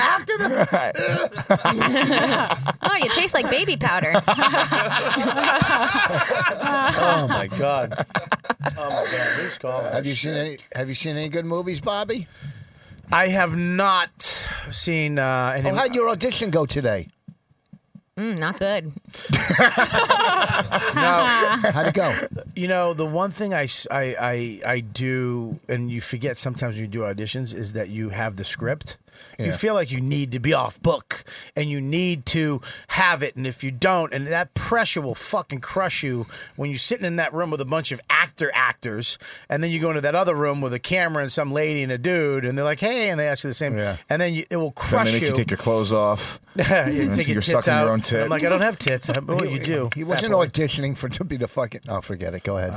S6: After the
S5: Oh, you taste like baby powder.
S6: oh my god. Oh my god, who's calling?
S8: Have you seen any? Have you seen any good movies, Bobby?
S6: I have not seen uh, any.
S8: Oh, how'd your audition go today?
S5: Mm, not good.
S8: How'd it go?
S6: You know, the one thing I, s- I- I- I do, and you forget sometimes when you do auditions, is that you have the script. You feel like you need to be off book and you need to have it. And if you don't, and that pressure will fucking crush you when you're sitting in that room with a bunch of actor actors. And then you go into that other room with a camera and some lady and a dude. And they're like, hey, and they ask you the same.
S3: Yeah.
S6: And then you, it will
S3: Then
S6: crush
S3: they make you take your clothes off.
S6: you
S3: so
S6: take
S3: you're
S6: your tits
S3: sucking
S6: out.
S3: your own
S6: And
S3: tit.
S6: I'm like, I don't have tits. I'm, oh, you do.
S8: He
S6: fat
S8: wasn't
S6: boy."
S8: auditioning for to be the fucking. Oh, forget it. Go ahead.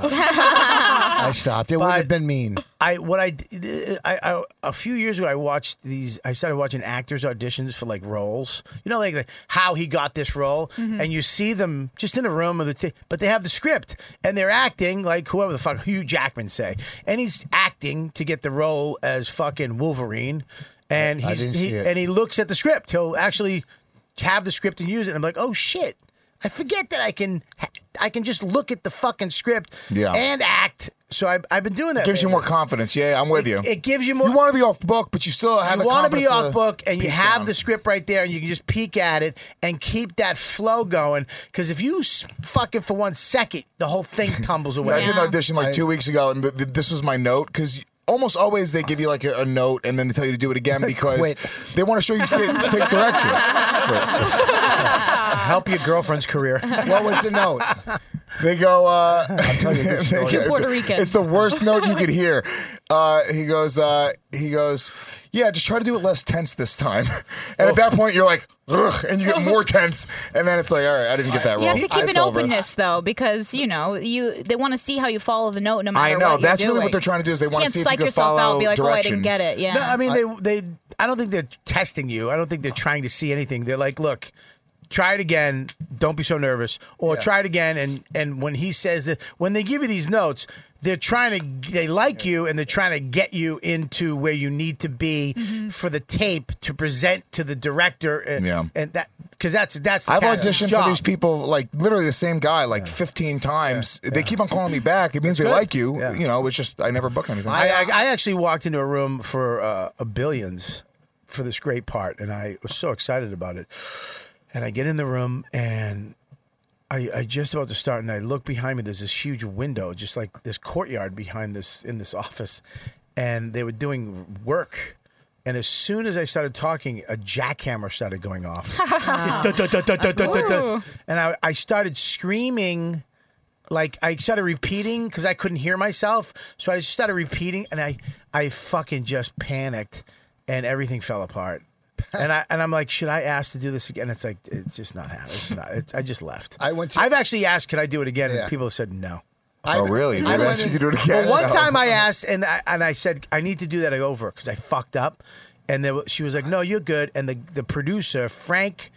S8: I stopped. It would have been mean.
S6: I what I, d- I- I- a few years ago I watched these I started watching actors auditions for like roles you know like the, how he got this role and you see them just in a room with a t- but they have the script and they're acting like whoever the fuck Hugh Jackman say and he's acting to get the role as fucking Wolverine and
S8: I
S6: he's,
S8: didn't
S6: he
S8: see it.
S6: and he looks at the script he'll actually have the script and use it and I'm like oh shit I forget that I can I can just look at the fucking script
S3: Yeah.
S6: and act so I, I've been doing that
S3: gives you
S6: lately.
S3: more confidence. Yeah, I'm with you.
S6: It gives you more.
S3: You want to be off book, but you still have.
S6: You
S3: the
S6: want to be
S3: confidence
S6: off book, and you
S3: peek
S6: have
S3: down.
S6: the script right there, and you can just peek at it and keep that flow going. Because if you s- fuck it for one second, the whole thing tumbles
S3: I
S6: away.
S3: did an audition like
S8: I-
S3: two weeks ago, and th- th- this was my note because. Almost always they give you like a, a note and then they tell you to do it again because
S8: Quit.
S3: they want to show you to take, take direction.
S6: Help your girlfriend's career.
S8: What was the note?
S3: They go, uh, Too
S2: Puerto Rican.
S3: It's the worst note you could hear. Uh, he goes, uh, he goes, yeah, just try to do it less tense this time. And at
S2: Oh.
S3: that point, you're like, ugh, and you get more tense. And then it's like, all right, I didn't get that
S2: You
S3: role.
S2: have to keep
S3: It's
S2: an
S3: over.
S2: openness though, because you know you they want to see how you follow the note no matter
S3: I
S2: what
S3: know.
S2: you're
S3: That's really
S2: doing.
S3: what they're trying to do is they want to
S2: can't
S3: see if you
S2: psych
S3: can
S2: yourself out.
S3: follow
S2: Be like, oh, I
S3: direction.
S2: didn't get it. Yeah.
S6: No, I mean they they. I don't think they're testing you. I don't think they're trying to see anything. They're like, look. Try it again. Don't be so nervous. Or try it again. And and when he says that, when they give you these notes, they're trying to. They like you, and they're trying to get you into where you need to be for the tape to present to the director. And,
S3: Yeah.
S6: And that because that's that's. The
S3: I've
S6: cat's
S3: auditioned
S6: job.
S3: for these people, like literally the same guy, like 15 times. They keep on calling me back. It means they like you.
S6: Yeah.
S3: You know, it's just I never book anything.
S6: I, I, I actually walked into a room for uh, a billions for this great part, and I was so excited about it. And I get in the room, and I, I just about to start, and I look behind me. There's this huge window, just like this courtyard behind this in this office, and they were doing work. And as soon as I started talking, a jackhammer started going off. Just duh, duh, duh, duh, duh, duh, duh, duh. And I, I started screaming like I started repeating because I couldn't hear myself, so I just started repeating, and I I fucking just panicked, and everything fell apart. And I and I'm like, should I ask to do this again? It's like it's just not happening. It's not. It's, I just left.
S8: I went to-
S6: I've actually asked, can I do it again?
S8: Yeah.
S6: And people have said no.
S3: oh, really?
S8: I
S3: They
S8: went
S3: asked you
S8: in-
S3: to do it again?
S6: But one
S3: No.
S6: time I asked, and I, and I said I need to do that over because I fucked up, and there, wa- she was like, "No, you're good." And the the producer Frank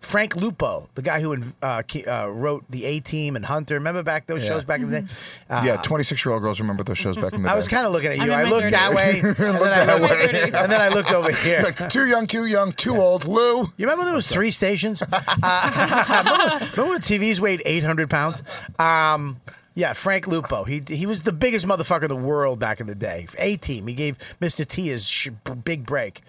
S6: Frank Lupo, the guy who uh, ke- uh, wrote The A Team and Hunter. Remember back those
S3: Yeah.
S6: shows back in the day? Uh,
S3: yeah, 26 year old girls remember those shows back in the day.
S6: I was kind of looking at
S3: I'm
S6: you.
S3: in
S6: I
S3: my
S6: looked that
S3: 30s.
S6: way, and then
S3: Looked
S6: I
S3: that
S6: looked,
S3: way.
S6: and then I looked over here.
S3: Like, too young, too young, too old. Lou,
S6: you remember there was three stations? Uh, remember, remember when TVs weighed 800 pounds? Um, yeah, Frank Lupo. He he was the biggest motherfucker in the world back in the day. A team. He gave Mr. T his sh- big break.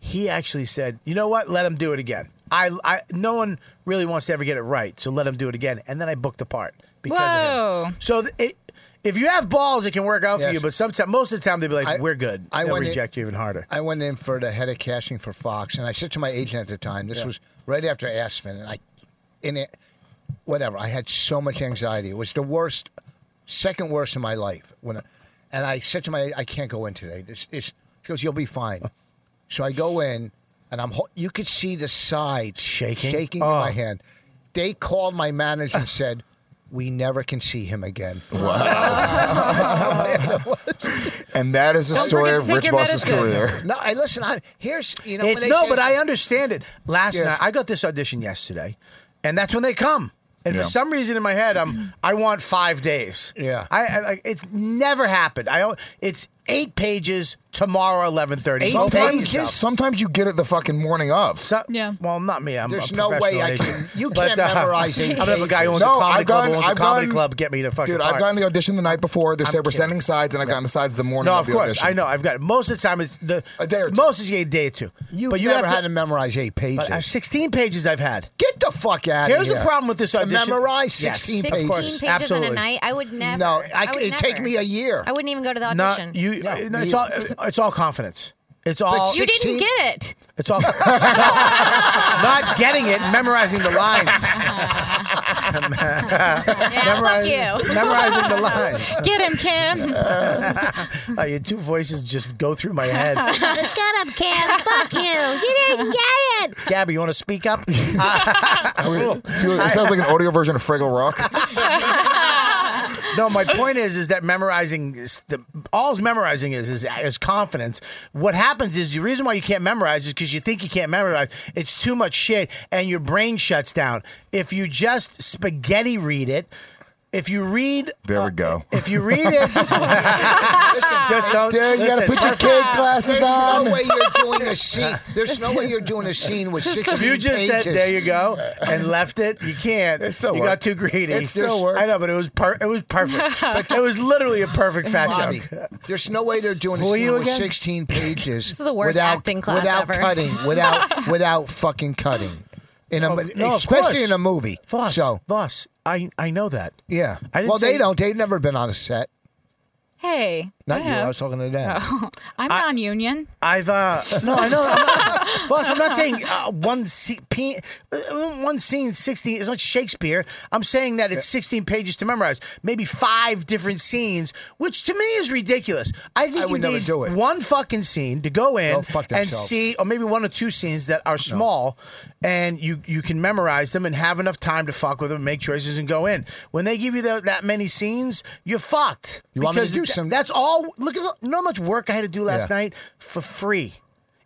S6: He actually said, "You know what? Let him do it again. I, I no one really wants to ever get it right, so let him do it again." And then I booked a part because of him. So th- it, if you have balls, it can work out for
S8: Yes.
S6: you. But sometimes, most of the time, they'll be like,
S8: I-
S6: "We're good."
S8: I
S6: They'll
S8: went in-
S6: reject you even harder.
S8: I went in for the head of casting for Fox, and I said to my agent at the time, this
S6: Yeah.
S8: was right after Aspen, and I, in it, whatever. I had so much anxiety. It was the worst, second worst in my life. When, I, and I said to my, I can't go in today. This is. She goes, you'll be fine. So I go in, and I'm. ho- You could see the sides shaking, shaking in my
S6: Oh.
S8: hand. They called my manager and said. We never can see him again.
S3: and that is the
S8: Don't
S3: story
S8: forget
S3: of
S8: to take
S3: Rich
S8: your
S3: Boss's
S8: medicine.
S3: career.
S8: No, I listen. I here's you know. when
S6: it's
S8: they
S6: no,
S8: say-
S6: but I understand it. Last
S8: Yes.
S6: night I got this audition yesterday, and that's when they come. And
S3: Yeah.
S6: for some reason in my head, I'm I want five days. Yeah, I, I like, it's never happened. I don't- it's eight pages tomorrow, eleven thirty.
S3: Sometimes, sometimes you get it the fucking morning of.
S6: yeah. Well, not me. I'm
S3: There's
S6: a
S3: no way
S6: professional
S3: I
S6: agent.
S3: can- you
S6: But,
S3: can't
S6: uh,
S3: memorize eight
S6: I'm gonna have a guy who owns
S3: No,
S6: a comedy
S3: I've
S6: club. who
S3: gone-
S6: owns a
S3: I've
S6: comedy
S3: gone-
S6: club. Get me the fucking
S3: Dude, I've
S6: part.
S3: gotten the audition the night before. They
S6: I'm
S3: said we're
S6: kidding.
S3: sending sides, and I've gotten the sides the morning.
S6: No,
S3: of,
S6: of
S3: the
S6: course
S3: audition.
S6: I know. I've got it. Most of the time it's the a day or two. Most is a day or two.
S8: You've
S6: but you
S8: never
S6: have
S8: had to memorize eight pages.
S6: But, uh, Sixteen pages I've had.
S8: Get the fuck out
S6: Here's
S8: of here.
S6: the problem with this
S8: To
S6: audition.
S8: memorize
S6: Yes.
S8: 16
S6: Of
S8: pages.
S6: course,
S5: pages
S6: absolutely.
S5: in a night. I would never.
S8: No, I
S5: would
S8: c- it'd take
S5: never.
S8: me a year.
S5: I wouldn't even go to the
S6: Not-
S5: audition.
S6: you. uh, no, it's all. It's all confidence. It's all.
S5: you didn't get it.
S6: It's all. No, not getting it. Memorizing the lines. memorizing,
S2: you.
S6: memorizing the lines.
S2: Get him, Kim.
S6: Oh, your two voices just go through my head.
S2: Get him, Kim. Fuck you. You didn't get it.
S6: Gabby, you want to speak up?
S3: It sounds like an audio version of Fraggle Rock.
S6: no, my point is, is that memorizing is the all's memorizing is, is is confidence. What happens is the reason why you can't memorize is because you think you can't memorize. It's too much shit, and your brain shuts down. If you just spaghetti read it, if you read, uh,
S3: There we go.
S6: if you read it, just don't.
S3: Yeah, you gotta
S6: listen.
S3: put your kid glasses
S8: There's
S3: on.
S8: no way you're doing a scene. There's no way you're doing a scene with 16
S6: If you just
S8: pages.
S6: said there you go and left it, you can't.
S8: It still
S6: you
S8: worked.
S6: got too greedy.
S8: It still worked.
S6: I know, but it was per- it was perfect. but it was literally a perfect fat
S8: Bobby,
S6: joke.
S8: there's no way they're doing a
S6: Who are
S8: scene
S6: you
S8: with
S6: again?
S8: 16 pages
S5: This is the worst
S8: without,
S5: acting class
S8: without
S5: ever.
S8: cutting, without without fucking cutting. In a, mo-
S6: No, of course.
S8: especially in a movie.
S6: Voss,
S8: So
S6: Voss, I I know that.
S8: yeah.
S6: I didn't
S8: well,
S6: say-
S8: they don't. They've never been on a set.
S2: Hey.
S8: Not
S2: I
S8: you. I
S2: have.
S8: was talking to them.
S2: Oh, I'm non-union.
S6: I've uh no, I know. I'm not, boss, I'm not saying uh, one se- pe- uh, one scene sixteen. It's not Shakespeare. I'm saying that it's sixteen pages to memorize. Maybe five different scenes, which to me is ridiculous. I think
S8: I
S6: you
S8: would
S6: need
S8: never do it.
S6: one fucking scene to go in
S8: They'll fuck
S6: and
S8: themselves.
S6: see, or maybe one or two scenes that are small, and you you can memorize them and have enough time to fuck with them, make choices, and go in. When they give you tho- that many scenes, you're fucked.
S8: You want me to
S6: Because
S8: do
S6: th-
S8: some-
S6: That's all. Look at the- you know how much work I had to do last
S8: Yeah.
S6: night for free.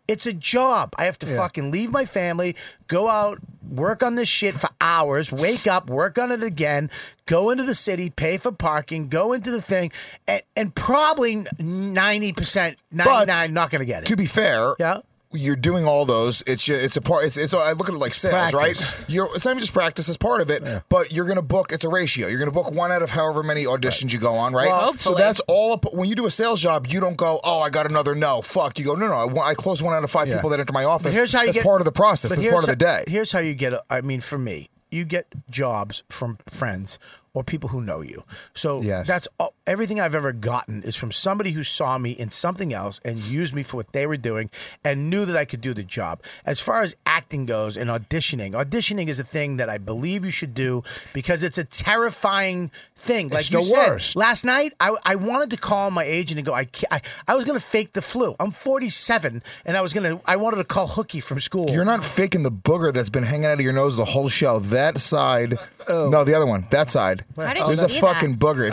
S6: It's a job. I have to
S8: Yeah.
S6: fucking leave my family, go out, work on this shit for hours, wake up, work on it again, go into the city, pay for parking, go into the thing, and, and probably ninety percent, ninety nine, not gonna get it.
S3: To be fair, yeah. You're doing all those. It's ju- it's a part. It's, it's I look at it like sales,
S8: Practice.
S3: right? You're it's not even just practice as part of it, but you're gonna book. It's a ratio. You're gonna book one out of however many auditions you go on, right?
S6: Well,
S3: so that's all. up- When you do a sales job, you don't go, oh, I got another no. Fuck. You go, no, no. I, wa- I closed one out of five people that enter my office.
S6: But here's how you
S3: that's
S6: get
S3: part of the process.
S6: but
S3: That's
S6: here's
S3: part of the
S6: how-
S3: day.
S6: Here's how you get. a- I mean, for me, you get jobs from friends or people who know you. So that's all, everything I've ever gotten is from somebody who saw me in something else and used me for what they were doing and knew that I could do the job. As far as acting goes and auditioning, auditioning is a thing that I believe you should do because it's a terrifying thing. like
S8: the
S6: you said,
S8: worst.
S6: Last night, I, I wanted to call my agent and go. I ca- I, I was gonna fake the flu. I'm 47, and I was gonna. I wanted to call Hookie from school.
S3: You're not faking the booger that's been hanging out of your nose the whole show. That side.
S6: Oh.
S3: No, the other one. That side.
S5: How did you
S3: There's a
S5: see that?
S3: fucking booger.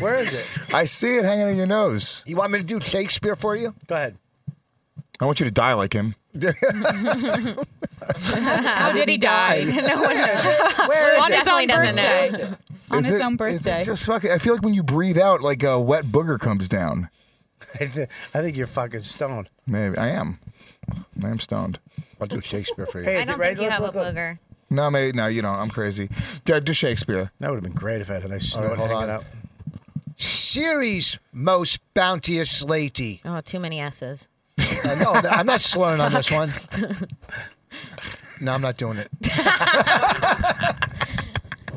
S6: Where is it?
S3: I see it hanging in your nose.
S8: You want me to do Shakespeare for you?
S6: Go ahead.
S3: I want you to die like him.
S2: How did he die?
S5: no one knows.
S2: Where
S5: On his own birthday.
S2: On
S3: Is
S2: his
S3: it-
S2: own birthday.
S3: Is it just fucking, I feel like when you breathe out, like a wet booger comes down.
S6: I, th- I think you're fucking stoned.
S3: Maybe I am. I am stoned.
S8: I'll do Shakespeare for you.
S6: Hey,
S5: I
S6: is
S5: don't
S6: it right?
S5: think you
S6: Look,
S5: have
S6: look,
S5: a
S6: look.
S5: booger.
S3: No, maybe no. You don't. I'm crazy. Yeah, do Shakespeare.
S6: That would have been great if I had a nice
S3: All right,
S6: snort
S3: hold
S6: hanging
S3: on.
S6: out.
S8: Series most bounteous lady.
S5: Oh, too many S's.
S8: Uh, no, no, I'm not slurring on this one. No, I'm not doing it.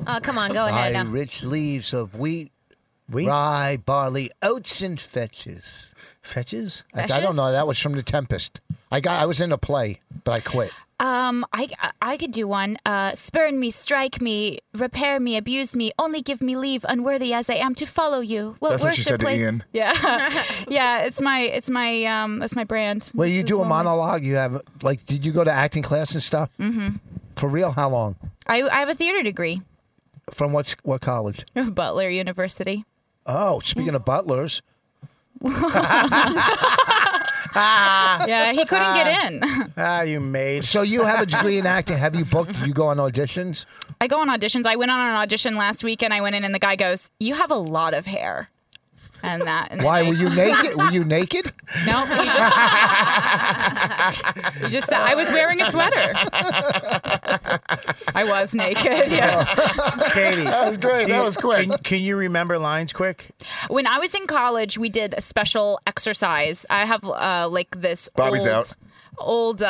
S5: Oh, come on, go
S8: By
S5: ahead. Um,
S8: rich leaves of wheat,
S6: Wheat?
S8: rye, barley, oats, and fetches.
S6: Fetches?
S8: That's- I don't know. That was from The Tempest. I got. I was in a play, but I quit.
S2: Um, I I- I could do one. Uh, spurn me, strike me, repair me, abuse me, only give me leave, unworthy as I am to follow you. What
S3: That's what she
S2: worser
S3: said to
S2: place-
S3: Ian.
S2: Yeah, yeah. It's my it's my um that's my brand.
S8: Well,
S2: This
S8: you
S2: is
S8: do a
S2: lonely.
S8: monologue. You have like, did you go to acting class and stuff? Mm-hmm. For real? How long?
S2: I I have a theater degree,
S8: From what s- what college?
S2: Butler University.
S8: Oh, speaking of butlers,
S2: yeah, he couldn't get in.
S6: Ah, you made.
S8: so you have a degree in acting. Have you booked? You go on auditions?
S2: I go on auditions. I went on an audition last week, and I went in, and the guy goes, "You have a lot of hair," and that. And
S8: Why
S2: I-
S8: were you naked? Were you naked?
S2: No, you just, you just said I was wearing a sweater. I was naked. Yeah.
S6: Katie.
S3: That was great.
S6: do
S3: That
S6: you-
S3: was quick.
S6: Can, can you remember lines quick?
S2: When I was in college, we did a special exercise. I have uh, like this.
S3: Bobby's
S2: old,
S3: out.
S2: Old,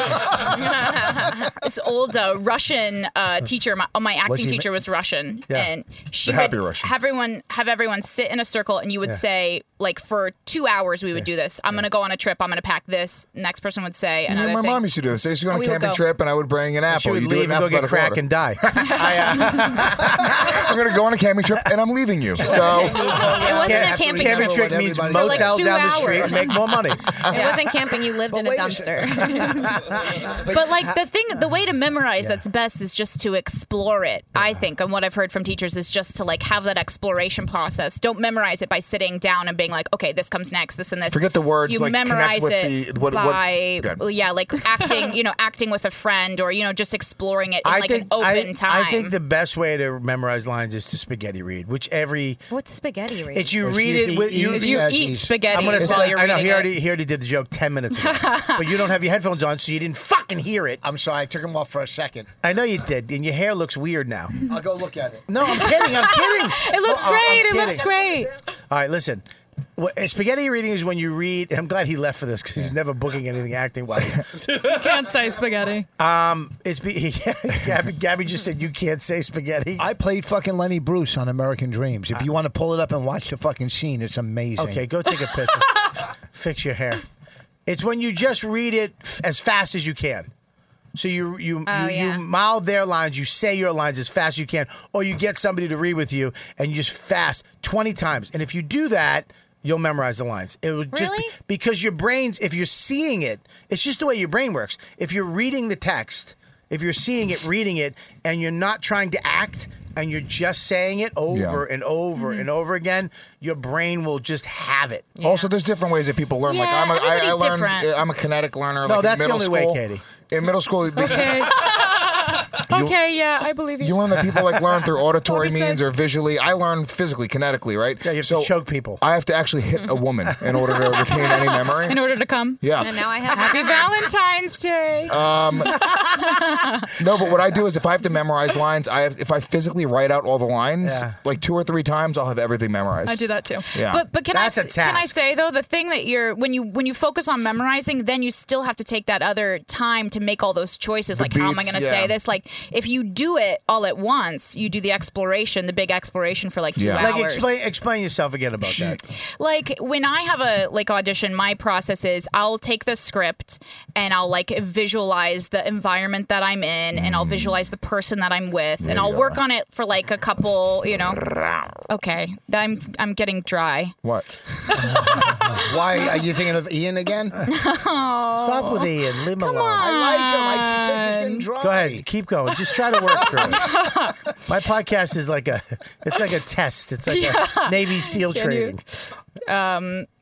S2: uh, this old uh, Russian uh, teacher. My, oh, my acting
S8: he-
S2: teacher was Russian,
S6: Yeah.
S2: and she
S3: The happy
S2: would
S3: Russian.
S2: have everyone have everyone sit in a circle, and you would
S6: Yeah.
S2: say like for two hours we would do this. I'm gonna go on a trip. I'm gonna pack this. Next person would say
S3: Me
S2: another
S3: and my
S2: thing.
S3: mom used to do this. They used to go on
S2: Oh,
S3: a
S2: we would
S3: camping
S2: go.
S3: trip, and I would bring an apple.
S6: She would
S3: you
S6: leave
S3: do it in
S6: and go get
S3: alphabetical
S6: crack
S3: order. uh,
S6: and die. I,
S3: I'm gonna go on a camping trip, and I'm leaving you. So
S5: it wasn't a
S6: uh,
S5: camping
S6: camping
S5: trip.
S6: trick means
S8: For like
S6: motel
S2: two
S6: down the street
S2: hours.
S6: and make more money.
S5: It wasn't camping. You lived in a
S8: wait a sec-
S5: dumpster.
S2: But like the thing, the way to memorize that's best is just to explore it. I think, and what I've heard from teachers is just to like have that exploration process. Don't memorize it by sitting down and being like, okay, this comes next, this and this.
S3: Forget the words,
S2: You
S3: like, connect
S2: memorize
S3: with
S2: it
S3: the- what- what-
S2: by
S3: Good.
S2: well, yeah, like acting, you know, acting with a friend or you know, just exploring it in like an open
S6: I-
S2: time.
S6: I think the best way to memorize lines is to spaghetti read, which every
S5: What's spaghetti? Reed?
S6: it's you
S8: Or
S6: read
S8: she-
S6: it with
S8: he-
S6: you.
S8: he-
S2: if you
S8: Yes,
S2: eat
S8: he's-
S2: spaghetti
S6: I'm gonna
S2: while
S6: say,
S2: you're
S6: I know
S2: reading
S6: he already
S2: it.
S6: he already did the joke ten minutes ago, but you don't have your headphones on, so you didn't fucking hear it.
S8: I'm sorry, I took him off for a second.
S6: I know you did, and your hair looks weird now.
S8: I'll go look at it.
S6: No, I'm kidding. I'm kidding.
S2: It looks
S6: Well, I- Oh, I'm
S2: great. It looks
S6: kidding.
S2: great.
S6: All right, listen. What, uh, spaghetti reading is when you read. I'm glad he left for this because he's never booking anything acting wise. Um,
S18: Can't say spaghetti.
S6: it's be, Gabby, Gabby just said you can't say spaghetti.
S8: I played fucking Lenny Bruce on American Dreams. If you want to pull it up and watch the fucking scene, it's amazing.
S6: Okay, go take a piss. and f- fix your hair. It's when you just read it f- as fast as you can. So you you
S5: Oh,
S6: you,
S5: yeah.
S6: you mouth their lines, you say your lines as fast as you can, or you get somebody to read with you and you just fast twenty times. And if you do that, you'll memorize the lines. It was just
S5: Really?
S6: because your brain's if you're seeing it, it's just the way your brain works. If you're reading the text, if you're seeing it, reading it, and you're not trying to act and you're just saying it over and over and over again, your brain will just have it.
S3: also, there's different ways that people learn. like
S2: Yeah,
S3: I'm a, I, I
S2: everybody's
S3: learn.
S2: different.
S3: I'm a kinetic learner.
S6: No,
S3: like
S6: that's
S3: in
S6: the
S3: middle
S6: only way,
S3: school.
S6: Katie.
S3: In middle school, they-
S18: Okay. okay. Yeah, I believe you.
S3: You learn that people like learn through auditory
S18: What we said.
S3: means or visually. I learn physically, kinetically, right?
S6: Yeah, you have to choke people.
S3: I have to actually hit a woman in order to retain any memory.
S2: In order to come.
S5: and
S3: yeah. Uh,
S5: now I have.
S2: Happy Valentine's Day.
S3: No, but what I do is if I have to memorize lines, I have if I physically write out all the lines
S6: Yeah.
S3: like two or three times, I'll have everything memorized.
S18: I do that too.
S3: Yeah.
S2: But but can I
S6: That's a
S2: s- can I
S6: task.
S2: say though the thing that you're when you when you focus on memorizing, then you still have to take that other time to make all those choices. like how am I
S3: beats,
S2: going to
S3: yeah.
S2: say this? Like if you do it all at once, you do the exploration, the big exploration for like two
S3: Yeah.
S2: hours.
S6: Like explain explain yourself again about that.
S2: Like, when I have a like audition, my process is I'll take the script and I'll like visualize the environment that I'm in, and I'll visualize the person that I'm with, and I'll work on it for like a couple, you know. Okay, I'm I'm getting dry.
S3: What?
S8: Why are you thinking of Ian again? I like him.
S6: Stop with Ian. Leave him alone.
S8: I, she said she's getting dry.
S6: Go ahead, keep going. Just try to work through it. My podcast is like a, it's like a test. It's like a Navy SEAL training.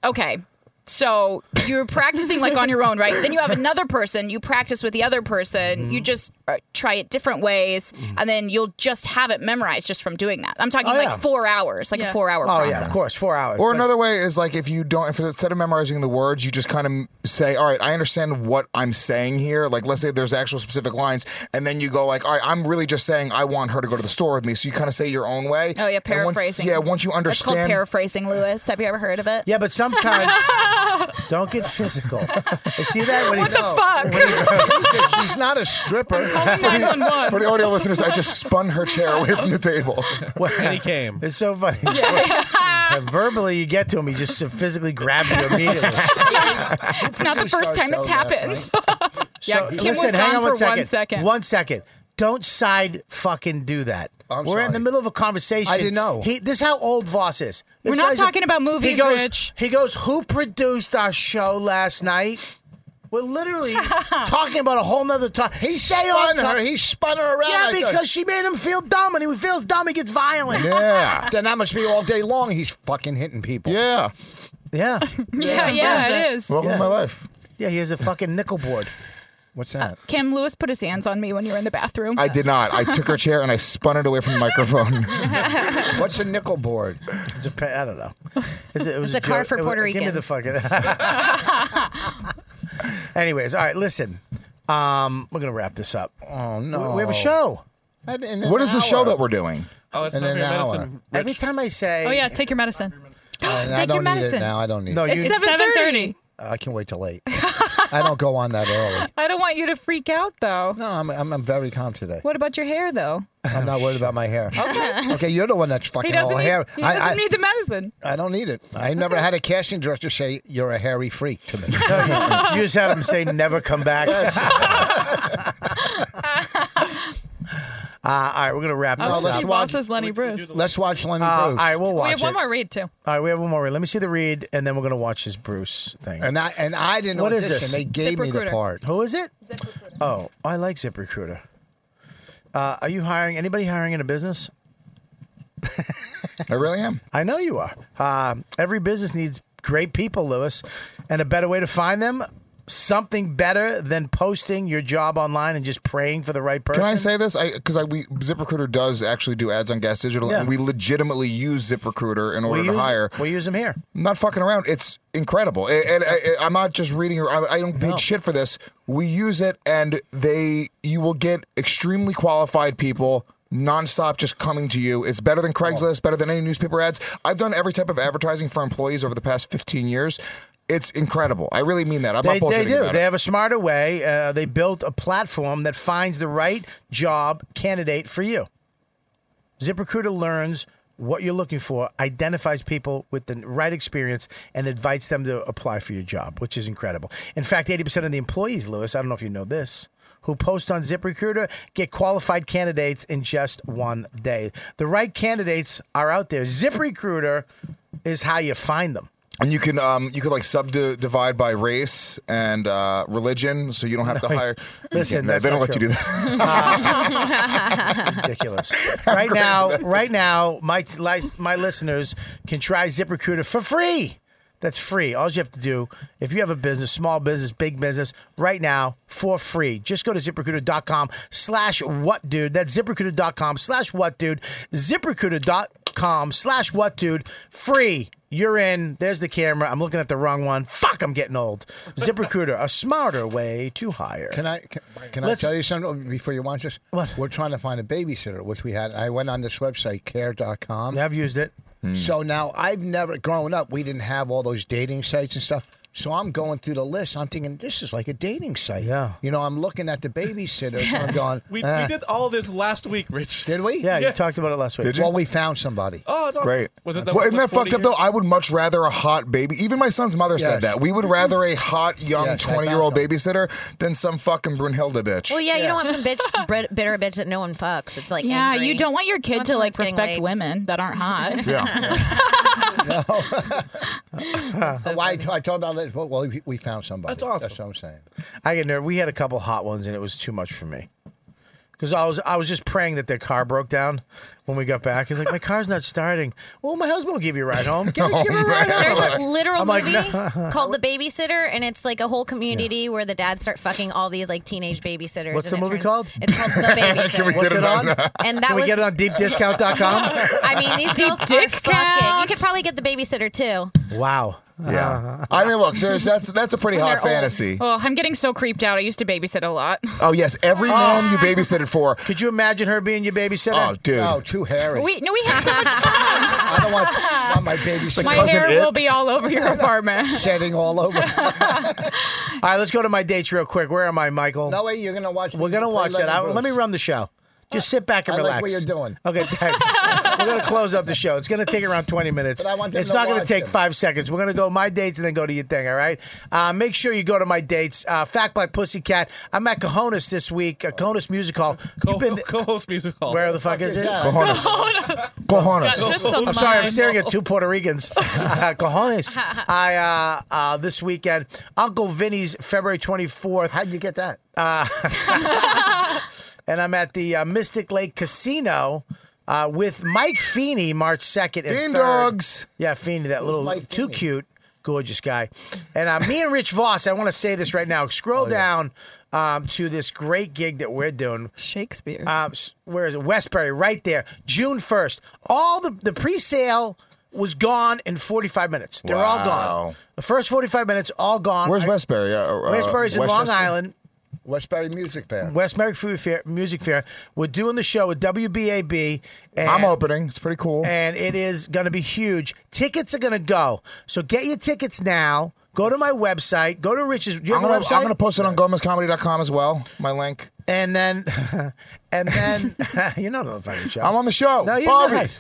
S2: Okay. So you're practicing like on your own, right? Then you have another person, you practice with the other person, you just uh, try it different ways, and then you'll just have it memorized just from doing that. I'm talking
S3: Oh,
S2: like
S3: yeah.
S2: four hours, like a four hour
S6: Oh
S2: process.
S6: yeah, of course, four hours.
S3: Or
S6: But-
S3: another way is like if you don't, if instead of memorizing the words, you just kind of say, "All right, I understand what I'm saying here." Like, let's say there's actual specific lines, and then you go like, "All right, I'm really just saying I want her to go to the store with me." So you kind of say your own way.
S2: Oh, yeah,
S3: And when-
S2: paraphrasing.
S3: yeah, once you
S2: That's called
S3: understand,
S2: paraphrasing, Lewis. Have you ever heard of it?
S6: Yeah, but sometimes don't get physical. You see that? When he-
S2: What the fuck?
S6: She's not a stripper.
S3: for the audio listeners, I just spun her chair away from the table.
S6: And he
S9: came.
S6: It's so funny. Uh, verbally, you get to him, he just physically grabs you immediately.
S2: it's not the first time it's happened.
S6: So,
S2: yeah, Kim
S6: listen,
S2: was
S6: hang
S2: gone
S6: on one
S2: for
S6: second.
S2: one second.
S6: One second. Don't side fucking do that. We're in the middle of a conversation.
S8: I didn't know.
S6: He, this is how old Voss is.
S2: We're
S6: This
S2: not
S6: guy's
S2: talking about
S6: he
S2: movies,
S6: goes,
S2: Rich.
S6: He goes, Who produced our show last night? We're literally talking about a whole nother topic. He Stay on
S8: spun her.
S6: top-
S8: He spun her around.
S6: Yeah,
S8: I
S6: because
S8: thought-
S6: she made him feel dumb, and he feels dumb, he gets violent.
S8: Yeah. then that must be all day long. He's fucking hitting people.
S3: Yeah.
S6: Yeah.
S2: Yeah, yeah, it is.
S3: Welcome to my life.
S6: Yeah, he has a fucking nickel board.
S3: What's that?
S2: Kim Lewis put his hands on me when you were in the bathroom.
S3: I did not. I took her chair and I spun it away from the microphone.
S8: What's a nickel board?
S6: It's a, pa- I don't know. Is it, it was
S5: It's a car
S6: joke.
S5: for
S6: It wa-
S5: Puerto
S6: Give me the fucking. Anyways, all right. Listen, um, we're gonna wrap this up.
S8: Uh,
S6: Oh
S3: no.
S6: we, we have a show.
S8: What is
S3: What is the show that we're doing?
S9: Oh, it's
S3: In
S9: time for
S3: an
S9: your
S3: hour.
S9: medicine.
S6: uh, Every time I say,
S18: Oh yeah, take your medicine.
S8: I
S18: Take your
S8: don't need it
S18: medicine.
S8: now. I don't need
S6: No,
S8: it.
S6: you-
S18: It's
S6: It's
S18: 7:30.
S8: I can wait till late. I don't go on that early.
S2: I don't want you to freak out though.
S8: No, I'm, I'm, I'm very calm today.
S2: What about your hair though?
S8: I'm not worried about my hair. Okay. you're the one that's
S2: He
S8: fucking
S3: Oh,
S8: all
S2: doesn't, need,
S8: hair.
S2: he
S8: I-
S2: doesn't
S8: I,
S2: need the medicine.
S8: I don't need it. I never had a casting director say you're a hairy freak to me.
S6: you just had him say never come back. uh, all right, we're gonna wrap
S18: Oh,
S6: this
S18: she
S6: up.
S18: bosses Lenny Bruce.
S8: Let's watch Lenny
S6: Uh, all
S8: Bruce.
S6: right, we'll watch
S18: We have
S6: it.
S18: one more read too.
S6: All right, we have one more read. Let me see the read, and then we're gonna watch his Bruce thing.
S8: And I and I didn't
S6: What is
S8: audition.
S6: this?
S8: They gave me the
S6: ZipRecruiter.
S8: part.
S6: Who is it? Oh, I like ZipRecruiter. Uh, are you hiring anybody hiring in a business?
S3: I really am.
S6: I know you are. Uh, every business needs great people, Lewis, and a better way to find them. Something better than posting your job online and just praying for the right person.
S3: Can I say this? I because I we ZipRecruiter does actually do ads on Gas Digital,
S6: Yeah.
S3: and we legitimately use ZipRecruiter in
S6: we
S3: order
S6: use,
S3: to hire.
S6: We use them here.
S3: I'm not fucking around. It's incredible, and, and I, I'm not just reading. or- I, I don't paid shit for this. We use it, and they you will get extremely qualified people nonstop just coming to you. It's better than Craigslist, better than any newspaper ads. I've done every type of advertising for employees over the past 15 years. It's incredible. I really mean that. I'm
S6: They,
S3: not bullshitting
S6: they do.
S3: about
S6: They
S3: it.
S6: have a smarter way. Uh, they built a platform that finds the right job candidate for you. ZipRecruiter learns what you're looking for, identifies people with the right experience, and invites them to apply for your job, which is incredible. In fact, 80% of the employees, Lewis, I don't know if you know this, who post on ZipRecruiter get qualified candidates in just one day. The right candidates are out there. ZipRecruiter is how you find them.
S3: And you can um you could like subdivide by race and uh, religion, so you don't have to hire.
S6: Listen,
S3: No,
S6: that's
S3: they don't
S6: not
S3: let you
S6: true.
S3: do that.
S6: ridiculous. Right now, right now, my my my listeners can try ZipRecruiter for free. That's free. All you have to do, if you have a business, small business, big business, right now for free, just go to ziprecruiter.com slash what dude. That's ziprecruiter.com slash what dude. ZipRecruiter.com slash what dude. Free. You're in. There's the camera. I'm looking at the wrong one. Fuck, I'm getting old. ZipRecruiter, a smarter way to hire.
S8: Can I can, can I
S6: Let's-
S8: tell you something before you watch this? What? We're trying to find a babysitter, which we had. I went on this website, care.com.
S6: I've used it.
S8: So now I've never growing up, we didn't have all those dating sites and stuff. So I'm going through the list. I'm thinking this is like a dating site. Yeah. You know, I'm looking at the babysitters. I'm going.
S9: We,
S8: "Ah."
S9: we did all this last week, Rich.
S8: Did we?
S9: Yeah, you Yes.
S6: talked about it last week.
S3: Did you?
S8: Well, we found somebody.
S9: Oh, it's awesome.
S3: Great.
S9: Was it
S3: Well,
S9: the,
S3: isn't that fucked up though?
S9: I,
S3: I would much rather a hot baby. Even my son's mother
S8: Yes.
S3: said that. We would rather a hot young
S8: Yes, I
S3: twenty year old babysitter than some fucking Brunhilde bitch.
S5: Well, yeah, you don't want some bitch, brit- bitter bitch that no one fucks. It's like
S2: Yeah,
S5: angry.
S2: you don't want your kid
S5: want
S2: to
S5: someone
S2: like
S5: that's getting
S2: respect
S5: laid.
S2: women that aren't hot.
S8: So why I, I told about this? Well, we, we found somebody. That's awesome. That's what I'm saying.
S6: I get nervous. We had a couple hot ones, and it was too much for me. Because I was, I was just praying that their car broke down, when we got back. He's like, my car's not starting. Well, my husband will give you a ride home. Give,
S5: Oh,
S6: give her a ride
S5: man.
S6: home.
S5: There's a literal
S6: I'm like,
S5: movie
S6: "No."
S5: called The Babysitter, and it's like a whole community where the dads start fucking all these like teenage babysitters.
S6: What's
S5: and
S6: the
S5: it
S6: movie
S5: turns-
S6: called?
S5: It's called The Babysitter.
S6: Can we What's get it it on? on?
S5: And that
S6: Can we
S5: was,
S6: get it on deepdiscount.com?
S5: I mean, these girls are fucking. You could probably get The Babysitter too.
S6: Wow.
S3: Yeah. I mean, look, there's, that's that's a pretty hot fantasy.
S2: Oh, I'm getting so creeped out. I used to babysit a lot.
S3: Oh yes, every man you babysitted for.
S6: Could you imagine her being your babysitter?
S3: Oh, dude.
S8: Oh, too hairy.
S2: We no, we had so much fun.
S8: I don't want, want my baby
S2: My hair will be all over your apartment.
S8: shedding all over.
S6: All right, let's go to my dates real quick. Where am I, Michael?
S8: No way, you're gonna watch.
S6: We're gonna watch that. I,
S8: out.
S6: let me run the show. Just sit back and
S8: I like
S6: relax.
S8: what you're doing.
S6: Okay, thanks. We're gonna close up the show. It's gonna take around 20 minutes.
S8: But I want them
S6: it's
S8: to
S6: not gonna
S8: watch
S6: take
S8: them.
S6: five seconds. We're gonna go my dates and then go to your thing. All right. Uh, make sure you go to my dates. Uh, Fact Black Pussycat. I'm at Cojones this week. Uh, Cojones Music Hall. Co-
S9: Cojones Music Hall.
S6: Where the fuck is it?
S9: that? Cojones.
S6: Cojones.
S9: Got this on
S6: I'm sorry, I'm
S9: mine.
S6: staring at two Puerto Ricans. Uh, Cojones. I uh, uh, this weekend, Uncle Vinny's February 24th.
S8: How'd you get that?
S6: Uh, and I'm at the uh, Mystic Lake Casino. Uh, with Mike Feeney, March 2nd and
S3: Fiend
S6: 3rd.
S3: dogs.
S6: Yeah, Feeney, that little
S3: Mike
S6: too
S3: Feeney?
S6: cute, gorgeous guy. And uh, me and Rich Voss, I want to say this right now. Scroll
S3: Oh,
S6: down um, to this great gig that we're doing.
S18: Shakespeare.
S6: Um, s- where is it? Westbury, right there. June 1st. All the, the pre sale was gone in 45 minutes. They're all
S3: Wow.
S6: gone. The first 45 minutes, all gone.
S3: Where's
S6: I-
S3: Westbury? Uh, uh,
S6: Westbury's in Long
S3: Westchester?
S6: Island.
S8: Westbury Music Fair.
S6: Westbury Food Fair, Music Fair. We're doing the show with WBAB. And,
S3: I'm opening. It's pretty cool.
S6: And it is going to be huge. Tickets are going to go. So get your tickets now. Go to my website. Go to Rich's. You
S3: I'm
S6: have a
S3: gonna,
S6: website?
S3: I'm gonna post it on gomezcomedy.com as well. My link.
S6: and then, and then, you're not on the fucking show.
S3: I'm on the show.
S6: No, you're
S3: Bobby.
S6: not.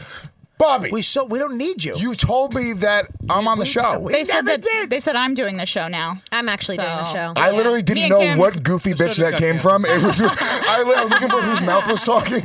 S3: Bobby.
S6: We so we don't need you.
S3: You told me that I'm on the show.
S2: They said that they said I'm doing the show now.
S5: I'm actually doing the show.
S3: I literally
S2: Me
S3: didn't
S2: and
S3: know
S2: Kim-
S3: what goofy
S2: The show
S3: bitch
S2: just
S3: that
S2: got
S3: came from. It was I li- I was looking for whose mouth was talking.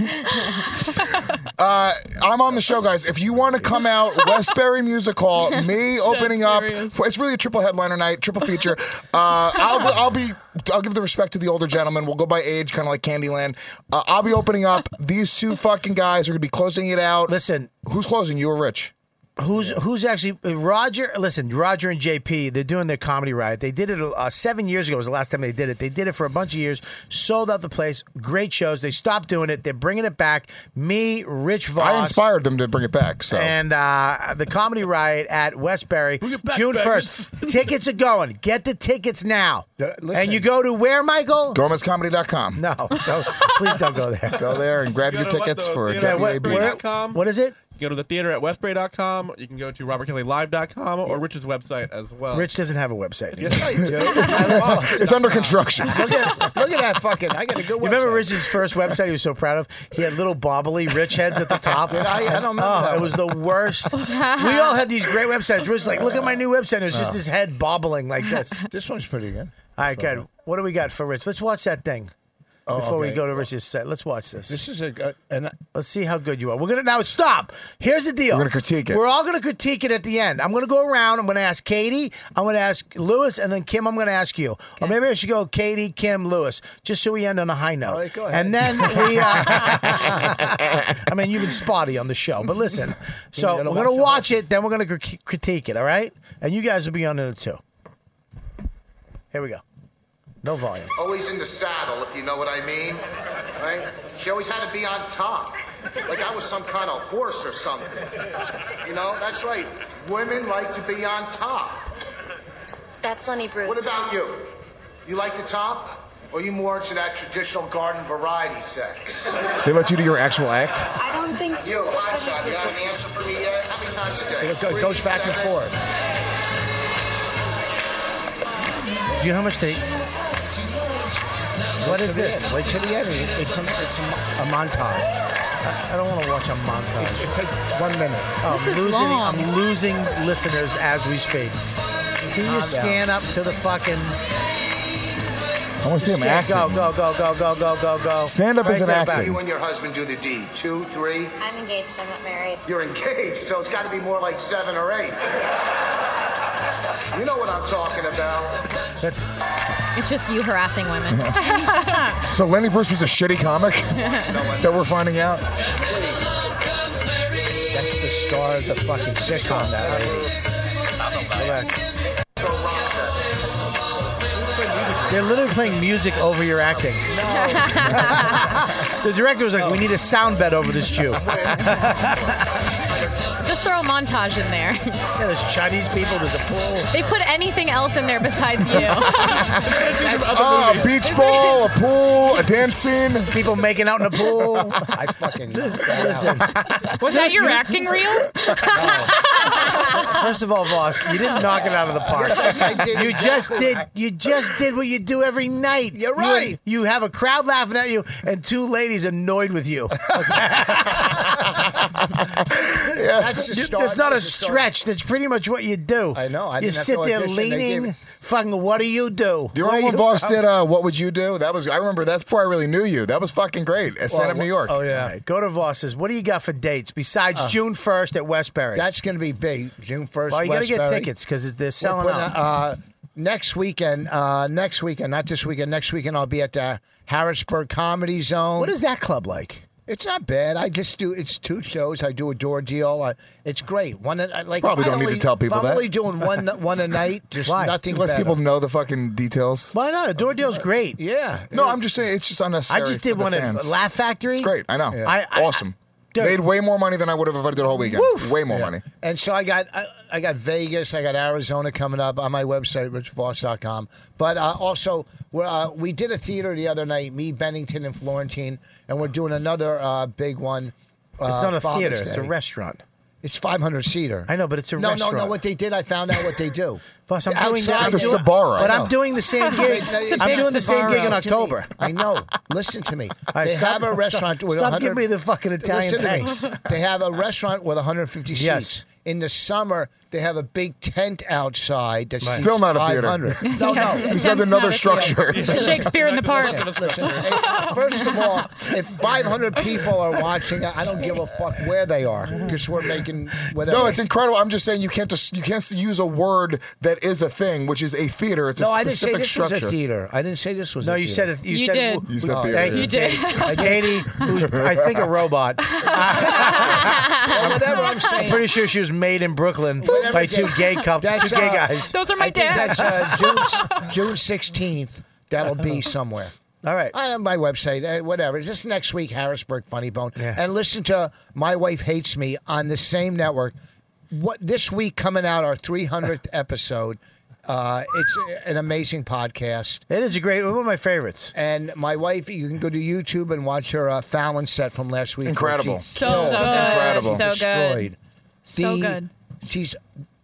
S3: Uh, I'm on the show, guys. If you want to come out, Westbury Music Hall, me opening up. For, it's really a triple headliner night, triple feature. Uh, I'll, be- I'll be, I'll give the respect to the older gentlemen. We'll go by age, kind of like Candyland. Uh, I'll be opening up. These two fucking guys are gonna be closing it out.
S6: Listen,
S3: who's closing? You or Rich?
S6: Who's who's actually uh, Roger? Listen, Roger and JP, they're doing their comedy riot. They did it uh, seven years ago. Was the last time they did it. They did it for a bunch of years, sold out the place. Great shows. They stopped doing it. They're bringing it back. Me, Rich Voss,
S3: I inspired them to bring it back. So
S6: and uh, the comedy riot at Westbury, June first. tickets are going. Get the tickets now.
S3: Uh,
S6: and you go to where, Michael?
S3: GomezComedy.com.
S6: No, don't, please don't go there.
S3: Go there and grab
S9: You
S3: your
S9: gotta let
S3: tickets
S9: the
S3: for
S9: theater at
S3: WAB.
S9: Westbury.com.
S6: what is it?
S9: You go to the theater at westbury.com. You can go to robertkellylive.com or Rich's website as well.
S6: Rich doesn't have a website.
S9: Yes, I do.
S3: It's under construction.
S6: Look at,
S8: look at that fucking. I got to go.
S6: You remember Rich's first website? He was so proud of. He had little bobbly rich heads at the top.
S8: Did I? I don't remember
S6: Oh,
S8: that
S6: it was the worst. we all had these great websites. Rich was like, look at my new website. It was
S8: Oh.
S6: just his head bobbling like this. All
S8: This one's pretty good.
S6: right, good. What do we got for Rich? Let's watch that thing
S8: Oh,
S6: before we
S8: okay.
S6: go to Rich's set. Let's watch this.
S8: This is a good. And
S6: Let's see how good you are. We're gonna now stop. Here's the deal.
S3: We're gonna critique it.
S6: We're all gonna critique it at the end. I'm gonna go around. I'm gonna ask Katie. I'm gonna ask Lewis, and then Kim. I'm gonna ask you. Or maybe I should go Katie, Kim, Lewis, just so we end on a high note.
S8: All right, go ahead.
S6: And then we. Uh, I mean, you've been spotty on the show, but listen. so we're
S8: gotta
S6: gonna
S8: watch it.
S6: watch it. Then we're gonna cri- critique it. All right, and you guys will be on it too. Here we go. No volume.
S23: always in the saddle, if you know what I mean. Right? She always had to be on top. Like I was some kind of horse or something. You know, that's right. Women like to be on top.
S24: That's Lenny Bruce.
S23: What about you? You like the top? Or you more into that traditional garden variety sex?
S3: They let you do your actual act.
S23: I don't think you. Hot shot, you got an answer for me yet? How many times a day?
S8: It go- goes back and forth.
S6: Do you know how much they? What is
S8: till the
S6: this?
S8: end. Wait till the end. It's a, it's a, mo- a montage.
S6: I don't want to watch a montage.
S8: It's, it takes one minute.
S6: Oh,
S8: This
S6: I'm
S8: is
S6: losing,
S8: long.
S6: I'm losing listeners as we speak. Can you
S8: Calm
S6: scan up to the fucking?
S3: I want to see him
S6: Scan-
S3: acting.
S6: Go go go go go go go go.
S3: Stand up
S6: Right
S3: is an
S6: there,
S3: actor.
S6: back.
S23: You and your husband do the deed. Two, three.
S24: I'm engaged. I'm not married.
S23: You're engaged, so it's got to be more like seven or eight. You know what I'm talking about.
S6: That's
S5: It's just you harassing women.
S3: So Lenny Bruce was a shitty comic. Is that what we're finding out?
S8: That's the star of the fucking sitcom, that lady.
S6: They're literally playing music over your acting. The director was like, "We need a sound bed over this Jew."
S25: Just throw a montage in there.
S6: yeah, there's Chinese people. There's a pool.
S25: They put anything else in there besides you.
S3: Ah, a beach ball, a pool, a dance scene.
S6: People making out in a pool.
S8: I fucking
S6: listen.
S2: Was that your acting reel?
S6: First of all, boss, you didn't knock it out of the park.
S8: Yes, I did
S6: you just
S8: exactly
S6: did.
S8: right.
S6: You just did what you do every night. You're
S8: right.
S6: You, you have a crowd laughing at you, and two ladies annoyed with you.
S8: That's the
S6: You-
S8: star.
S6: That's not a
S8: that's the star.
S6: stretch. That's pretty much what you do. I
S8: know. I
S6: you
S8: didn't have
S6: sit
S8: to
S6: there
S8: audition. They gave
S6: leaning.
S8: it-
S6: Fucking, what do you do?
S3: Do you
S6: What
S3: remember when
S6: do
S3: Boss did uh, What Would You Do? That was I remember that's before I really knew you. That was fucking great. At stand up New York.
S6: Oh yeah. Go to Voss's. What do you got for dates besides
S8: Uh.
S6: June first at Westbury?
S8: That's going to be big. June first.
S6: well, you gotta get
S8: Westbury.
S6: tickets because they're
S8: We're
S6: selling
S8: putting
S6: out. um,
S8: a- Uh, next weekend, uh, next weekend, not this weekend. Next weekend, I'll be at the Harrisburg Comedy Zone.
S6: what is that club like?
S8: It's not bad. I just do. It's two shows. I do a door deal. I, it's great. One I, like
S3: Probably
S8: if I
S3: don't need to
S8: only-
S3: tell people
S8: if I'm
S3: that.
S8: only doing one one a night. Just
S6: Why?
S8: nothing.
S3: Unless
S8: better.
S3: people know the fucking details.
S6: Why not? A door deal's great.
S8: Yeah.
S3: No, I'm just saying it's just
S6: I
S3: unnecessary.
S6: just
S3: for
S6: did
S3: the
S6: one
S3: fans.
S6: at Laugh Factory.
S3: It's great. I know.
S6: I- I-
S3: awesome.
S6: Dude.
S3: Made way more money than I would have if I did the whole weekend.
S6: Woof.
S3: Way more money.
S8: And so I got I, I got Vegas, I got Arizona coming up on my website richvoss.com. But uh, also we're, uh, we did a theater the other night, me Bennington and Florentine, and we're doing another uh, big one. Uh,
S6: It's not a
S8: Father's
S6: theater. It's a
S8: Day.
S6: restaurant.
S8: It's 500 seater.
S6: I know, but it's a
S8: no,
S6: restaurant.
S8: no, no. What they did, I found out what they do.
S6: Boss, I'm doing that.
S8: Outside-
S3: It's a
S6: I'm doing-
S3: Sbarro.
S6: But
S3: No.
S6: I'm doing the same
S8: They-
S6: gig.
S8: they-
S6: I'm doing the same gig in
S8: Listen to me.
S6: October.
S8: I know. Listen to me.
S6: right,
S8: they
S6: stop-
S8: have a restaurant with
S6: Stop
S8: 100
S6: giving me the fucking Italian
S8: Listen
S6: thanks.
S8: to me. They have a restaurant with 150 seats.
S6: Yes.
S8: In the summer, they have a big tent outside that's
S6: Right.
S3: Still not a theater.
S8: 500. No,
S6: Oh,
S8: no.
S3: We just have another structure.
S2: Shakespeare in the park.
S8: Listen, hey, first of all, if 500 people are watching, I don't give a fuck where they are because we're making whatever.
S3: No, it's incredible. I'm just saying you can't just you can't use a word that is a thing, which is a theater. It's a
S8: No, I didn't say
S3: specific
S8: this was
S3: structure.
S8: a theater. I didn't say this was.
S6: No,
S8: a
S6: you
S8: theater.
S6: said it. You,
S2: You
S6: said
S2: did.
S6: It,
S3: You said theater.
S6: Thank you,
S3: You
S2: did.
S6: Katie. Katie, who's I think a robot.
S8: Well, whatever I'm saying.
S6: I'm pretty sure she was made in Brooklyn
S8: Whatever
S6: by
S8: it
S6: two
S8: is.
S6: gay couples, two
S8: That's,
S6: gay
S8: uh,
S6: guys.
S2: Those are my
S8: I think
S2: dads.
S8: that's uh, June s- June sixteenth. That'll be somewhere.
S6: All right.
S8: I have my website, uh, whatever. It's just next week, Harrisburg Funny Bone,
S6: Yeah.
S8: and listen to My Wife Hates Me on the same network. What this week coming out our 300th episode. Uh, it's an amazing podcast,
S6: It is a great one of my favorites.
S8: and my wife. You can go to YouTube and watch her uh, Fallon set from last week. where
S3: Incredible.
S8: she's
S2: So good.
S3: Incredible.
S2: So good.
S8: destroyed.
S26: So
S8: The-
S26: good.
S8: She's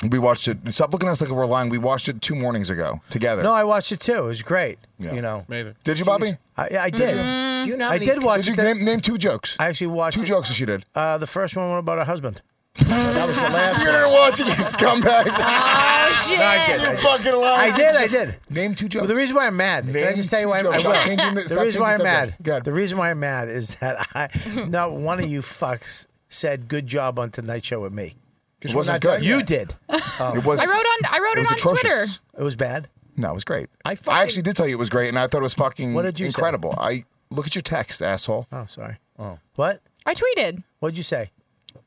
S3: We watched it. Stop looking at us like we're lying. We watched it two mornings ago together.
S6: No, I watched it too. It was great.
S3: Yeah.
S8: you know.
S9: Amazing.
S3: did you, Bobby?
S6: I, yeah, I did.
S8: Do you know Mm-hmm. how
S6: I
S8: many-
S6: did
S3: Did
S6: watch
S3: you
S6: it.
S3: name, name two jokes?
S6: I actually watched
S3: two
S6: it.
S3: jokes that she did.
S6: Uh, the first one about her husband.
S8: That was the last.
S3: You didn't watch it, you scumbag.
S25: oh shit!
S3: you fucking lying.
S6: I did. I did.
S3: Name two jokes.
S6: Well, the reason why I'm mad. Can I
S3: Name
S6: just tell you why I'm,
S3: two
S6: I
S3: jokes.
S6: will.
S3: Stop changing the-
S6: the
S3: stop changing
S6: reason why I'm
S3: the
S6: mad.
S3: subject. Go ahead.
S6: The reason why I'm mad is that I not one of you fucks said good job on tonight's show with me.
S3: it
S8: we're not
S3: wasn't good.
S8: done
S6: You did.
S3: It was.
S2: I wrote on. I wrote
S3: It
S2: it,
S3: was
S2: on
S3: atrocious.
S2: Twitter.
S6: It was bad.
S3: No, it was great. I,
S8: fucking-
S3: actually did tell you it was great, and I thought it was fucking
S6: What did you say?
S3: incredible. I look at your text, asshole.
S6: Oh, sorry. Oh. What?
S2: I tweeted.
S6: What'd you say?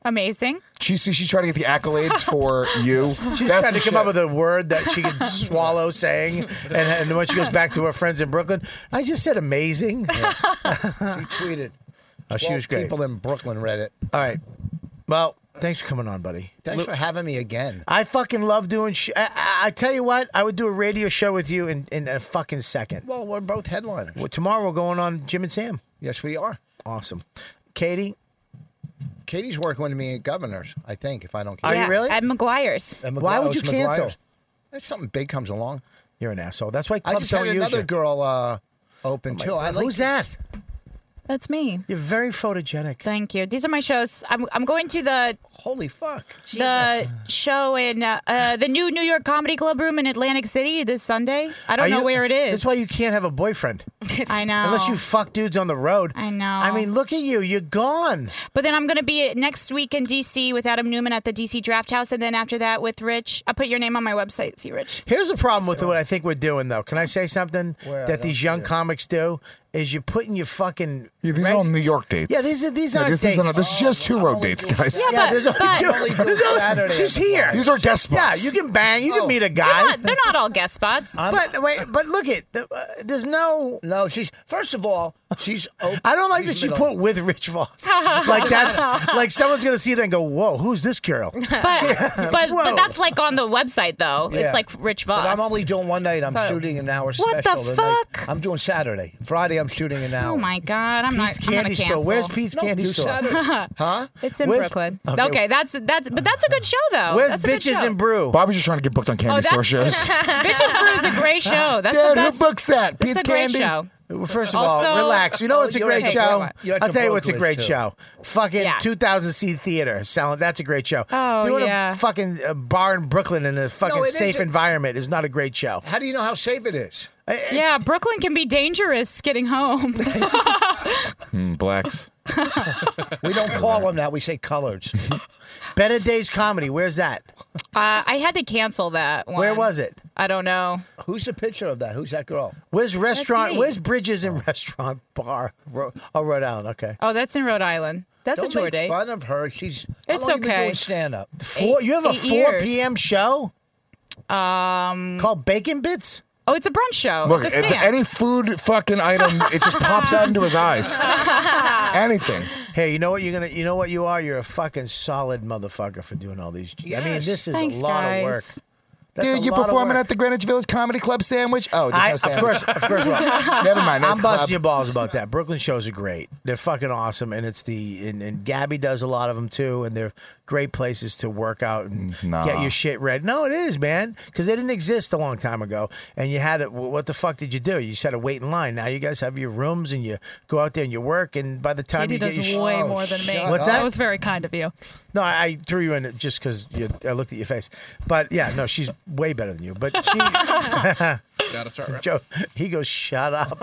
S2: Amazing.
S3: She see she tried to get the accolades for you.
S6: She's
S3: That's
S6: trying to
S3: some
S6: come up
S3: shit.
S6: with a word that she could swallow saying, and, and when she goes back to her friends in Brooklyn, I just said amazing.
S8: She tweeted.
S6: Oh, she
S8: Well,
S6: was great.
S8: People in Brooklyn read it.
S6: All right. Well, thanks for coming on, buddy.
S8: Thanks for having me again.
S6: I fucking love doing. Sh- I, I, I tell you what, I would do a radio show with you in, in a fucking second.
S8: Well, we're both headliners.
S6: Well, tomorrow we're going on Jim and Sam.
S8: Yes, we are.
S6: Awesome, Katie.
S8: Katie's working with me at Governor's, I think, if I don't
S6: Are
S8: care.
S6: you really?
S2: At McGuire's.
S8: At
S6: Why would
S8: McGuire's,
S6: you cancel?
S8: McGuire's. If something big comes along.
S6: You're an asshole. That's why
S8: I
S6: clubs
S8: just
S6: don't
S8: had
S6: use
S8: another
S6: you. Oh
S8: girl uh, open, too. I like
S6: Who's that?
S2: That's me.
S6: You're very photogenic.
S2: Thank you. These are my shows. I'm, I'm going to the
S8: Holy fuck.
S2: the show in uh, uh, the new New York Comedy Club room in Atlantic City this Sunday. I don't
S6: Are
S2: know
S6: you-
S2: where it is.
S6: That's why you can't have a boyfriend
S2: I know.
S6: unless you fuck dudes on the road.
S2: I know.
S6: I mean, look at you. You're gone.
S2: But then I'm going to be at- next week in DC with Adam Newman at the DC Draft House, and then after that with Rich. I put your name on my website. See Rich.
S6: Here's the problem with what I think we're doing, though. Can I say something that these young comics do? is you're putting your fucking.
S3: Yeah, these are all New York dates.
S6: Yeah, these are these
S3: Yeah,
S6: aren't
S3: this
S6: dates. Oh,
S3: Isn't a, this is just two road dates, guys.
S6: Yeah, there's only
S2: but-
S6: two. There's only, she's here.
S3: These are guest
S6: Yeah,
S3: spots.
S6: you can bang. You can meet a
S2: They're
S6: guy. Um,
S2: not, they're not all guest spots.
S6: Oh. but wait, but look at the, uh, there's no
S8: no. She's first of all, she's. Open,
S6: I don't like that she put with Rich Voss. like that's like someone's gonna see that and go, "Whoa, who's this girl?"
S2: but but, but
S6: Whoa.
S2: that's like on the website though.
S8: Yeah.
S2: It's like Rich Voss.
S8: But I'm only doing one night. I'm
S2: So-
S8: shooting an hour special.
S2: What the
S8: tonight. I'm doing Saturday. Friday, I'm shooting an hour.
S2: Oh my God! I'm
S6: Pete's
S2: not. I'm
S6: Candy
S2: gonna
S6: Store.
S2: cancel.
S6: Where's Pete's
S8: No,
S6: Candy
S8: you
S6: Store?
S8: said it. Huh?
S2: It's in
S6: Where's-
S2: Brooklyn.
S3: Okay.
S2: Okay. that's that's but that's a good show though.
S6: Where's
S2: that's
S6: Bitches and
S2: Brew?
S6: Brew?
S3: Bobby's just trying to get booked on
S6: Oh,
S3: candy store shows.
S2: Bitches Brew is a great show. That's
S3: Dude,
S2: the
S3: who
S2: best.
S3: books that?
S2: It's
S3: Pete's
S2: a great
S3: Candy?
S2: show.
S6: Well, First of all,
S2: Also-
S6: relax. You know what's a
S2: You're at
S6: great
S2: the
S6: show?
S2: Broadway. You're
S8: at
S6: I'll
S8: the
S6: tell you what's a
S8: Broadway,
S6: great
S8: too.
S6: show. Fucking
S2: Yeah.
S6: 2,000 seat theater. Sound that's a great show.
S2: Oh,
S6: Doing
S2: yeah.
S6: a fucking uh, bar in Brooklyn in a fucking
S8: it
S6: safe
S8: isn't.
S6: environment is not a great show.
S8: How do you know how safe it is?
S2: Yeah, Brooklyn can be dangerous getting home. Uh,
S3: Mm, blacks.
S8: We don't call them that. We say coloreds.
S6: Better Days Comedy. Where's that?
S2: Uh, I had to cancel that one.
S6: Where was it?
S2: I don't know.
S8: Who's the picture of that? Who's that girl?
S6: Where's restaurant?
S2: me.
S6: Where's Bridges and Restaurant Bar? Ro- oh, Rhode Island. Okay.
S2: Oh, that's in Rhode Island. That's
S8: don't
S2: a tour
S8: make
S2: date.
S8: fun of her. She's. how
S2: It's
S8: long you been
S2: okay.
S8: doing stand up.
S6: Four.
S2: Eight-
S6: you have a
S2: eight
S6: four
S2: years.
S6: p.m. show
S2: Um.
S6: called Bacon Bits.
S2: Oh, it's a brunch show.
S3: Look,
S2: it's
S3: if
S2: a stand.
S3: any food fucking item, it just pops out into his eyes. Anything.
S6: Hey, you know what you're gonna? You know what you are? You're a fucking solid motherfucker for doing all these. I mean,
S8: Yes.
S6: this is
S2: Thanks,
S6: a lot of work.
S2: guys.
S6: That's a
S3: Dude, you
S6: lot of
S3: performing
S6: work.
S3: at the Greenwich Village Comedy Club sandwich? Oh, there's
S6: I,
S3: no
S6: of
S3: sandwich.
S6: course, of course. Well,
S3: Never mind. That's
S6: I'm busting
S3: club.
S6: your balls about that. Brooklyn shows are great. They're fucking awesome, and it's the and, and Gabby does a lot of them too, and they're great places to work out and
S3: Nah.
S6: get your shit read. No, it is, man, because they didn't exist a long time ago, and you had to. wh- What the fuck did you do? You just had to wait in line. Now you guys have your rooms, and you go out there and you work, and by the time
S18: Katie
S6: you get
S18: does
S6: your sh-
S18: way more than me.
S8: shut
S6: What's up. that?
S18: That was very kind of you.
S6: no, I, I threw you in it just because I looked at your face, but yeah, no, she's way better than you, but she.
S9: Gotta start. Right?
S6: Joe, he goes, shut up.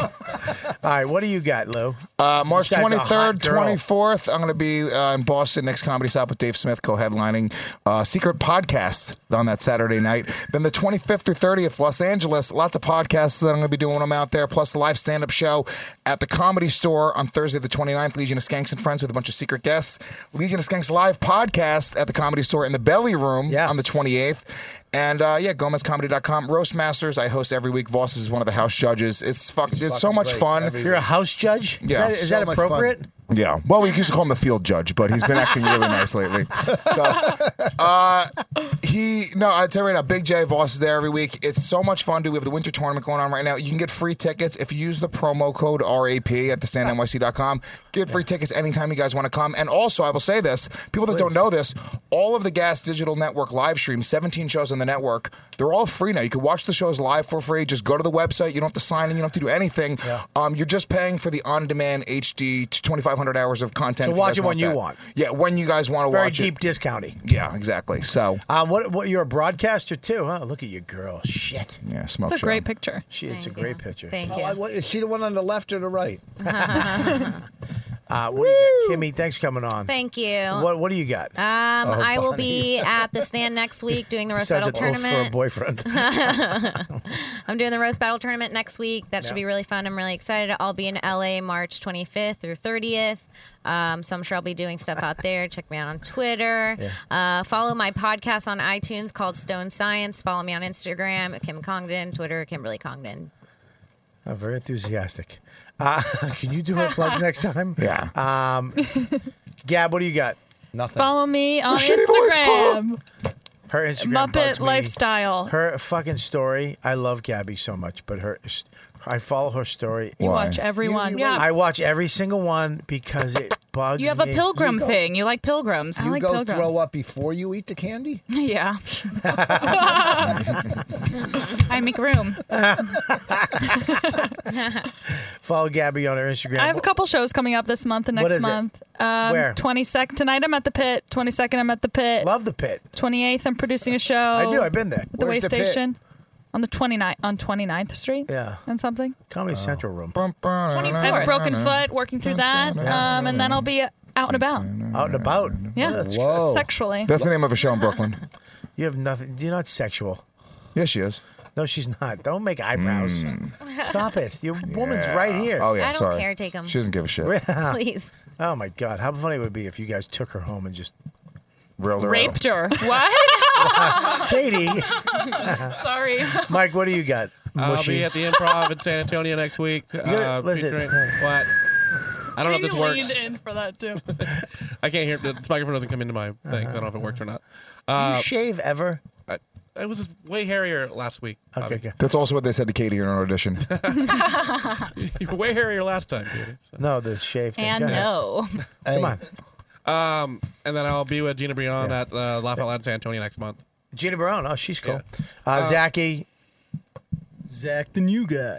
S6: All right, what do you got, Lou?
S3: Uh, March
S6: Besides a hot
S3: 23rd,
S6: girl.
S3: 24th, I'm going to be uh, in Boston next Comedy Stop with Dave Smith co-headlining uh, Secret Podcast on that Saturday night. Then the 25th through 30th, Los Angeles, lots of podcasts that I'm going to be doing when I'm out there, plus a live stand-up show at the Comedy Store on Thursday the 29th, Legion of Skanks and Friends with a bunch of secret guests. Legion of Skanks live podcast at the Comedy Store in the Belly Room
S6: Yeah.
S3: on the 28th. And uh, yeah, GomezComedy.com. Roastmasters, I host every week. Voss is one of the house judges. It's, fuck, it's, so
S8: fucking
S3: much
S8: great.
S3: fun.
S8: Every-
S6: You're a house judge? Is
S3: Yeah.
S6: that, is
S8: So
S6: that
S8: much
S6: appropriate?
S8: fun.
S3: Yeah. Well, we used to call him the field judge, but he's been acting really nice lately. So, uh, he, no, I tell you right now, Big J Voss is there every week. It's so much fun, dude. We have the winter tournament going on right now. You can get free tickets if you use the promo code RAP at thestandnyc.com. Get free tickets anytime you guys want to come. And also, I will say this people that don't know this, all of the Gas Digital Network live streams, 17 shows on the network, they're all free now. You can watch the shows live for free. Just go to the website. You don't have to sign in, you don't have to do anything. Um, you're just paying for the on demand HD 2,500 hours of content.
S6: So
S3: if
S6: watch
S3: guys
S6: it when you
S3: that.
S6: want.
S3: Yeah, when you guys want to
S6: Very
S3: watch
S6: deep
S3: it.
S6: discounting.
S3: Yeah, exactly. So,
S6: Um, what, what? You're a broadcaster too, huh? Look at your girl. Shit.
S3: yeah, smoke
S18: It's a
S3: show.
S18: great picture.
S6: She, it's a great picture.
S5: Thank
S8: Oh, I,
S5: you.
S8: what, is she the one on the left or the right?
S6: Uh, what do you got? Kimmy, thanks for coming on.
S5: Thank you.
S6: What What do you got?
S5: Um, I will be at the stand next week doing the roast
S6: Sounds
S5: battle
S6: Oh, an oath for a
S5: tournament.
S6: boyfriend.
S5: I'm doing the roast battle tournament next week. That
S6: Yeah.
S5: should be really fun. I'm really excited. I'll be in LA March 25th through 30th. Um, so I'm sure I'll be doing stuff out there. Check me out on Twitter. Uh, follow my podcast on iTunes called Stone Science. Follow me on Instagram at Kim Congdon. Twitter Kimberly Congdon.
S6: Oh, very enthusiastic. Uh, can you do her plugs next time?
S3: Yeah.
S6: Um, Gab, what do you got?
S8: Nothing.
S18: Follow me on
S3: shitty voice.
S18: Instagram.
S6: Her Instagram. bugs
S18: Muppet
S6: me.
S18: Lifestyle.
S6: Her fucking story. I love Gabby so much, but her, I follow her story.
S18: you
S3: Why?
S18: watch everyone. yeah.
S6: I watch every single one because it bugs.
S2: you have a
S6: me.
S2: pilgrim thing. You like pilgrims.
S8: You
S18: like
S8: go
S18: pilgrims.
S8: throw up before you eat the candy?
S2: yeah. I make room.
S6: Follow Gabby on her Instagram.
S18: I have a couple shows coming up this month and
S6: What
S18: next
S6: is it?
S18: month. Um,
S6: Where?
S18: 22nd. Tonight I'm at the pit. 22nd I'm at the pit.
S6: Love the pit.
S18: 28th I'm producing a show.
S6: I do. I've been there.
S18: at the way
S8: Where's the pit?
S18: station. On the 29th, on 29th Street.
S6: Yeah.
S18: And something.
S6: Comedy Central room.
S18: I have a broken foot, working through that. Um, and then I'll be out and about.
S6: Out and about.
S18: Yeah.
S6: that's-
S8: Whoa.
S18: Sexually.
S3: That's the name of a show in Brooklyn.
S6: You have nothing. You're not sexual.
S3: Yes, she is.
S6: No, she's not. Don't make eyebrows. Stop it. Your woman's
S3: Yeah.
S6: right here.
S3: Oh, yeah, I don't sorry. care, take 'em. She doesn't give a shit.
S5: Please.
S6: Oh my god, how funny would it be if you guys took her home and just
S3: reeled
S2: Raped her. What?
S6: Katie.
S2: Sorry.
S6: Mike, what do you got?
S9: I'll
S6: Mushy?
S9: be at the Improv in San Antonio next week.
S6: gotta- listen.
S9: featuring- What? I don't know if this
S18: You
S9: works.
S18: leaned in for that too.
S9: I can't hear. This microphone doesn't come into my thing. So I don't know
S8: Uh-huh.
S9: if it worked or not.
S6: Do you shave ever?
S9: I, it was way hairier last week. Bobby.
S3: That's also what they said to Katie in her audition.
S9: you were way hairier last time, Katie. So.
S6: No, the shave thing.
S2: And
S6: Go ahead.
S2: no.
S6: Come on.
S9: Um, and then I'll be with Gina Brion at uh, Laugh Out Loud San Antonio next month.
S6: Gina Barone. Oh, she's cool. Uh, Zachy. Zach, the new guy. All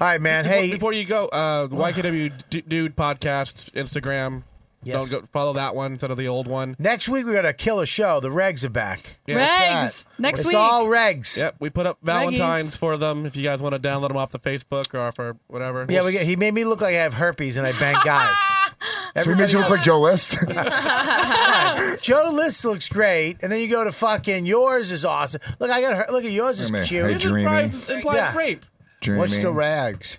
S6: right, man.
S9: Before-
S6: Hey,
S9: before you go, uh, the YKW D- Dude podcast Instagram.
S6: Yes.
S9: Don't go, follow that one instead of the old one.
S6: next week we got a killer show. The regs are back.
S9: Yeah, that's
S18: Regs!
S9: that.
S18: Next
S6: it's
S18: week.
S6: all regs.
S9: Yep, we put up Valentine's for them. If you guys want to download them off the Facebook or for whatever.
S6: Yeah, we get, he made me look like I have herpes and I bang guys.
S3: so he made you look like Joe List.
S6: Joe List looks great, and then you go to fucking yours is awesome. Look, I got her. Look at yours
S3: Wait
S6: is
S3: a minute.
S6: cute.
S3: Hey, Yours Dreamy. implies-
S9: implies rape.
S8: What's the
S3: Dreaming.
S8: rags?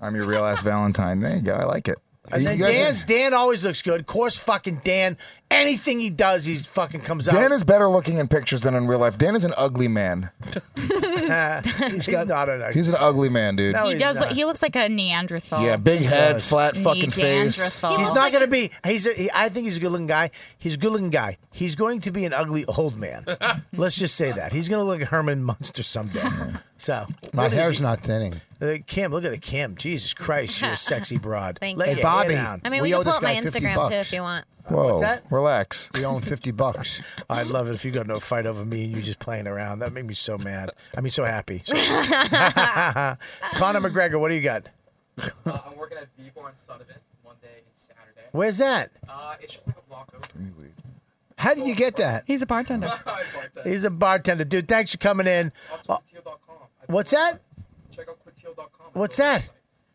S3: I'm your real ass Valentine. There you go. I like it.
S6: And
S3: You
S6: then
S3: guys are-
S6: Dan's Dan always looks good. Of course, fucking Dan. Anything he does, he's fucking comes out.
S3: Dan is better looking in pictures than in real life. Dan is an ugly man.
S6: he's not an ugly.
S3: He's an ugly man, dude.
S6: No,
S2: he
S6: he's
S2: does.
S6: not.
S2: He looks like a Neanderthal.
S3: Yeah, big head, flat
S2: He
S3: fucking face.
S2: Neanderthal.
S6: He's not going to be. He's. A, he, I think he's a good looking guy. He's a good looking guy. He's going to be an ugly old man. Let's just say that he's going to look like Herman Munster someday. So
S8: My
S6: what is
S8: hair's
S6: he-
S8: not thinning.
S6: Uh, Kim, look at the Kim. Jesus Christ, you're a sexy broad.
S5: Thank
S6: Lay
S5: you.
S6: your
S8: Bobby.
S6: head down.
S5: I mean,
S8: We
S5: we,
S8: owe
S5: can
S8: this
S5: pull up my
S8: guy 50
S5: Instagram too
S8: bucks.
S5: if you want.
S3: Whoa,
S6: that?
S3: relax.
S8: We owe him 50 bucks.
S6: I'd love it if you got into a fight over me and you just playing around. That made me so mad. I mean, so happy. So- Conor McGregor, what do you got?
S27: uh, I'm working at Vivo and Sullivan Monday and Saturday.
S6: Where's that?
S27: Uh, it's just like a block over.
S8: How did you get that?
S18: He's a bartender.
S6: He's a bartender, dude. Thanks for coming in. Uh, What's that?
S27: Check out Quintil.com.
S6: What's that?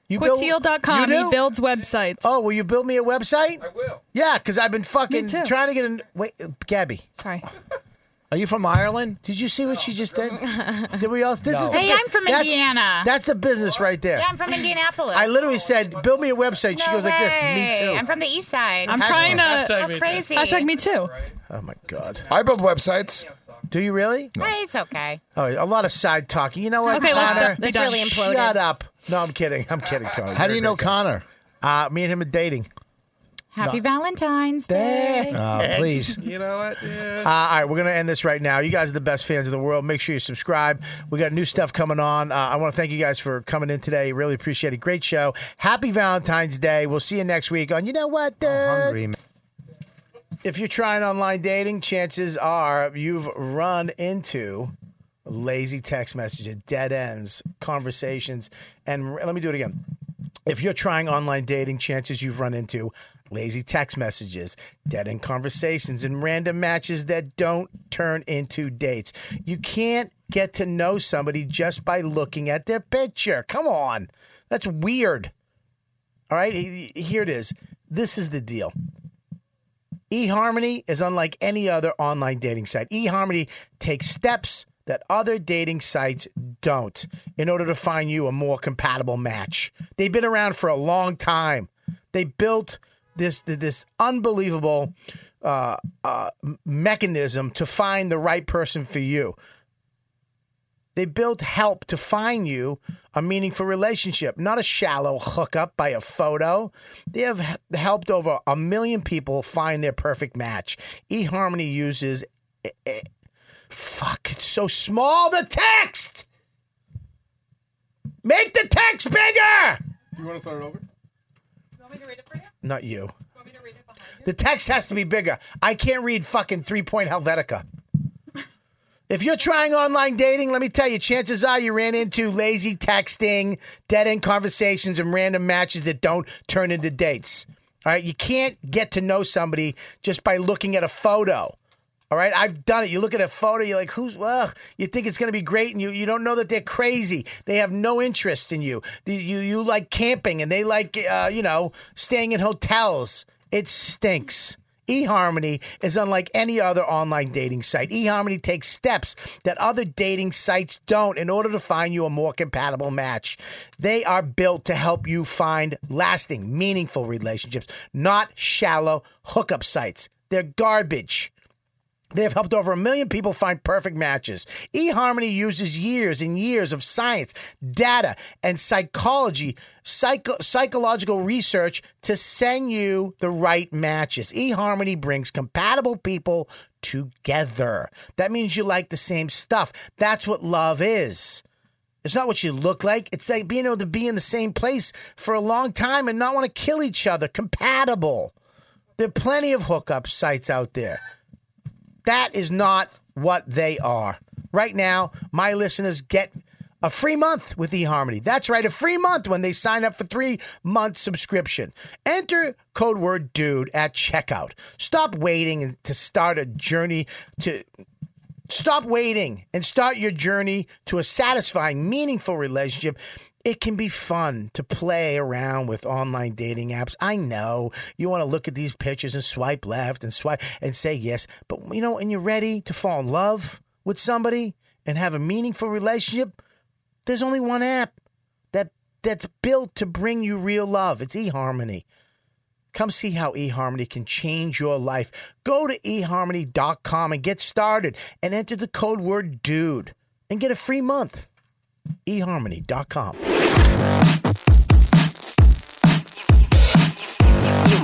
S6: You build-
S18: Quateal.com.
S6: You
S18: He
S6: do?
S18: builds websites.
S6: Oh, will you build me a website? I
S27: will.
S6: Yeah, because I've been fucking
S18: Me too.
S6: trying to get an. Wait, uh, Gabby,
S18: Sorry.
S8: Are you from Ireland?
S6: did you see what she just did? did we all? This is. The
S2: Hey,
S6: bu-
S2: I'm from
S6: that's-
S2: Indiana.
S6: That's the business right there.
S2: yeah, I'm from Indianapolis.
S6: I literally said, "Build me a website." she
S2: No
S6: goes like this. Me
S2: way.
S6: too.
S2: I'm from the east side.
S18: I'm trying to.
S9: Hashtag
S2: Go
S9: me too.
S2: Uh, crazy.
S18: Hashtag me too.
S6: oh my god.
S3: I build websites.
S6: Do you really?
S2: Hey, it's okay.
S6: Oh, a lot of side talking. You know what?
S18: Okay, let's
S6: Connor,
S18: stop. Be
S5: This
S18: done.
S5: really imploded.
S6: shut up. No, I'm kidding. I'm kidding, Tony.
S8: How do you know Connor?
S6: Uh, me and him are dating.
S2: Happy Valentine's Day.
S8: Uh, please.
S9: You know what? Yeah.
S6: Uh, all right, we're going to end this right now. You guys are the best fans in the world. Make sure you subscribe. We got new stuff coming on. Uh, I want to thank you guys for coming in today. Really appreciate it. Great show. Happy Valentine's Day. We'll see you next week on You Know What? Dude?
S8: Hungry, man.
S6: If you're trying online dating, chances are you've run into lazy text messages, dead ends, conversations, and let me do it again. If you're trying online dating, chances you've run into lazy text messages, dead end conversations, and random matches that don't turn into dates. You can't get to know somebody just by looking at their picture. Come on. That's weird. All right, he- he- here it is. This is the deal. eHarmony is unlike any other online dating site. eHarmony takes steps that other dating sites don't in order to find you a more compatible match. They've been around for a long time. They built this this unbelievable uh, uh, m- mechanism to find the right person for you. They built help to find you a meaningful relationship, not a shallow hookup by a photo. They have h- helped over a million people find their perfect match. eHarmony uses. eh, eh, fuck, it's so small, the text! Make the text bigger!
S9: you want to start it over?
S6: Not you. The text has to be bigger. I can't read fucking three point Helvetica. If you're trying online dating, let me tell you, chances are you ran into lazy texting, dead end conversations, and random matches that don't turn into dates. All right. You can't get to know somebody just by looking at a photo. All right, I've done it. You look at a photo, you're like, who's, ugh, you think it's going to be great, and you, you don't know that they're crazy. They have no interest in you. You, you, you like camping, and they like, uh, you know, staying in hotels. It stinks. eHarmony is unlike any other online dating site. eHarmony takes steps that other dating sites don't in order to find you a more compatible match. They are built to help you find lasting, meaningful relationships, not shallow hookup sites. They're garbage. They have helped over a million people find perfect matches. eHarmony uses years and years of science, data, and psychology, psycho- psychological research to send you the right matches. eHarmony brings compatible people together. That means you like the same stuff. That's what love is. It's not what you look like. It's like being able to be in the same place for a long time and not want to kill each other. Compatible. There are plenty of hookup sites out there. That is not what they are. Right now, my listeners get a free month with eHarmony. That's right, a free month when they sign up for three month subscription. Enter code word dude at checkout. Stop waiting to start a journey to Stop waiting and start your journey to a satisfying, meaningful relationship. It can be fun to play around with online dating apps. I know you want to look at these pictures and swipe left and swipe and say yes, but you know, when you're ready to fall in love with somebody and have a meaningful relationship, there's only one app that that's built to bring you real love. It's eHarmony. Come see how eHarmony can change your life. Go to eHarmony.com and get started and enter the code word dude and get a free month. eHarmony.com.
S28: You've